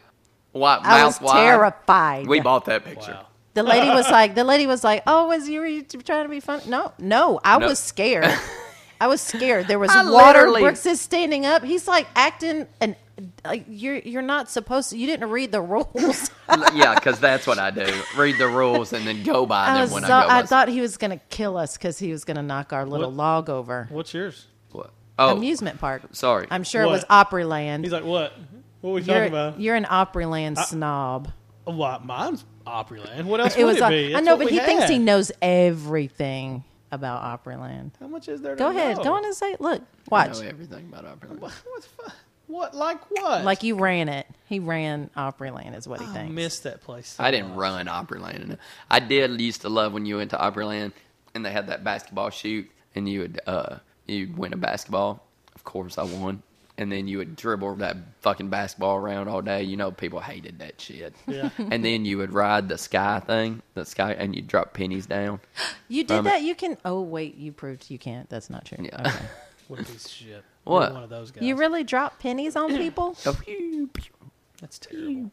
S1: wide,
S3: I
S1: mouth
S3: was
S1: wide.
S3: terrified.
S1: We bought that picture.
S2: Wow.
S3: the lady was like, "The lady was like, oh, was you, were you trying to be funny? No, no, I
S1: No.
S3: was scared. I was scared. There was
S1: I
S3: water.
S1: literally-
S3: Brooks is standing up. He's like acting and like you're you're not supposed to. You didn't read the rules.
S1: yeah, because that's what I do. Read the rules and then go by
S3: I
S1: them
S3: was
S1: when
S3: so,
S1: I go
S3: I,
S1: by.
S3: thought he was gonna kill us because he was gonna knock our little
S2: What?
S3: log over.
S2: What's yours?
S1: What? Oh,
S3: Amusement park.
S1: sorry.
S3: I'm sure it was
S2: What?
S3: Opryland.
S2: He's like, what? What are we
S3: You're,
S2: talking about? Oh,
S3: you're an Opryland snob.
S2: Well, mine's Opryland. What else
S3: It
S2: would
S3: was.
S2: it
S3: uh,
S2: be?
S3: I
S2: It's
S3: know,
S2: what
S3: but
S2: we
S3: he thinks he
S2: had.
S3: knows everything about Opryland.
S2: How much is there?
S3: Go
S2: to
S3: ahead.
S2: know?
S3: Go on and say. Look,
S1: I
S3: watch.
S1: know everything about Opryland.
S2: What? the fu- What? Like what?
S3: Like you ran it. He ran Opryland, is what
S4: Oh,
S3: he
S2: I
S3: thinks.
S2: missed that place. so
S1: I didn't
S2: much.
S1: run Opryland. I did used to love when you went to Opryland and they had that basketball shoot and you would uh you win a basketball. Of course I won. And then you would dribble that fucking basketball around all day. You know people hated that shit.
S2: Yeah.
S1: and then you would ride the sky thing, the sky and you drop pennies down.
S3: you did
S1: Um,
S3: that. You can. Oh wait, you proved you can't. That's not true.
S1: Yeah.
S3: Okay.
S2: What a piece of shit.
S1: What?
S2: You're one of those guys.
S3: You really drop pennies on people?
S1: So, pew, pew,
S2: That's terrible.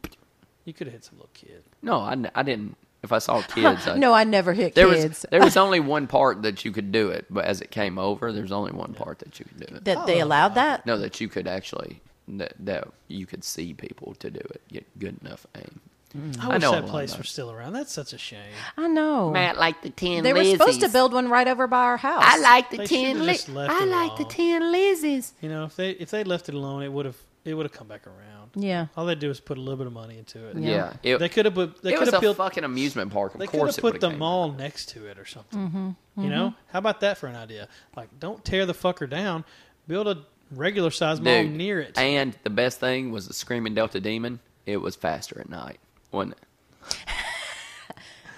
S2: You could have hit some little kid.
S1: No, I, n- I didn't. If I saw kids, I,
S3: no, I never hit
S1: there was
S3: kids.
S1: there was only one part that you could do it, but as it came over, there's only one part that you could do it.
S3: that they
S4: Oh.
S3: allowed that.
S1: No, that you could actually that, that you could see people to do it. Get good enough aim.
S2: I,
S1: Mm. I
S2: wish
S1: know a
S2: that
S1: lot
S2: place
S1: about
S2: were still around. That's such a shame.
S3: I know.
S4: like the ten
S3: they were
S4: Lizzies.
S3: supposed to build one right over by our house.
S4: I like the
S2: They
S4: ten.
S2: should've
S4: Li-
S2: just left
S4: I
S2: it
S4: like the
S2: alone.
S4: ten Lizzies.
S2: You know, if they if they left it alone, it would have it would have come back around.
S3: Yeah.
S2: All they do is put a little bit of money into it.
S1: Yeah,
S3: Yeah.
S1: it,
S2: They could have put they
S1: it
S2: could
S1: was a
S2: have built
S1: fucking amusement park. Of
S2: they could
S1: course,
S2: have put
S1: it would've
S2: the
S1: came.
S2: mall next to it or something. You know, how about that for an idea? Like, don't tear the fucker down. Build a regular size mall
S1: Dude,
S2: near it.
S1: And the best thing was the screaming Delta Demon. It was faster at night, wasn't it?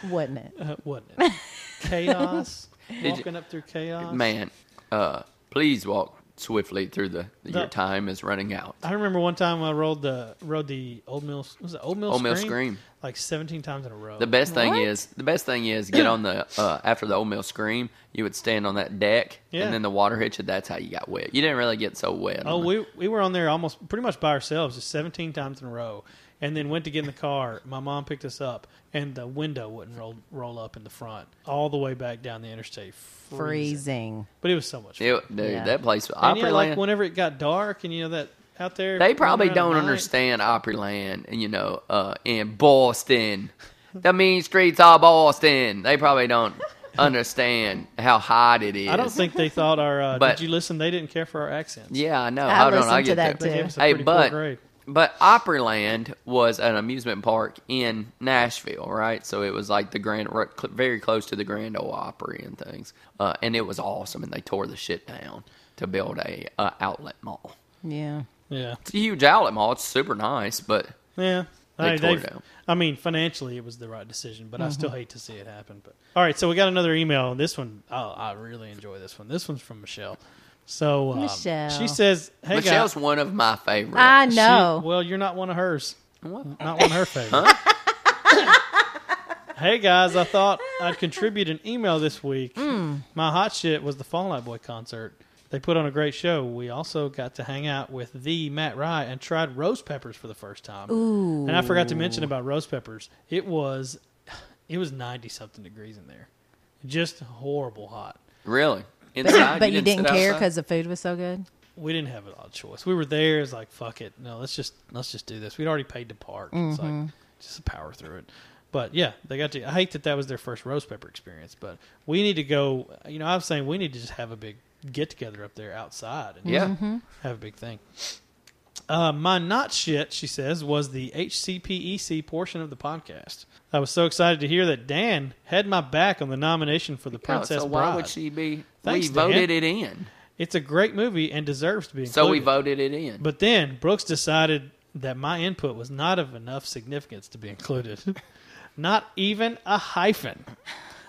S3: wasn't it?
S2: Uh, wasn't it? chaos.
S1: you-
S2: Walking up through chaos.
S1: Man, uh, please walk swiftly through the, your
S2: The-
S1: time is running out.
S2: I remember one time I rolled the rode the old mill was it old mill
S1: Old Mill
S2: Scream?
S1: Scream.
S2: like seventeen times in a row.
S1: The best thing
S3: What?
S1: is the best thing is get on the uh, after the old mill scream. You would stand on that deck,
S2: Yeah.
S1: and then the water hit you. That's how you got wet. You didn't really get so wet.
S2: Oh, we we were on there almost pretty much by ourselves, just seventeen times in a row, and then went to get in the car. My mom picked us up, and the window wouldn't roll roll up in the front all the way back down the interstate, freezing.
S3: Freezing.
S2: But it was so much fun.
S1: It- dude,
S3: Yeah.
S1: that place
S2: and yeah,
S1: Opryland.
S2: like whenever it got dark, and you know that out there,
S1: they probably
S2: running around
S1: don't
S2: at night,
S1: understand Opryland, and you know, uh, in Boston, the mean streets of Boston. They probably don't understand how hot it is.
S2: I don't think they thought our. Uh,
S1: But-
S2: did you listen? They didn't care for our accents.
S1: Yeah, I know.
S3: I
S1: Hold on,
S3: listened
S1: I
S3: to
S1: get
S3: that
S1: there.
S2: They gave us a
S1: Hey,
S2: pretty
S1: but
S2: poor grade.
S1: but Opryland was an amusement park in Nashville, right? So it was like the Grand, right cl- very close to the Grand Ole Opry and things, uh, and it was awesome. And they tore the shit down to build a uh, outlet mall.
S3: Yeah.
S2: yeah,
S1: It's a huge outlet mall. It's super nice, but
S2: Yeah.
S1: They
S2: I,
S1: tore it
S2: they've-
S1: down.
S2: I mean, financially, it was the right decision, but I still hate to see it happen. But all right, so we got another email. This one, I, I really enjoy this one. This one's from Michelle. So um,
S3: Michelle.
S2: she says, "Hey
S1: Michelle's
S2: guys,
S1: one of my favorites.
S3: I
S2: She-
S3: know.
S2: well, you're not one of hers.
S1: What?
S2: Not one of her favorites. hey guys, I thought I'd contribute an email this week. My hot shit was the Fallout Boy concert. They put on a great show. We also got to hang out with the Matt Rye and tried roast peppers for the first time. Ooh. And I forgot to mention about roast peppers. It was it was ninety something degrees in there. Just horrible hot.
S1: really?
S3: But,
S1: Inside,
S3: but you didn't,
S1: sit
S3: care
S1: outside?
S3: because the food was so good.
S2: we didn't have a lot of choice. We were there. It's like fuck it. No, let's just let's just do this. We'd already paid to park. It's like just power through it. But yeah, they got to. I hate that that was their first roast pepper experience. But we need to go. You know, I was saying we need to just have a big get together up there outside and
S1: Yeah.
S2: have a big thing. Uh, my not shit, she says, was the HCPEC E portion of the podcast. I was so excited to hear that Dan had my back on the nomination for the Princess
S1: Oh, so why
S2: Bride.
S1: would she be?
S2: Thanks,
S1: we
S2: Dan.
S1: voted it in,
S2: It's a great movie and deserves to be included.
S1: so we voted it in.
S2: But then Brooks decided that my input was not of enough significance to be included. not even a hyphen.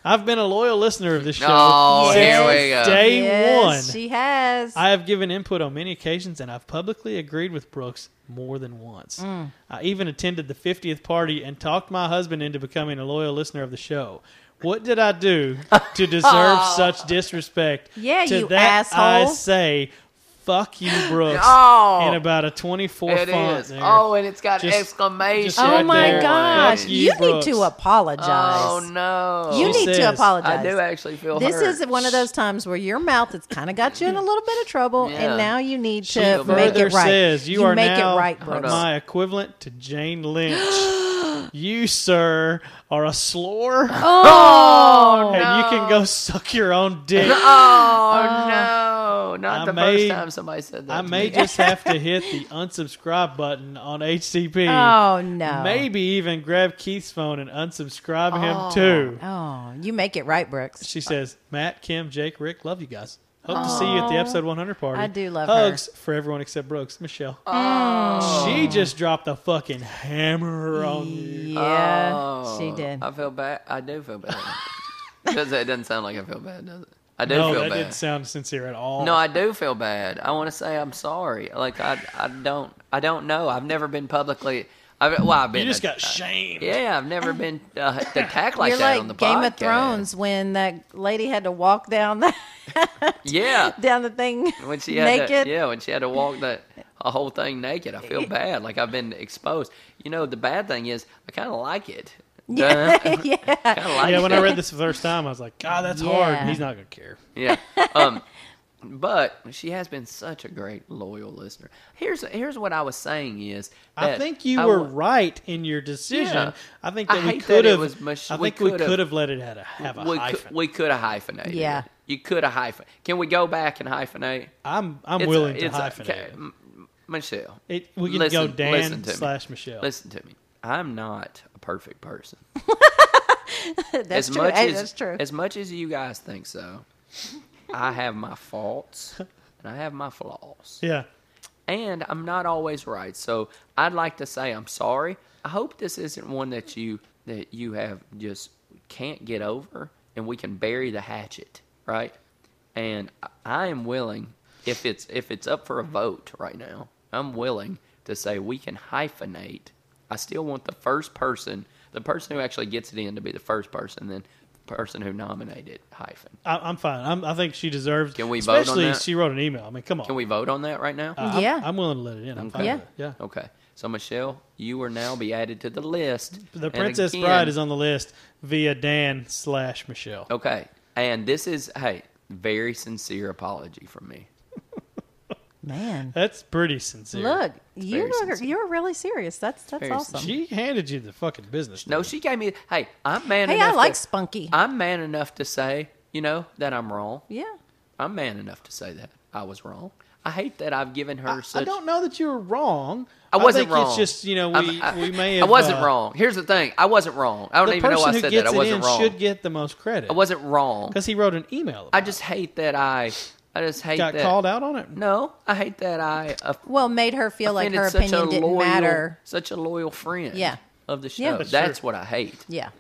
S2: I've been a loyal listener of this show
S1: Oh,
S2: since
S1: here we go.
S2: day
S3: Yes,
S2: one.
S3: She has.
S2: I have given input on many occasions, and I've publicly agreed with Brooks more than once.
S3: Mm.
S2: I even attended the 50th party and talked my husband into becoming a loyal listener of the show. What did I do to deserve such disrespect?
S3: Oh. Yeah,
S2: to
S3: you
S2: that I
S3: asshole.
S2: say, fuck you, Brooks,
S1: Oh.
S2: in about a 24
S1: It
S2: font.
S1: is.
S2: there.
S1: Oh, and it's got
S2: Just-
S1: exclamation.
S2: just
S3: oh
S2: right
S3: my
S2: there.
S3: gosh.
S2: Fuck
S3: You,
S2: you,
S3: need to
S2: Brooks.
S3: apologize.
S1: Oh no.
S3: You
S2: She
S3: need to
S2: says,
S1: I
S3: apologize.
S1: do actually feel
S3: This
S1: hurt.
S3: is one of those times where your mouth has kind of got you in a little bit of trouble,
S1: Yeah.
S3: and now you need
S1: She
S3: to
S1: further
S3: make it right.
S2: says you, are
S3: make
S2: now
S3: it right,
S1: Hold
S3: Brooks.
S1: on.
S2: my equivalent to Jane Lynch. you, sir, are a slore.
S3: Oh,
S2: and you can go suck your own dick.
S1: Oh no! no, not
S2: I
S1: the
S2: may-
S1: first time somebody said that.
S2: I
S1: to
S2: may
S1: me.
S2: just have to hit the unsubscribe button on HCP.
S3: Oh no.
S2: Maybe even grab Keith's phone and unsubscribe
S1: Oh.
S2: him too.
S3: Oh, you make it right, Brooks.
S2: She says, Matt, Kim, Jake, Rick, love you guys. Hope to see you at the episode 100 party.
S3: I do love her.
S2: Hugs for everyone except Brooks. Michelle. She just dropped the fucking hammer on you.
S3: Yeah,
S1: Oh,
S3: she did.
S1: I feel bad. I do feel bad. does it, it doesn't sound like I feel bad, does it? I do
S2: No,
S1: feel
S2: that
S1: bad.
S2: didn't sound sincere at all.
S1: No, I do feel bad. I want to say I'm sorry. Like I, I don't, I don't know. I've never been publicly. I've, well, I've been.
S2: you just got
S1: uh,
S2: shamed.
S1: Yeah, I've never been uh, attacked like
S3: You're
S1: that
S3: like
S1: on the
S3: Game
S1: podcast.
S3: of Thrones when that lady had to walk down the
S1: Yeah,
S3: down the thing
S1: when she had
S3: naked.
S1: To, yeah, when she had to walk that a whole thing naked, I feel bad. Like I've been exposed. You know, the bad thing is I kind of like it. Yeah,
S3: yeah.
S1: kind of like
S2: Yeah, when I
S1: that.
S2: read this the first time, I was like, God, that's
S3: Yeah.
S2: hard. He's not going to care.
S1: Yeah. Um, but she has been such a great loyal listener. Here's here's what I was saying is
S2: I
S1: that
S2: think you
S1: I
S2: were
S1: wa-
S2: right in your decision.
S1: Yeah.
S2: I think
S1: I
S2: that we
S1: hate that
S2: could
S1: it
S2: have.
S1: was mush-
S2: I
S1: we
S2: think we
S1: could've-
S2: could have let it had a, have a
S1: we
S2: hyphen.
S1: could, we could have hyphenated.
S3: Yeah.
S1: it. You could have hyphen. Can we go back and hyphenate?
S2: I'm I'm willing to
S1: it's-
S2: hyphenate.
S1: okay,
S2: it.
S1: M- M- Michelle.
S2: It, we can
S1: listen-
S2: go Dan
S1: listen to me.
S2: slash Michelle.
S1: Listen to me. I'm not a perfect person.
S3: that's
S1: as
S3: true.
S1: much
S3: Hey,
S1: as
S3: that's true.
S1: as much as you guys think so, I have my faults and I have my flaws.
S2: Yeah.
S1: and I'm not always right. So I'd like to say I'm sorry. I hope this isn't one that you that you have just can't get over, and we can bury the hatchet, right? And I- I am willing, if it's if it's up for a vote right now, I'm willing to say we can hyphenate. I still want the first person, the person who actually gets it in, to be the first person, then the person who nominated hyphen.
S2: I, I'm fine. I'm, I think she deserves.
S1: Can we vote on
S2: Especially
S1: that?
S2: she wrote an email. I mean, come on.
S1: Can we vote on that right now?
S2: Uh, I'm-
S3: Yeah.
S2: I'm, willing to let it in. I'm fine.
S1: Okay.
S2: Yeah.
S3: Yeah.
S2: With it. yeah.
S1: Okay. So Michelle, you will now be added to the list.
S2: The
S1: And
S2: Princess
S1: again-
S2: Bride is on the list via Dan slash Michelle.
S1: Okay. And this is hey, very sincere apology from me.
S3: Man,
S2: That's pretty sincere.
S3: look,
S1: very
S3: you were,
S1: sincere.
S3: you were really serious. That's that's
S1: Very
S3: awesome.
S2: She handed you the fucking business.
S1: No,
S2: dude.
S1: she gave me hey, I'm man
S3: Hey,
S1: enough
S3: I like
S1: to,
S3: Spunky.
S1: I'm man enough to say, you know, that I'm wrong.
S3: yeah,
S1: I'm man enough to say that I was wrong. I hate that I've given her
S2: I,
S1: such
S2: I don't know that you were wrong.
S1: I wasn't
S2: think
S1: wrong.
S2: It's just you know
S1: I'm-
S2: we,
S1: I,
S2: we may
S1: I
S2: have.
S1: wasn't
S2: uh,
S1: wrong. Here's the thing. I wasn't wrong. I don't
S2: The
S1: even know
S2: person
S1: I
S2: who
S1: said
S2: gets
S1: that. I
S2: it in
S1: wasn't wrong.
S2: should get the most credit.
S1: I wasn't wrong.
S2: because he wrote an email. About
S1: I
S2: it.
S1: just hate that I I just hate
S2: got
S1: that
S2: called out on it.
S1: No, I hate that I uh,
S3: well, made her feel like
S1: offended
S3: her
S1: such
S3: opinion
S1: a
S3: didn't
S1: loyal,
S3: matter.
S1: Such a loyal friend.
S3: Yeah.
S1: Of the show.
S3: Yeah. That's
S1: That's,
S2: true.
S1: what I hate.
S3: Yeah,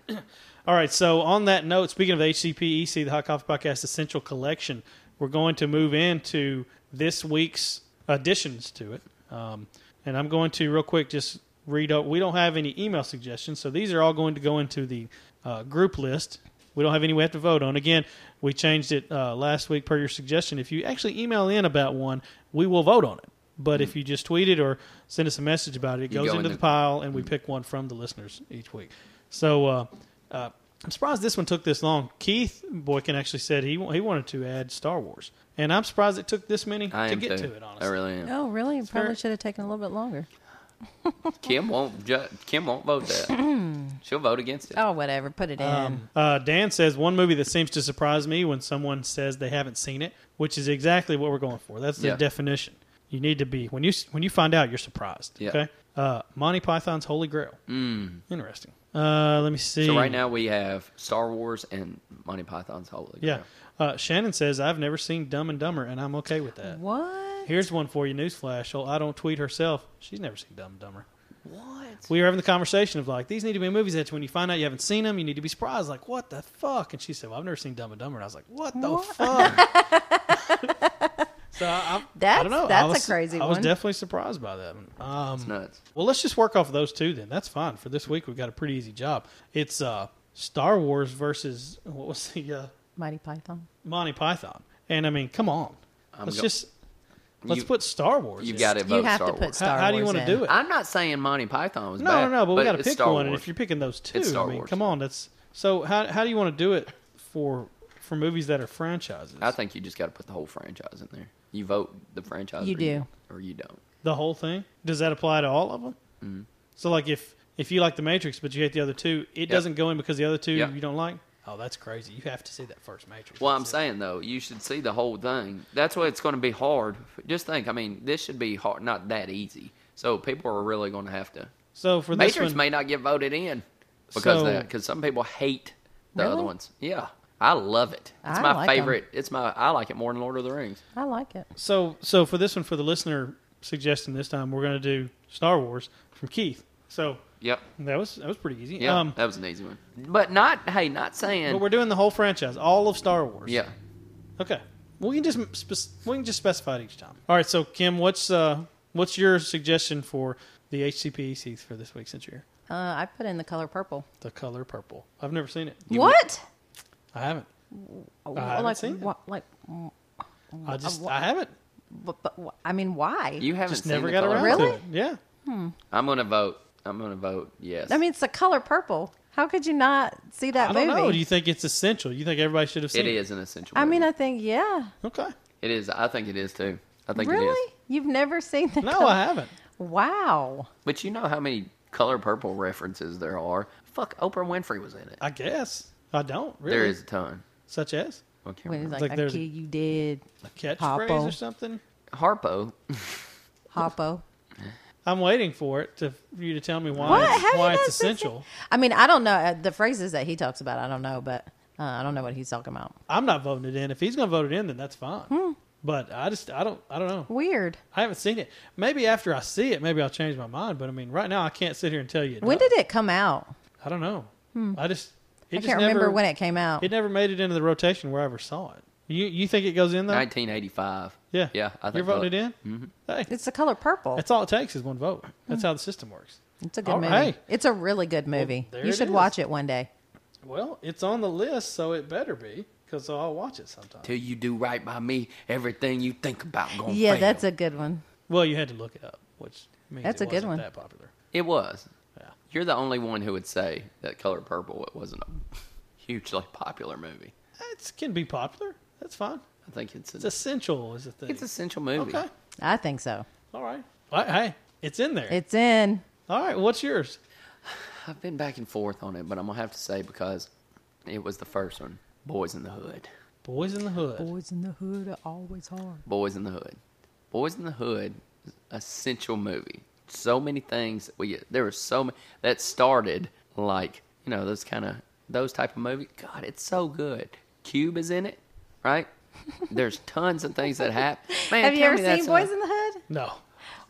S2: All right. So on that note, speaking of the HCP EC, E the Hot Coffee Podcast Essential Collection, we're going to move into this week's additions to it. Um, and I'm going to real quick just read. Out, we don't have any email suggestions, so these are all going to go into the uh, group list. We don't have any we have to vote on. Again, we changed it uh, last week per your suggestion. If you actually email in about one, we will vote on it. But if you just tweet it or send us a message about it, it
S1: Mm-hmm. You
S2: goes
S1: go
S2: into
S1: in the-
S2: the
S1: Mm-hmm.
S2: pile, and we pick one from the listeners each week. So uh, uh, I'm surprised this one took this long. Keith Boykin actually said he wa- he wanted to add Star Wars, and I'm surprised it took this many
S1: I
S2: to
S1: am
S2: get
S1: too.
S2: to it. Honestly,
S1: I really am.
S3: Oh, really? It
S2: very-
S3: Probably should have taken a little bit longer.
S1: Kim won't ju- Kim won't vote that. She'll vote against it.
S3: Oh, whatever. Put it in.
S2: Um, uh, Dan says one movie that seems to surprise me when someone says they haven't seen it, which is exactly what we're going for. That's the
S1: Yeah.
S2: definition. You need to be when you s- when you find out, you're surprised.
S1: Yeah. Mm.
S2: Okay. Uh, Monty Python's Holy Grail. Interesting. Uh, let me see.
S1: So right now we have Star Wars and Monty Python's Holy
S2: yeah.
S1: Grail.
S2: Uh, Shannon says I've never seen Dumb and Dumber, and I'm okay with that.
S3: what?
S2: Here's one for you, newsflash. Oh, I don't tweet herself. She's never seen Dumb and Dumber.
S1: What?
S2: We were having the conversation of like, these need to be movies that when you find out you haven't seen them, you need to be surprised. Like, what the fuck? And she said, well, I've never seen Dumb and Dumber. And I was like, what the
S3: What?
S2: fuck? so I, I, I
S3: That's-
S2: don't know. I
S3: that's a
S2: was-
S3: crazy
S2: I was
S3: one.
S2: definitely surprised by that. one. Um,
S1: Nuts.
S2: well, let's just work off those two then. That's fine. For this week, we've got a pretty easy job. It's uh, Star Wars versus, what was the, uh,
S3: Mighty Python.
S2: Monty Python. And I mean, come on.
S1: I'm
S2: let's
S1: go-
S2: just, let's
S1: You-
S2: put Star Wars
S1: You
S2: in.
S1: got to vote
S3: you have
S1: Star
S3: to put
S1: Wars.
S3: Star
S2: How-
S3: Wars.
S2: how do you wanna
S3: in.
S2: do it?
S1: I'm not saying Monty Python was
S2: No,
S1: bad.
S2: no, no. But, we got to
S1: it's
S2: pick
S1: Star
S2: one. And
S1: Wars.
S2: if you're picking those two,
S1: It's Star
S2: I mean,
S1: Wars.
S2: come on. That's so. How how do you want to do it for for movies that are franchises?
S1: I think you just got to put the whole franchise in there. You vote the franchise.
S3: You
S1: or
S3: do.
S1: or you don't.
S2: the whole thing. Does that apply to all of them?
S1: Mm-hmm.
S2: So like if if you like the Matrix but you hate the other two, it doesn't go in because the other two
S1: Yeah.
S2: you don't like. Oh, that's crazy. You have to see that first Matrix.
S1: Well, I'm
S2: That's it.
S1: saying though, you should see the whole thing. That's why it's going to be hard. Just think, I mean, this should be hard, not that easy. So people are really going to have to.
S2: So for this
S1: Matrix
S2: one,
S1: may not get voted in because
S2: So-
S1: of that. Because some people hate the other
S3: Really?
S1: ones. Yeah, I love it. It's
S3: I
S1: my
S3: like 'em.
S1: favorite. It's my. I like it more than Lord of the Rings.
S3: I like it.
S2: so so for this one, for the listener suggesting this time, we're going to do Star Wars from Keith. So
S1: Yep.
S2: that was that was pretty easy.
S1: Yeah,
S2: Um,
S1: that was an easy one. But not. Hey, not saying.
S2: but we're doing the whole franchise, all of Star Wars.
S1: yeah.
S2: Okay. We can just spec- we can just specify it each time. All right. So Kim, what's uh what's your suggestion for the HCP seats for this week since you're
S3: Uh, I put in the color purple.
S2: the color purple? I've never seen it.
S3: what?
S2: I haven't.
S3: Oh,
S2: haven't
S3: like,
S2: seen it.
S3: wha- like, mm,
S2: I just
S3: wha-
S2: I haven't.
S3: but, but, wha- I mean, why?
S1: You uh, haven't
S2: Just
S1: seen
S2: never
S1: the
S2: got
S1: color.
S2: around
S3: Really?
S2: to it. Yeah.
S1: I'm gonna vote. I'm gonna vote yes.
S3: I mean, it's the color purple. How could you not see that
S2: I don't
S3: movie?
S2: know. Do you think it's essential? You think everybody should have seen
S1: it
S2: it?
S1: is an essential.
S3: I mean,
S1: movie.
S3: I think yeah.
S2: Okay.
S1: it is. I think it is too. I think it is.
S3: Really? You've never seen that?
S2: No, I haven't.
S3: Wow.
S1: But you know how many color purple references there are? Fuck, Oprah Winfrey was in it.
S2: I guess I don't really.
S1: There is a ton.
S2: such as
S1: I can't
S3: When he's
S1: remember.
S3: like,
S2: like
S3: I
S2: there's a-
S3: kill you dead,
S2: a catchphrase
S3: Hoppo.
S2: or something.
S1: Harpo.
S3: Hoppo.
S2: I'm waiting for it to for you to tell me why
S3: What?
S2: it's-
S3: Have you
S2: why it's
S3: not seen it?
S2: essential.
S3: I mean, I don't know uh, the phrases that he talks about. I don't know, but uh, I don't know what he's talking about.
S2: I'm not voting it in. If he's going to vote it in, then that's fine.
S3: Hmm.
S2: But I just I don't I don't know.
S3: Weird.
S2: I haven't seen it. Maybe after I see it, maybe I'll change my mind. But I mean, right now I can't sit here and tell you.
S3: When
S2: no.
S3: did it come out?
S2: I don't know. I just it
S3: I
S2: just never,
S3: can't remember when it came out.
S2: It never made it into the rotation where I ever saw it. You you think it goes in though?
S1: 1985.
S2: yeah,
S1: Yeah, I think
S2: you're voting
S1: so.
S2: it in. Mm-hmm. Hey,
S3: it's the color purple.
S2: that's all it takes is one vote. That's
S3: Hmm.
S2: how the system works.
S3: It's a good
S2: all
S3: movie.
S2: right.
S3: It's a really good movie.
S2: there
S3: you
S2: it
S3: should
S2: is.
S3: watch it one day.
S2: Well, it's on the list, so it better be because I'll watch it sometime.
S1: Till you do right by me, everything you think about going
S3: yeah, that's a good one.
S2: Well, you had to look it up, which means
S3: That's
S2: it
S3: a good
S2: wasn't
S3: one.
S2: That popular.
S1: It was.
S2: Yeah.
S1: You're the only one who would say that Color Purple it wasn't a hugely popular movie.
S2: It can be popular. That's fine.
S1: I think it's
S2: It's
S1: an,
S2: essential is the thing.
S1: it's an essential movie.
S2: okay.
S3: I think so.
S2: All right. Well, hey, it's in there.
S3: It's in.
S2: All right. What's yours?
S1: I've been back and forth on it, but I'm going to have to say because it was the first one, Boys in the Hood.
S2: Boys in the Hood.
S3: Boys in the Hood are always hard.
S1: Boys in the Hood. Boys in the Hood, is an essential movie. So many things that we there were so many that started like you know those kind of those type of movie. God, it's so good. Cube is in it, right? There's tons of things that happen. Man,
S3: Have you
S1: tell
S3: ever
S1: me that's
S3: seen
S1: not-
S3: Boys in the Hood?
S2: No.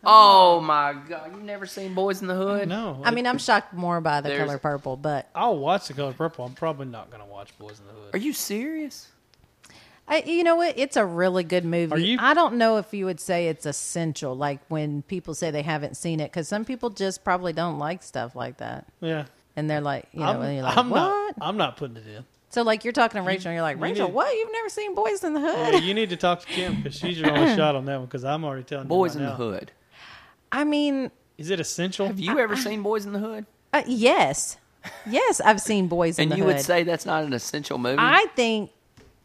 S1: Oh my God, you've never seen Boys in the Hood?
S2: No.
S3: I mean, I'm shocked more by the
S1: There's-
S3: color purple, but
S2: I'll watch The Color Purple. I'm probably not going to watch Boys in the Hood.
S1: Are you serious?
S3: I, you know what? It's a really good movie.
S2: Are you-
S3: I don't know if you would say it's essential, like when people say they haven't seen it, because some people just probably don't like stuff like that,
S2: yeah.
S3: and they're like, you know,
S2: I'm,
S3: and you're like,
S2: I'm
S3: what?
S2: not. I'm not putting it in.
S3: So like you're talking to Rachel, and you're like, Rachel,
S2: need-
S3: what? You've never seen Boys in the
S2: Yeah,
S3: Hood?
S2: you need to talk to Kim because she's your only shot on that one. Because I'm already telling
S1: Boys
S2: you.
S1: in
S2: right
S1: the
S2: now.
S1: Hood.
S3: I mean,
S2: Is it essential?
S1: Have you ever seen Boys in the Hood?
S3: uh, yes, yes, I've seen Boys in
S1: And
S3: the
S1: you
S3: Hood.
S1: would say that's not an essential movie?
S3: I think,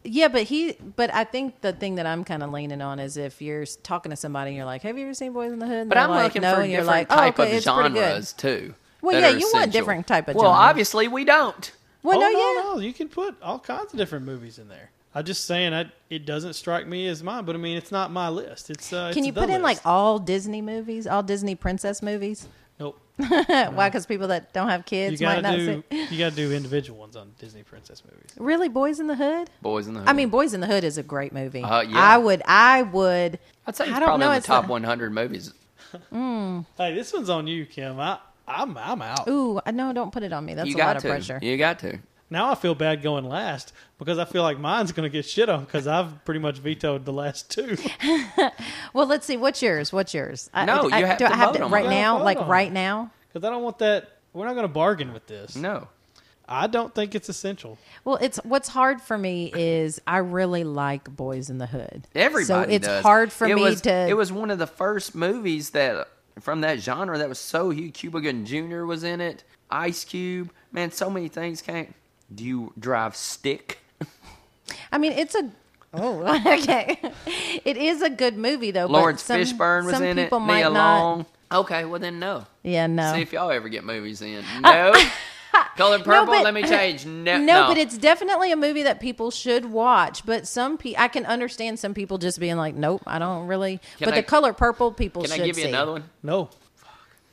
S3: yeah, but he, but I think the thing that I'm kind of leaning on is if you're s- talking to somebody, and you're like, have you ever seen Boys in the Hood? And
S1: But
S3: they're
S1: I'm
S3: like,
S1: looking
S3: no,
S1: for
S3: and you're
S1: different
S3: like,
S1: type
S3: oh, okay,
S1: of
S3: it's pretty good.
S1: genres too. that
S3: Well, yeah,
S1: are
S3: you want
S1: essential.
S3: different type of
S1: Well,
S3: genre.
S1: obviously we don't.
S3: Well,
S2: oh,
S3: no, yeah.
S2: no, no. You can put all kinds of different movies in there. I'm just saying, I, it doesn't strike me as mine, but I mean, it's not my list. It's uh,
S3: Can
S2: it's
S3: you
S2: the
S3: put in like
S2: list.
S3: all Disney movies, all Disney princess movies?
S2: Nope.
S3: Why? Because people that don't have
S2: You
S3: kids
S2: gotta
S3: might not
S2: do.
S3: see.
S2: You gotta do individual ones on Disney princess movies.
S3: Really, Boys in the Hood?
S1: Boys in the Hood.
S3: I mean, Boys in the Hood is a great movie.
S1: Uh, yeah.
S3: I would, I would.
S1: I'd say it's
S3: I don't
S1: probably
S3: know,
S1: in the
S3: it's
S1: top
S3: a-
S1: 100 movies.
S2: Hey, this one's on you, Kim. I, I'm, I'm out.
S3: Ooh, I- no, don't put it on me. That's
S1: you
S3: a
S1: got
S3: lot of
S1: to.
S3: pressure.
S1: You got to.
S2: Now I feel bad going last because I feel like mine's going to get shit on because I've pretty much vetoed the last two.
S3: Well, let's see. Wwhat's yours? What's yours? I-
S1: No,
S3: I,
S1: you have
S3: do
S1: to
S3: I have
S1: vote
S3: to
S1: on
S3: right
S1: it.
S3: now.
S2: Vote
S3: Like
S2: on it.
S3: right now.
S2: Because I don't want that. We're not going to bargain with this.
S1: No.
S2: I don't think it's essential.
S3: Well, it's what's hard for me is I really like Boys in the Hood.
S1: Everybody
S3: so it's
S1: does.
S3: hard for
S1: it
S3: me
S1: was,
S3: to.
S1: It was one of the first movies that from that genre that was so huge. Cuba Gooding Jr. was in it. Ice Cube. Man, so many things came. Do you drive stick?
S3: I mean, it's a. Oh, okay. It is a good movie though.
S1: Lawrence
S3: but some,
S1: Fishburne was
S3: some
S1: in it.
S3: people
S1: Nia
S3: might
S1: Long. Okay, well then no.
S3: Not, yeah, no.
S1: See if y'all ever get movies in. No. Color purple.
S3: but-
S1: let me change. No,
S3: no, but it's definitely a movie that people should watch. But some pe- I can understand some people just being like, nope, I don't really.
S1: Can
S3: but
S1: I-
S3: the color purple people
S1: Can I
S3: should
S1: give you
S3: see.
S1: another one?
S2: No,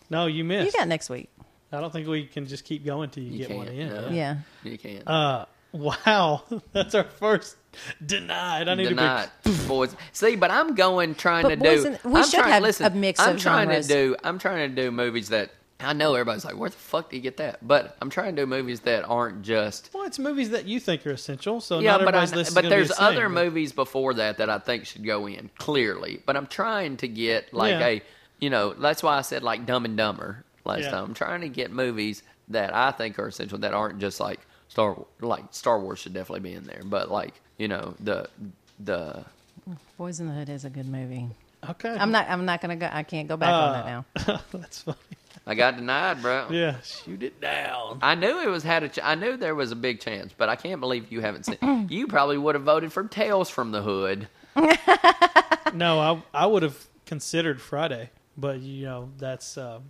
S2: no, you
S3: You
S2: missed.
S3: got next week.
S2: I don't think we can just keep going till you,
S1: You
S2: get
S1: can't.
S2: one in.
S1: no.
S3: Yeah.
S1: you can't.
S2: Uh, wow, that's our first denied. I need
S1: Denied, boys. See, but I'm going trying
S3: But
S1: to
S3: boys
S1: do.
S3: and- we
S1: I'm
S3: should
S1: trying,
S3: have
S1: listen,
S3: a mix
S1: I'm
S3: of
S1: trying
S3: genres.
S1: to do. I'm trying to do movies that I know everybody's like, where the fuck do you get that? But I'm trying to do movies that aren't just.
S2: to. Well, it's movies that you think are essential, so
S1: yeah,
S2: not
S1: but I,
S2: everybody's list. is
S1: but
S2: gonna be
S1: there's
S2: the same,
S1: other
S2: but-
S1: movies before that that I think should go in clearly. But I'm trying to get like
S2: Yeah.
S1: a, you know, that's why I said like Dumb and Dumber last
S2: Yeah.
S1: time. I'm trying to get movies that I think are essential that aren't just like Star like Star Wars should definitely be in there, but like you know the the
S3: Boys in the Hood is a good movie. Uh,
S2: Okay,
S3: I'm not. I'm not gonna go. I can't go back on that now.
S2: now. that's funny.
S1: I got denied, bro.
S2: Yeah, shoot it down.
S1: I knew it was had a. Ch- I knew there was a big chance, but I can't believe you haven't seen. you probably would have voted for Tales from the Hood.
S2: no, I I would have considered Friday, but you know that's. Uh,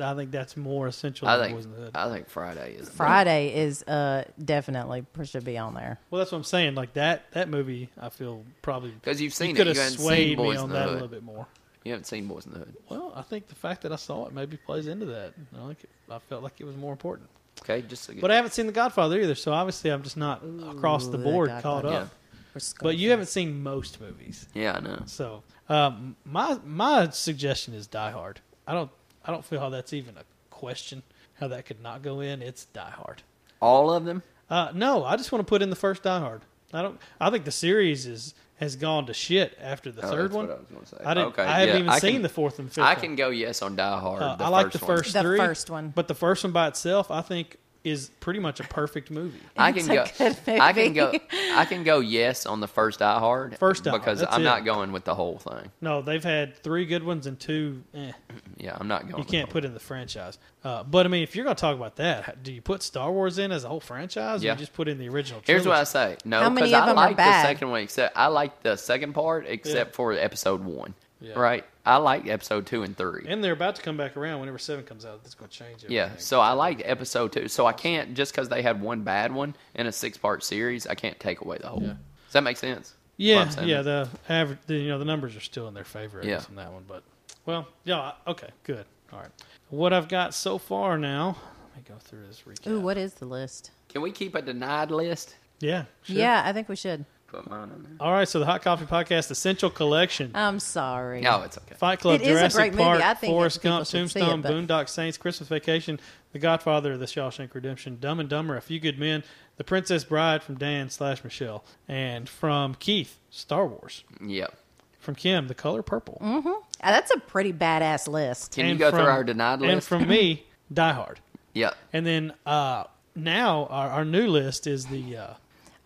S2: I think that's more essential.
S1: I
S2: than
S1: think.
S2: Boys in the Hood.
S1: I think Friday is
S3: Friday is uh definitely should be on there.
S2: Well, that's what I'm saying. Like that that movie, I feel probably
S1: 'Cause you've seen it.
S2: could have
S1: You hadn't seen
S2: swayed me
S1: Boys in
S2: on
S1: the
S2: that
S1: Hood.
S2: a little bit more.
S1: You haven't seen Boys in the Hood.
S2: Well, I think the fact that I saw it maybe plays into that. I like it. I felt like it was more important,
S1: Okay, just so you-
S2: but I haven't seen The Godfather either, so obviously I'm just not across the
S3: The
S2: board caught
S3: Godfather.
S2: up.
S1: yeah,
S3: We're
S2: But you
S3: scoffing.
S2: haven't seen most movies,
S1: yeah, I know.
S2: so um, my my suggestion is Die Hard. I don't I don't feel how that's even a question. How that could not go in? It's Die Hard.
S1: All of them.
S2: Uh, no, I just want to put in the first Die Hard. I don't. I think the series is has gone to shit after the
S1: Oh,
S2: third
S1: that's
S2: one.
S1: what I was gonna say.
S2: I didn't.
S1: Okay,
S2: I haven't
S1: yeah,
S2: even
S1: I
S2: seen
S1: can-
S2: the fourth and fifth.
S1: I
S2: one.
S1: can go yes on Die Hard.
S2: Uh,
S1: the
S2: I like the
S1: one.
S2: first
S3: The
S2: three.
S3: first one.
S2: but the first one by itself, I think, is pretty much a perfect movie.
S1: I
S3: It's
S1: can
S3: a
S1: go.
S3: good
S1: I can
S3: movie.
S1: go. I can go yes on the first Die Hard.
S2: First Die Hard,
S1: because
S2: that's
S1: I'm
S2: it.
S1: not going with the whole thing.
S2: No, they've had three good ones and two. Eh,
S1: Yeah, I'm not going.
S2: you
S1: with
S2: can't
S1: the
S2: put in the franchise. Uh, but I mean, if you're going to talk about that, how- do you put Star Wars in as a whole franchise? Or
S1: Yeah.
S2: you just put in the original.
S1: Here's what I
S2: trilogy?
S1: say. No,
S3: How many
S1: because
S3: of
S1: I
S3: them are
S1: like the
S3: bad?
S1: second one. Except I like the second part, except
S2: Yeah.
S1: for episode one.
S2: Yeah.
S1: Right? I like episode two and three.
S2: And they're about to come back around whenever seven comes out. That's going to change. Everything.
S1: yeah. So I like episode two. So I can't just because they had one bad one in a six part series. I can't take away the whole.
S2: Yeah.
S1: Does that make sense? What
S2: Yeah,
S1: I'm saying?
S2: yeah. The average, the, you know, the numbers are still in their favor I
S1: Yeah.
S2: guess, on that one. But well, yeah. I- Okay, good. All right. What I've got so far now. Let me go through this recap.
S3: Ooh, what is the list?
S1: Can we keep a denied list?
S2: Yeah. sure.
S3: Yeah, I think we should.
S1: Put mine on there.
S2: All right. So the Hot Coffee Podcast Essential Collection.
S3: I'm sorry.
S1: No, Oh, it's okay.
S2: Fight Club,
S3: It is a
S2: Jurassic
S3: great movie.
S2: Park,
S3: I think
S2: Forrest
S3: people
S2: Gump,
S3: should see
S2: Tombstone,
S3: it, but-
S2: Boondock Saints, Christmas Vacation, The Godfather, The Shawshank Redemption, Dumb and Dumber, A Few Good Men, The Princess Bride from Dan slash Michelle, and from Keith, Star Wars,
S1: Yep.
S2: from Kim, The Color Purple,
S3: Uh, That's a pretty badass list.
S1: Can you
S2: and
S1: go
S2: from-
S1: through our denied
S2: and
S1: list?
S2: from me, Die Hard.
S1: yep.
S2: And then uh, now our, our new list is the uh,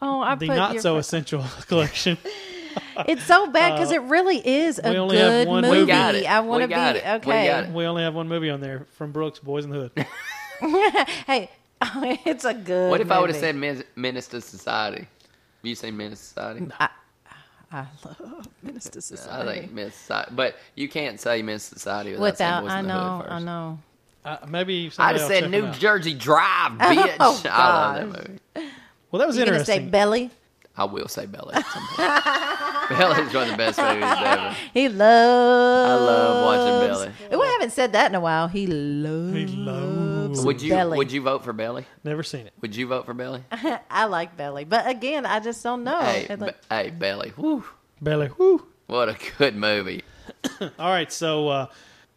S3: Oh, I
S2: the
S3: put
S2: not
S3: your-
S2: so essential collection.
S3: It's so bad because it really is a
S2: we only have
S3: good
S2: one
S3: movie.
S2: We got
S1: it.
S3: I want
S1: We
S3: to be
S1: got it. We
S3: okay.
S1: got it.
S2: we only have one movie on there from Brooks, Boys in the Hood.
S3: Hey, it's a good.
S1: What if I would have
S3: movie.
S1: said Min- Menace to Society? Have you seen Menace to Society?
S3: I love Minister
S1: I
S3: Society.
S1: think Menace to Society, but you can't say Menace to Society without, saying
S3: Without,
S1: Boys
S3: I
S1: in the
S3: know,
S1: Hood first.
S3: I know.
S2: Uh, maybe
S1: I
S2: somebody
S1: just
S2: will
S1: said
S2: check
S1: New
S2: them out.
S1: Jersey Drive, bitch. I
S3: Oh,
S1: love
S3: gosh.
S1: that movie.
S2: Well, that was
S3: You're gonna say
S2: interesting.
S3: Belly?
S1: I will say Bella. at some point. Bella's one of the best movies ever.
S3: He loves.
S1: love watching
S3: Ooh, I haven't said that in a while. He loves.
S2: He loves
S1: Would you
S3: Belly.
S1: would you vote for Belly?
S2: Never seen it.
S1: Would you vote for Belly?
S3: I like Belly, but again, I just don't know.
S1: hey,
S3: It's like-
S1: Be- hey, Belly. Whew,
S2: Belly. Woo.
S1: what a good movie.
S2: All right. So uh,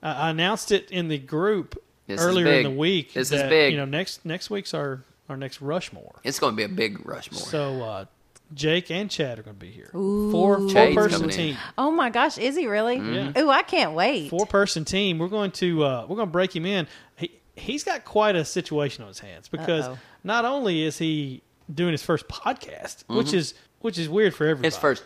S2: I I announced it in the group
S1: This is
S2: earlier
S1: big.
S2: in the week.
S1: This is
S2: that,
S1: big.
S2: You know, next next week's our our next Rushmore.
S1: It's going to be a big Rushmore.
S2: So uh, Jake and Chad are going to be here. Four four
S1: Chad's
S2: person
S1: coming in.
S2: team.
S3: oh my gosh, is he really?
S2: Yeah.
S3: Ooh, I can't wait.
S2: Four person team. We're going to uh, we're going to break him in. He he's got quite a situation on his hands because
S3: Uh-oh.
S2: not only is he doing his first podcast, which is which is weird for everybody.
S1: Mm-hmm. His first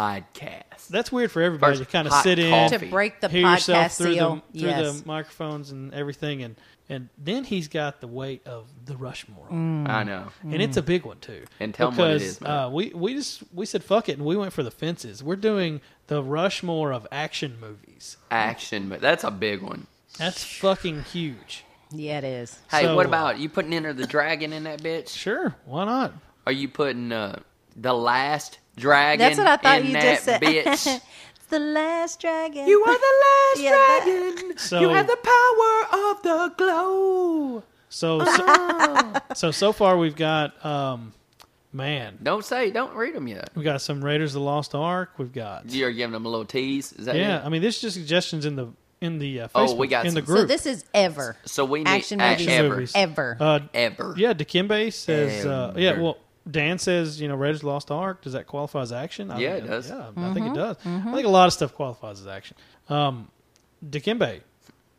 S1: podcast.
S2: That's weird for everybody
S1: First
S2: to kind of
S1: hot
S2: sit in,
S1: coffee.
S3: to break the
S2: hear yourself
S3: podcast
S2: through
S3: seal.
S2: the through
S3: yes.
S2: the microphones and everything, and and then he's got the weight of the Rushmore,
S3: Mm.
S1: I know.
S2: and it's a big one too.
S1: And tell 'em what it
S2: because,
S1: is, man.
S2: Uh, we we just we said fuck it, and we went for the fences. We're doing the Rushmore of action movies.
S1: Action, but that's a big one.
S2: That's fucking huge.
S3: Yeah, it is.
S1: Hey,
S2: So-
S1: what about you putting Enter the Dragon in that bitch?
S2: Sure, why not?
S1: Are you putting uh, the last dragon?
S3: That's what I thought
S1: in
S3: you
S1: that
S3: just said.
S1: Bitch?
S3: it's the last dragon.
S1: you are the last
S3: Yeah, that-
S1: dragon.
S2: So-
S1: you have the power of the glow. Ah.
S2: So so, so so far we've got um, man,
S1: Don't say. Don't read them yet.
S2: we got some Raiders of the Lost Ark. We've got
S1: You're giving them a little tease. Is that
S2: yeah.
S1: It?
S2: I mean, this is just suggestions in the in the uh, Facebook
S1: Oh, we got
S2: in the
S1: some-
S3: So
S2: group.
S3: this is ever.
S1: So we need
S3: Action
S1: a-
S3: movies.
S1: ever,
S2: Movies.
S3: Ever.
S2: uh,
S1: ever.
S2: yeah, Dikembe says uh, yeah.
S1: Ever.
S2: Well, Dan says you know Raiders of the Lost Ark. Does that qualify as action? I
S1: Yeah,
S2: think
S1: it does.
S2: Yeah, I
S3: Mm-hmm.
S2: think it does. I think a lot of stuff qualifies as action. Um, Dikembe,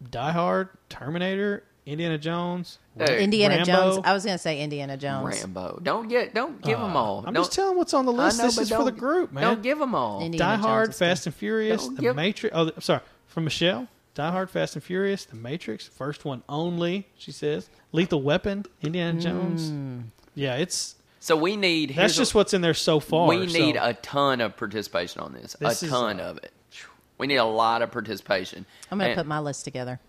S2: Die Hard, Terminator, Indiana Jones.
S1: Hey,
S3: Indiana
S2: Rambo.
S3: Jones. I was going to say Indiana Jones.
S1: Rambo. Don't get. Don't give them all.
S2: Uh, I'm
S1: don't,
S2: just telling what's on the
S1: I
S2: list.
S1: know,
S2: this
S1: but
S2: is for the
S1: don't-
S2: group, man.
S1: Don't give them all.
S3: Indiana
S2: Die
S3: Jones
S2: Hard,
S3: is
S2: Fast and Furious,
S1: Don't
S2: The
S1: give-
S2: Matrix. Oh, I'm sorry, from Michelle. Die Hard, Fast and Furious, The Matrix, first one only. She says Lethal Weapon, Indiana
S3: Mm.
S2: Jones. Yeah, it's
S1: So we need.
S2: that's
S1: here's
S2: just
S1: a,
S2: what's in there so far.
S1: we
S2: so-
S1: need a ton of participation on this.
S2: This
S1: a
S2: is,
S1: ton
S2: uh,
S1: of it. We need a lot of participation.
S3: I'm going to
S1: And
S3: put my list together.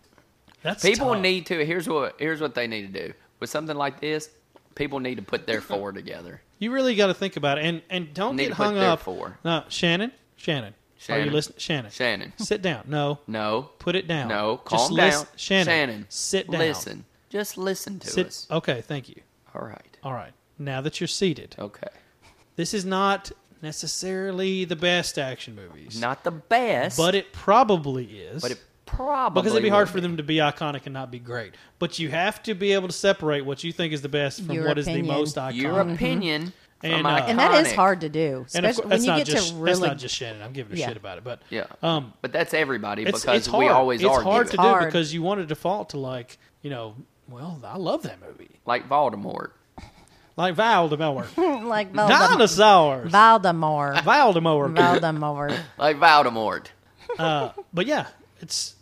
S2: that's
S1: people
S2: tough.
S1: need to. Here's what. Here's what they need to do with something like this. People need to put their four together.
S2: You really got to think about it, and and don't
S1: Need
S2: get
S1: to put
S2: hung
S1: their
S2: up.
S1: four.
S2: No, Shannon, Shannon, are you
S1: Shannon.
S2: listening? Shannon,
S1: Shannon.
S2: sit down. No,
S1: No.
S2: put it down.
S1: No.
S2: Just
S1: Calm down.
S2: lis- Shannon, sit down.
S1: Listen. Just listen to
S2: Sit.
S1: us.
S2: Okay, thank you.
S1: All right.
S2: All right, now that you're seated,
S1: Okay.
S2: this is not necessarily the best action movies.
S1: Not the best,
S2: But it probably is.
S1: but it probably
S2: because it'd be hard
S1: would
S2: for them to be iconic and not be great. But you have to be able to separate what you think is the best from
S3: Your
S2: what is
S3: opinion.
S2: the most iconic.
S1: Your opinion
S2: And,
S1: from
S2: uh,
S3: Mm-hmm. And that is
S1: iconic.
S3: hard to do,
S2: and of course,
S3: especially when
S2: that's
S3: you
S2: not
S3: get
S2: just
S3: to
S2: that's
S3: really.
S2: not just Shannon. I'm giving a
S3: Yeah.
S2: shit about it, but
S1: Yeah.
S2: um,
S1: but that's everybody
S2: it's
S1: because
S2: it's hard.
S1: we always
S2: it's
S1: argue.
S2: hard to
S1: it.
S2: do
S3: Hard.
S2: because you want to default to like you know, well, I love that movie,
S1: Like Voldemort.
S2: like Valdemar,
S3: like Voldemort.
S2: dinosaurs,
S3: Voldemort.
S2: Valdemar.
S3: Voldemort.
S1: Like Voldemort.
S2: Uh, but yeah, it's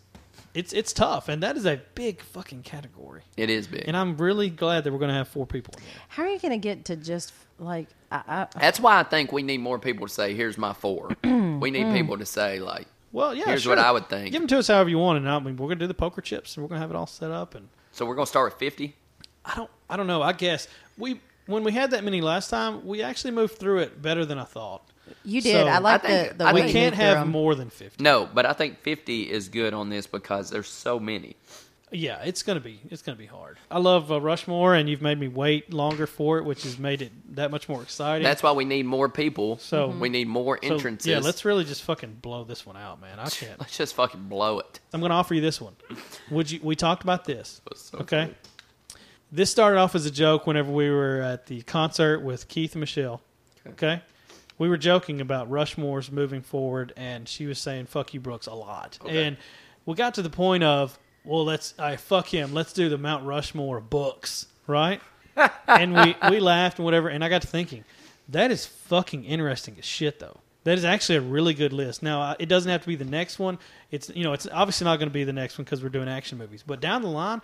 S2: it's it's tough, and that is a big fucking category.
S1: It is big.
S2: And I'm really glad that we're going to have four people. in here.
S3: How are you going to get to just like I, I,
S1: that's why I think we need more people to say, "Here's my four. we
S3: Mm.
S1: need people to say, "Like,
S2: Well, yeah.
S1: Here's
S2: sure.
S1: what I would think.
S2: Give them to us however you want, and I mean, we're gonna do the poker chips, and we're gonna have it all set up. And
S1: so we're gonna start with 50?
S2: I don't, I don't know. I guess we when we had that many last time, we actually moved through it better than I thought.
S3: you did?
S2: So,
S3: I like
S1: I think-
S3: the the
S1: I
S3: way
S2: we
S1: think-
S2: can't
S3: you moved through
S2: have
S3: 'em.
S2: more than fifty.
S1: No, but I think fifty is good on this because there's so many.
S2: Yeah, it's gonna be, it's gonna be hard. I love uh, Rushmore, and you've made me wait longer for it, which has made it that much more exciting.
S1: That's why we need more people.
S2: So-
S3: Mm-hmm.
S1: we need more
S2: So,
S1: entrances.
S2: yeah, let's really just fucking blow this one out, man. I can't.
S1: let's just fucking blow it.
S2: I'm going to offer you this one. Would you? We talked about this.
S1: was so
S2: okay. This started off as a joke whenever we were at the concert with Keith and Michelle. Okay. We were joking about Rushmore's moving forward, and she was saying "fuck you, Brooks" a lot, and we got to the point of, well, let's I fuck him. Let's do the Mount Rushmore of books, right? and we we laughed and whatever. And I got to thinking, that is fucking interesting as shit, though. That is actually a really good list. Now I- it doesn't have to be the next one. It's you know it's obviously not going to be the next one because we're doing action movies. But down the line,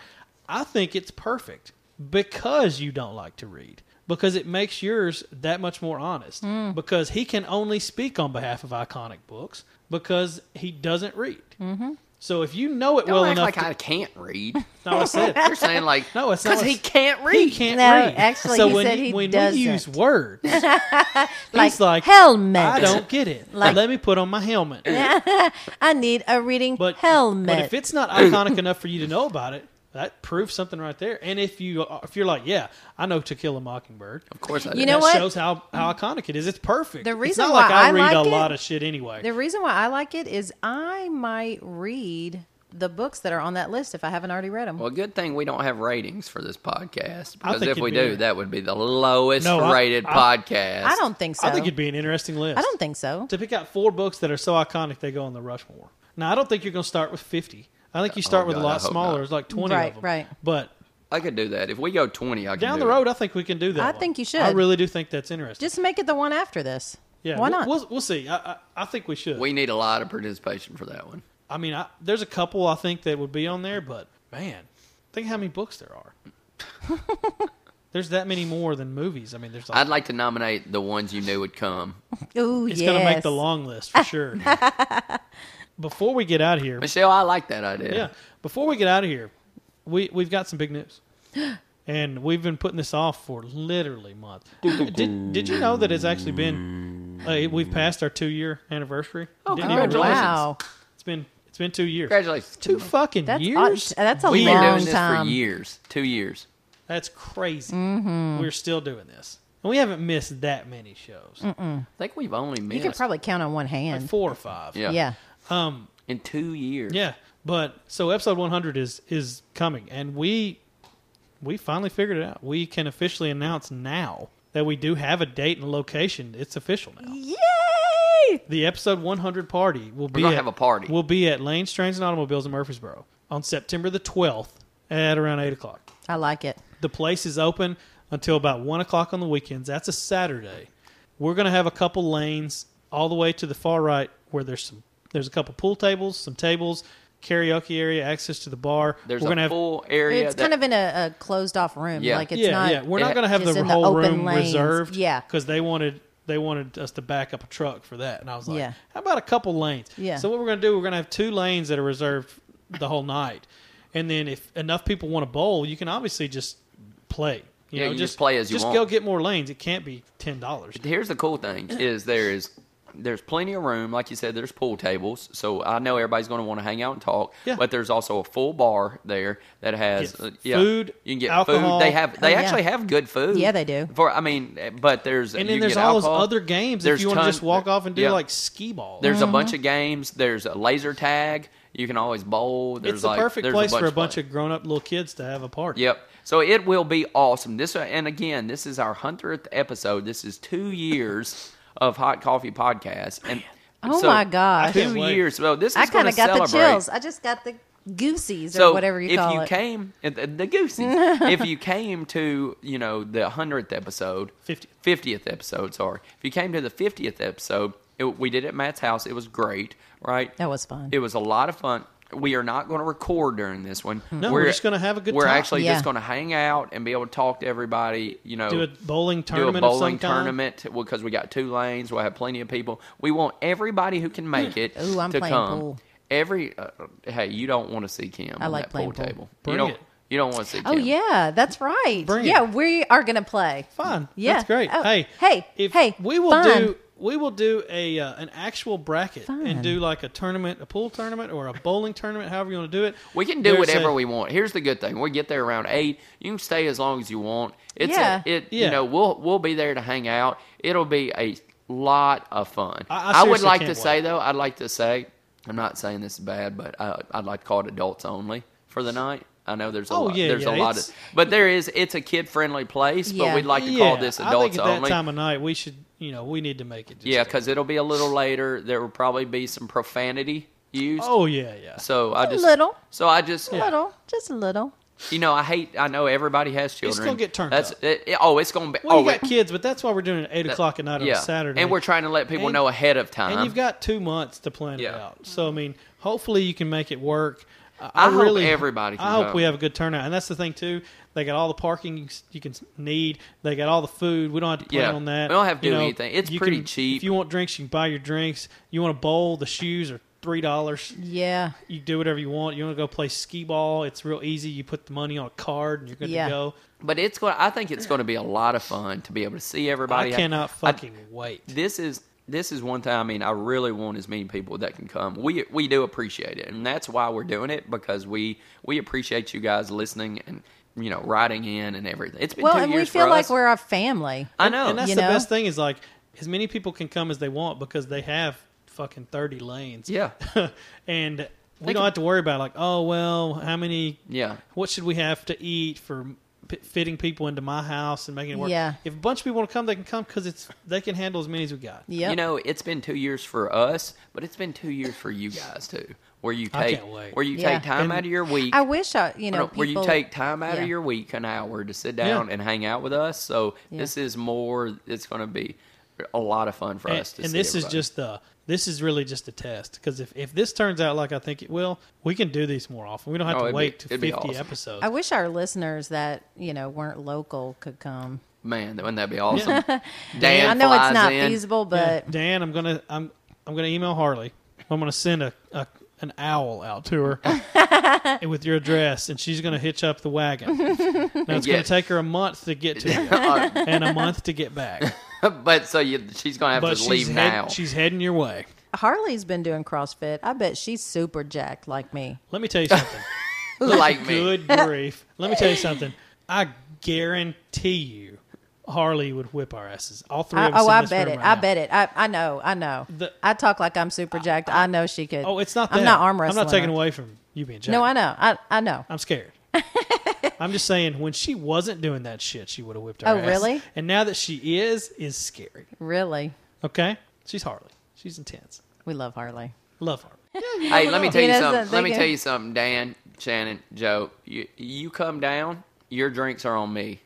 S2: I think it's perfect because you don't like to read because it makes yours that much more honest
S1: Hmm.
S2: because he can only speak on behalf of iconic books because he doesn't read. Mm-hmm. So if you know it
S1: Don't
S2: well
S1: act
S2: enough,
S1: like
S2: to,
S1: I can't read.
S2: no, I said
S1: You're saying like
S2: No, it's not
S1: because
S2: what-
S1: he can't read.
S2: he can't
S3: No,
S2: read.
S3: actually,
S2: so
S3: he
S2: when,
S3: said he
S2: when
S3: doesn't.
S2: we use words,
S3: Like,
S2: he's like
S3: helmet.
S2: I don't get it.
S3: Like-
S2: Let me put on my helmet.
S3: I need a reading
S2: But
S3: helmet.
S2: But if it's not iconic enough for you to know about it, that proves something right there. And if you are- if you're like, yeah, I know To Kill a Mockingbird.
S1: Of course I do.
S3: You
S2: That
S3: know what?
S2: shows how, how iconic it is. It's perfect.
S3: The
S2: it's
S3: reason
S2: not like
S3: why
S2: I
S3: I
S2: read a
S3: like it-
S2: lot of shit anyway.
S3: The reason why I like it is I might read the books that are on that list if I haven't already read them.
S1: Well, good thing we don't have ratings for this podcast
S2: I
S1: because
S2: think
S1: if
S2: it'd
S1: we
S2: be
S1: do,
S2: a-
S1: that would be the lowest
S2: No, I-
S1: rated
S2: I-
S1: podcast.
S3: I don't think so.
S2: I think it'd be an interesting list.
S3: I don't think so.
S2: to pick out four books that are so iconic they go on the Rushmore. Now I don't think you're going to start with fifty. I think you start with
S1: Oh, God,
S2: a
S1: I
S2: lot
S1: hope
S2: smaller.
S1: not.
S2: It's like twenty
S3: Right,
S2: of them.
S3: right.
S2: But
S1: I could do that if we go twenty. I could
S2: down
S1: do
S2: the
S1: it.
S2: road, I think we can do that.
S3: I
S2: one.
S3: think you should.
S2: I really do think that's interesting.
S3: Just make it the one after this.
S2: yeah,
S3: Why
S2: we'll-
S3: not?
S2: We'll, we'll see. I, I, I think we should.
S1: We need a lot of participation for that one.
S2: I mean, I, there's a couple I think that would be on there, but man, think how many books there are. there's that many more than movies. I mean, there's. Like,
S1: I'd like to nominate the ones you knew would come.
S3: Ooh,
S2: it's
S3: yes.
S2: going to make the long list for sure. Before we get out of here,
S1: Michelle, I like that idea.
S2: yeah. Before we get out of here, we we've got some big news, and we've been putting this off for literally months. did Did you know that it's actually been uh, we've passed our two year anniversary?
S1: Oh,
S2: Didn't even realize
S1: congratulations.
S2: it.
S3: Wow.
S2: It's been it's been two years.
S1: Congratulations.
S2: Two fucking
S3: That's
S2: years.
S3: odd. That's a
S1: We've been
S3: long
S1: doing this
S3: time.
S1: for years. Two years.
S2: That's crazy.
S3: Mm-hmm.
S2: We're still doing this, and we haven't missed that many shows.
S1: I think we've only
S3: You
S1: missed
S3: could probably count on one
S2: Like
S3: hand.
S2: four or five.
S1: yeah.
S3: yeah.
S2: Um.
S1: in two years.
S2: Yeah, but so episode 100 is is coming, and we we finally figured it out. We can officially announce now that we do have a date and location. It's official now.
S3: Yay!
S2: The episode 100 party will be
S1: gonna
S2: at,
S1: have a party.
S2: Will be at Lane Trains and Automobiles in Murfreesboro on September the 12th at around eight o'clock.
S3: I like it.
S2: The place is open until about one o'clock on the weekends. That's a Saturday. We're going to have a couple lanes all the way to the far right where there's some there's a couple pool tables, some tables, karaoke area, access to the bar.
S1: There's
S2: we're
S1: a
S2: gonna have
S1: full area.
S3: it's
S1: that-
S3: kind of in a, a closed off room.
S1: Yeah.
S3: Like it's
S2: yeah,
S3: not.
S2: yeah. We're not
S1: it-
S2: going to have the
S3: just in the
S2: whole
S3: open
S2: room
S3: lanes.
S2: reserved.
S3: Yeah.
S2: because they wanted they wanted us to back up a truck for that, and I was like,
S3: Yeah.
S2: how about a couple lanes?
S3: Yeah.
S2: So what we're going to do? We're going to have two lanes that are reserved the whole night, and then if enough people want to bowl, you can obviously just play. You
S1: Yeah,
S2: know,
S1: you just play as you
S2: just
S1: want.
S2: go get more lanes. It can't be ten dollars.
S1: Here's the cool thing: is there is there's plenty of room. Like you said, there's pool tables, so I know everybody's going to want to hang out and talk.
S2: Yeah.
S1: But there's also a full bar there that has
S2: Get
S1: uh, yeah,
S2: food,
S1: You can get
S2: alcohol.
S1: food. They have they
S3: Oh, yeah.
S1: actually have good food.
S3: Yeah, they do.
S1: For I mean, but there's
S2: And
S1: you
S2: then
S1: can
S2: there's
S1: get
S2: all
S1: alcohol.
S2: those other games
S1: There's
S2: if you want to
S1: ton-
S2: just walk off and do
S1: yeah.
S2: like skee ball.
S1: There's a bunch of games. There's a laser tag. You can always bowl. There's
S2: it's the
S1: like-
S2: perfect
S1: there's
S2: place for a
S1: play.
S2: bunch of grown up little kids to have a party.
S1: Yep. So it will be awesome. This uh, and again, this is our hundredth episode. This is two years of Hot Coffee Podcast. And
S3: Oh my gosh. I
S1: two
S2: can't wait.
S1: years. So this is
S3: I kind
S1: gonna
S3: of got the
S1: celebrate.
S3: chills. I just got the goosies
S1: So
S3: or whatever you
S1: if
S3: call
S1: you
S3: it.
S1: came uh, the, the goosies, if you came to you know the hundredth episode,
S2: 50.
S1: fiftieth episode, sorry, if you came to the fiftieth episode, it, we did it at Matt's house. It was great, right?
S3: that was fun.
S1: It was a lot of fun. We are not going to record during this one.
S2: No, we're just gonna have a good
S1: We're
S2: time.
S1: actually
S3: Yeah.
S1: just going to hang out and be able to talk to everybody. You know,
S2: Do a bowling
S1: do a
S2: tournament. of some
S1: bowling
S2: kind.
S1: tournament because we got two lanes. We'll have plenty of people. We want everybody who
S2: Hmm.
S1: can make it
S3: Ooh, I'm
S1: to
S3: playing
S1: come.
S3: pool.
S1: Every uh, hey, you don't want to see Kim. on
S3: like
S1: that pool
S3: playing pool.
S1: table.
S2: Bring
S1: you don't.
S2: it.
S1: You don't want to see. Kim.
S3: Oh yeah, that's right.
S2: Bring it.
S3: yeah, we are gonna play.
S2: Fun.
S3: Yeah.
S2: That's great.
S3: Oh,
S2: hey,
S3: hey,
S2: if
S3: hey,
S2: we will
S3: fun.
S2: do we will do a uh, an actual bracket
S3: Fun.
S2: and do like a tournament, a pool tournament or a bowling tournament, however you want to do it.
S1: We can do
S2: There's
S1: whatever
S2: a-
S1: we want. Here's the good thing: we get there around eight. You can stay as long as you want. It's
S3: Yeah.
S1: a, it
S2: Yeah.
S1: you know we'll we'll be there to hang out. It'll be a lot of fun.
S2: I- I
S1: would
S2: seriously
S1: like to
S2: can't
S1: say
S2: wait.
S1: though, I'd like to say, I'm not saying this is bad, but I, I'd like to call it adults only for the night. I know there's a
S2: Oh,
S1: lot,
S2: yeah,
S1: there's
S2: yeah,
S1: a lot of,
S2: it's-
S1: but there is it's a kid friendly place,
S3: Yeah.
S1: but we'd like to
S2: yeah,
S1: call this
S2: I
S1: adults
S2: think at that
S1: only.
S2: time of night we should you know we need to make it. Just
S1: yeah, because it'll be a little later. There will probably be some profanity used.
S2: oh yeah, yeah.
S1: so I
S3: A
S1: just
S3: little.
S1: So I just
S3: a little, just a little.
S1: you know, I hate. I know everybody has children.
S2: gonna get turned
S1: That's
S2: up.
S1: it, it- oh, it's gonna be.
S2: Well,
S1: oh,
S2: you got
S1: it-
S2: kids, but that's why we're doing it at eight
S1: that-
S2: o'clock at night
S1: yeah.
S2: on a Saturday.
S1: and we're trying to let people
S2: And-
S1: know ahead of time.
S2: and you've got two months to plan it
S1: Uh-huh. Yeah.
S2: out. So I mean, hopefully you can make it work. I,
S1: I hope
S2: really,
S1: everybody can
S2: I hope
S1: go.
S2: we have a good turnout, and that's the thing too. They got all the parking you s- you can s- need. They got all the food. We don't have to plan
S1: Yeah.
S2: on that.
S1: We don't have to
S2: You
S1: do
S2: know,
S1: anything. It's
S2: you
S1: pretty
S2: can-
S1: cheap.
S2: If you want drinks, you can buy your drinks. You want a bowl? The shoes are three dollars.
S3: Yeah,
S2: You do whatever you want. You want to go play skee ball? It's real easy. You put the money on a card, and you're good
S3: Yeah.
S2: to go.
S1: but it's going. to I think it's going to be a lot of fun to be able to see
S2: I
S1: everybody.
S2: cannot fucking wait.
S1: this is this is one thing. I mean, I really want as many people that can come. We we do appreciate it, and that's why we're doing it because we we appreciate you guys listening and you know writing in and everything. It's been
S3: well,
S1: two
S3: and we
S1: years
S3: feel
S1: for
S3: like
S1: us.
S3: we're a family.
S1: I know.
S2: And that's
S3: Oh, You
S2: the
S3: know?
S2: best thing is like as many people can come as they want because they have fucking 30 lanes.
S1: Yeah.
S2: and we
S1: They
S2: don't
S1: can-
S2: have to worry about like, oh well, how many
S1: Yeah.
S2: what should we have to eat for p- fitting people into my house and making it work?
S3: Yeah.
S2: If a bunch of people want to come, they can come cuz it's they can handle as many as we got.
S3: Yeah,
S1: You know, it's been two years for us, but it's been two years for you guys too. Where you
S2: I
S1: take
S2: can't wait.
S1: where you
S3: Yeah.
S1: take time
S2: And-
S1: out of your week,
S3: I wish I, you know,
S1: no, where you
S3: people-
S1: take time out
S3: yeah.
S1: of your week, an hour to sit down
S2: Yeah.
S1: and hang out with us. So
S3: Yeah.
S1: this is more. It's going to be a lot of fun for
S2: And,
S1: us to.
S2: and
S1: see
S2: this
S1: everybody.
S2: is just the this is really just a test because if, if this turns out like I think it will, we can do these more often. We don't have
S1: Oh,
S2: to
S1: it'd be-
S2: wait to
S1: it'd be
S2: 50
S1: awesome.
S2: episodes.
S3: I wish our listeners that you know weren't local could come.
S1: man, wouldn't that be awesome? Dan
S3: I know
S1: flies
S3: it's not
S1: in.
S3: feasible,
S2: Yeah,
S3: but
S2: Dan, I'm gonna I'm I'm gonna email Harley. I'm gonna send a, a an owl out to her and with your address, and she's going to hitch up the wagon. Now it's going
S1: Yeah.
S2: to take her a month to get to you
S1: Uh,
S2: and a month to get back.
S1: but so you, she's gonna have
S2: But
S1: to
S2: she's,
S1: leave now.
S2: head, she's heading your way.
S3: Harley's been doing CrossFit. I bet she's super jacked like me.
S2: Let me tell you something.
S1: like me.
S2: Good grief. Let me tell you something. I guarantee you, Harley would whip our asses. All three
S3: I,
S2: of us.
S3: oh,
S2: in
S3: I
S2: this
S3: bet
S2: room
S3: it.
S2: right
S3: I
S2: now.
S3: bet it. I, I know. I know.
S2: The-
S3: I talk like I'm super jacked. I know she could.
S2: Oh, it's not. That.
S3: I'm not arm wrestling.
S2: I'm not taking
S3: her.
S2: away from you being. Jacked.
S3: No, I know. I I know.
S2: I'm scared. I'm just saying, when she wasn't doing that shit, she would have whipped her
S3: Oh,
S2: ass.
S3: really?
S2: And now that she is, is scary.
S3: Really,
S2: Okay, she's Harley. She's intense.
S3: we love Harley.
S2: Love Harley.
S1: Hey, let me tell
S3: He
S1: you
S3: does
S1: something.
S3: that
S1: Let me
S3: thinking.
S1: tell you something, Dan, Shannon, Joe. You you come down, your drinks are on me.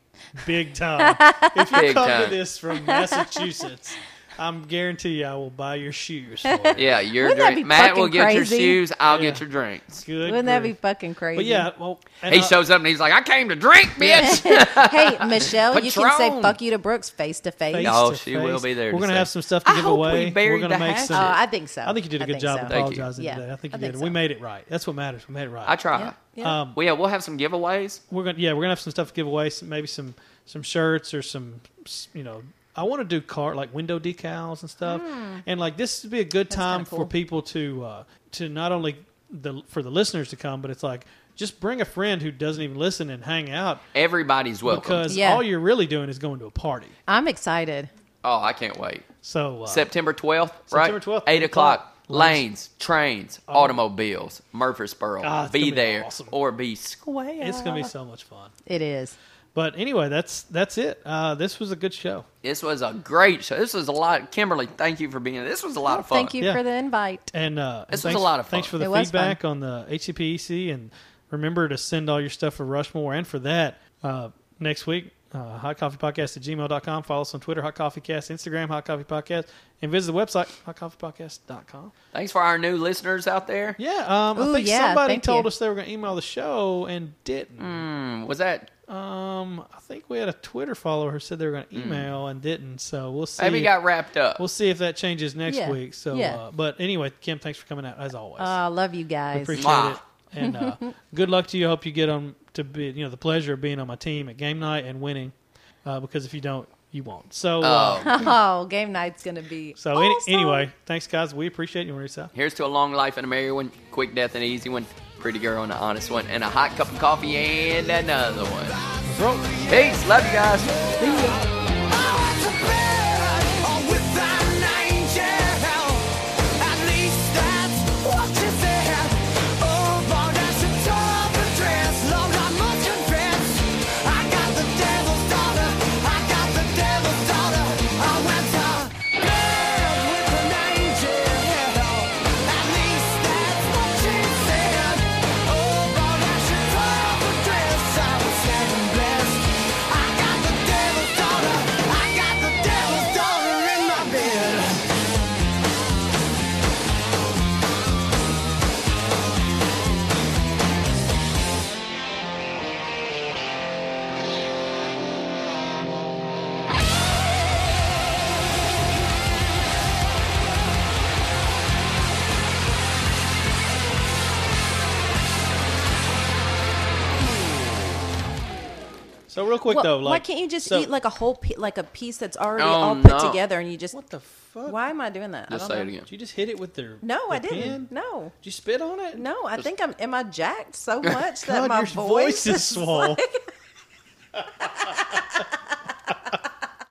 S2: Big time. If you
S1: Big
S2: come to
S1: time.
S2: this from Massachusetts, I'm guarantee you I will buy your shoes. For it.
S1: Yeah, your
S3: Wouldn't that be
S1: drink. Matt will
S3: fucking
S1: get
S3: crazy?
S1: your shoes. I'll
S2: Yeah.
S1: get your drinks.
S2: Good.
S3: Wouldn't that be
S2: grief.
S3: fucking crazy?
S2: But yeah, well, and uh,
S1: He
S2: I-
S1: shows up and he's like, "I came to drink, bitch."
S3: hey, Michelle, you can say
S1: Patron.
S3: fuck you to Brooks face to face.
S2: face
S3: Oh,
S1: No,
S2: to
S1: she will
S2: face.
S1: be there
S2: We're
S1: to
S2: gonna
S1: say-
S2: have some stuff to
S1: I
S2: give
S1: hope we
S2: away. We're
S1: buried
S2: gonna
S1: the
S2: make
S1: hatchet.
S2: some.
S1: Oh,
S3: Uh, I think so.
S2: I think you did a
S3: I
S2: good
S3: think
S2: job
S3: so.
S1: Thank you.
S2: apologizing
S3: Yeah,
S2: today. I think
S3: I
S2: you did.
S3: think
S2: We
S3: so.
S2: made it right. That's what matters. We made it right.
S1: I try.
S3: Yeah, yeah.
S2: Um,
S1: Well, yeah, we'll have some giveaways.
S2: we're gonna yeah, we're gonna have some stuff to give away. Some, maybe some some shirts or some s- you know. I want to do car like window decals and stuff, and like this would be a good time
S3: Hmm. kinda cool.
S2: for people to uh, to not only the for the listeners to come, but it's like just bring a friend who doesn't even listen and hang out
S1: Everybody's welcome.
S2: because
S3: Yeah.
S2: all you're really doing is going to a party.
S3: I'm excited.
S1: oh, I can't wait.
S2: So uh,
S1: September twelfth, right?
S2: September 12th,
S1: eight
S2: eight
S1: o'clock.
S2: o'clock. Oh.
S1: Lanes, trains, automobiles, Murfreesboro.
S2: Ah, it's
S1: be
S2: gonna be
S1: there
S2: awesome.
S1: or be square.
S2: it's gonna be so much fun.
S3: It is.
S2: But anyway, that's that's it. Uh, this was a good show.
S1: This was a great show. This was a lot. Kimberly, thank you for being. This was a lot of fun.
S3: Oh, Thank you
S2: Yeah.
S3: for the invite.
S2: And uh,
S1: This
S2: and
S1: was a lot of fun.
S2: Thanks for the
S3: It was
S2: feedback on the HCPEC, E and remember to send all your stuff for Rushmore and for that uh, next week. Uh, hotcoffeepodcast at gmail.com. Follow us on Twitter, Hot Coffee Cast, Instagram, Hot Coffee Podcast, and visit the website, hotcoffeepodcast.com.
S1: Thanks for our new listeners out there.
S2: Yeah, um,
S3: Ooh,
S2: I think
S3: yeah,
S2: somebody
S3: thank
S2: told
S3: you.
S2: us they were going to email the show and didn't.
S1: Hmm, was that
S2: Um, I think we had a Twitter follower who said they were going to email and didn't, so we'll see.
S1: Mm. maybe
S2: if-
S1: got wrapped up?
S2: We'll see if that changes next
S3: Yeah,
S2: week. So,
S3: yeah.
S2: uh, but anyway, Kim, thanks for coming out as always.
S3: Uh, I love you guys.
S2: appreciate
S1: Mwah.
S2: it. And uh, good luck to you. I hope you get on to be, you know, the pleasure of being on my team at game night and winning. Uh, because if you don't, you won't. So, uh,
S1: Oh,
S3: Oh, game night's gonna be
S2: so any,
S3: awesome.
S2: anyway, thanks guys. We appreciate you, Marisa.
S1: here's to a long life and a merry one, quick death and easy one, pretty girl and an honest one, and a hot cup of coffee and another one.
S2: Throw-
S1: Peace. Love you guys.
S4: Yeah.
S2: So real quick
S3: Well,
S2: though, like
S3: why can't you just
S2: so-
S3: eat like a whole pi- like a piece that's already
S1: Oh,
S3: all put
S1: no.
S3: together and you just
S2: what the fuck?
S3: why am I doing that?
S1: Just
S3: I
S1: say
S3: don't
S1: it
S3: know.
S1: again.
S2: Did you just hit it with the
S3: No,
S2: the
S3: I didn't.
S2: pen?
S3: No,
S2: Did you spit on it?
S3: no. I
S1: Just-
S3: think I'm. Am I jacked so much that
S2: God,
S3: my
S2: your
S3: voice
S2: voice is swole.
S3: like-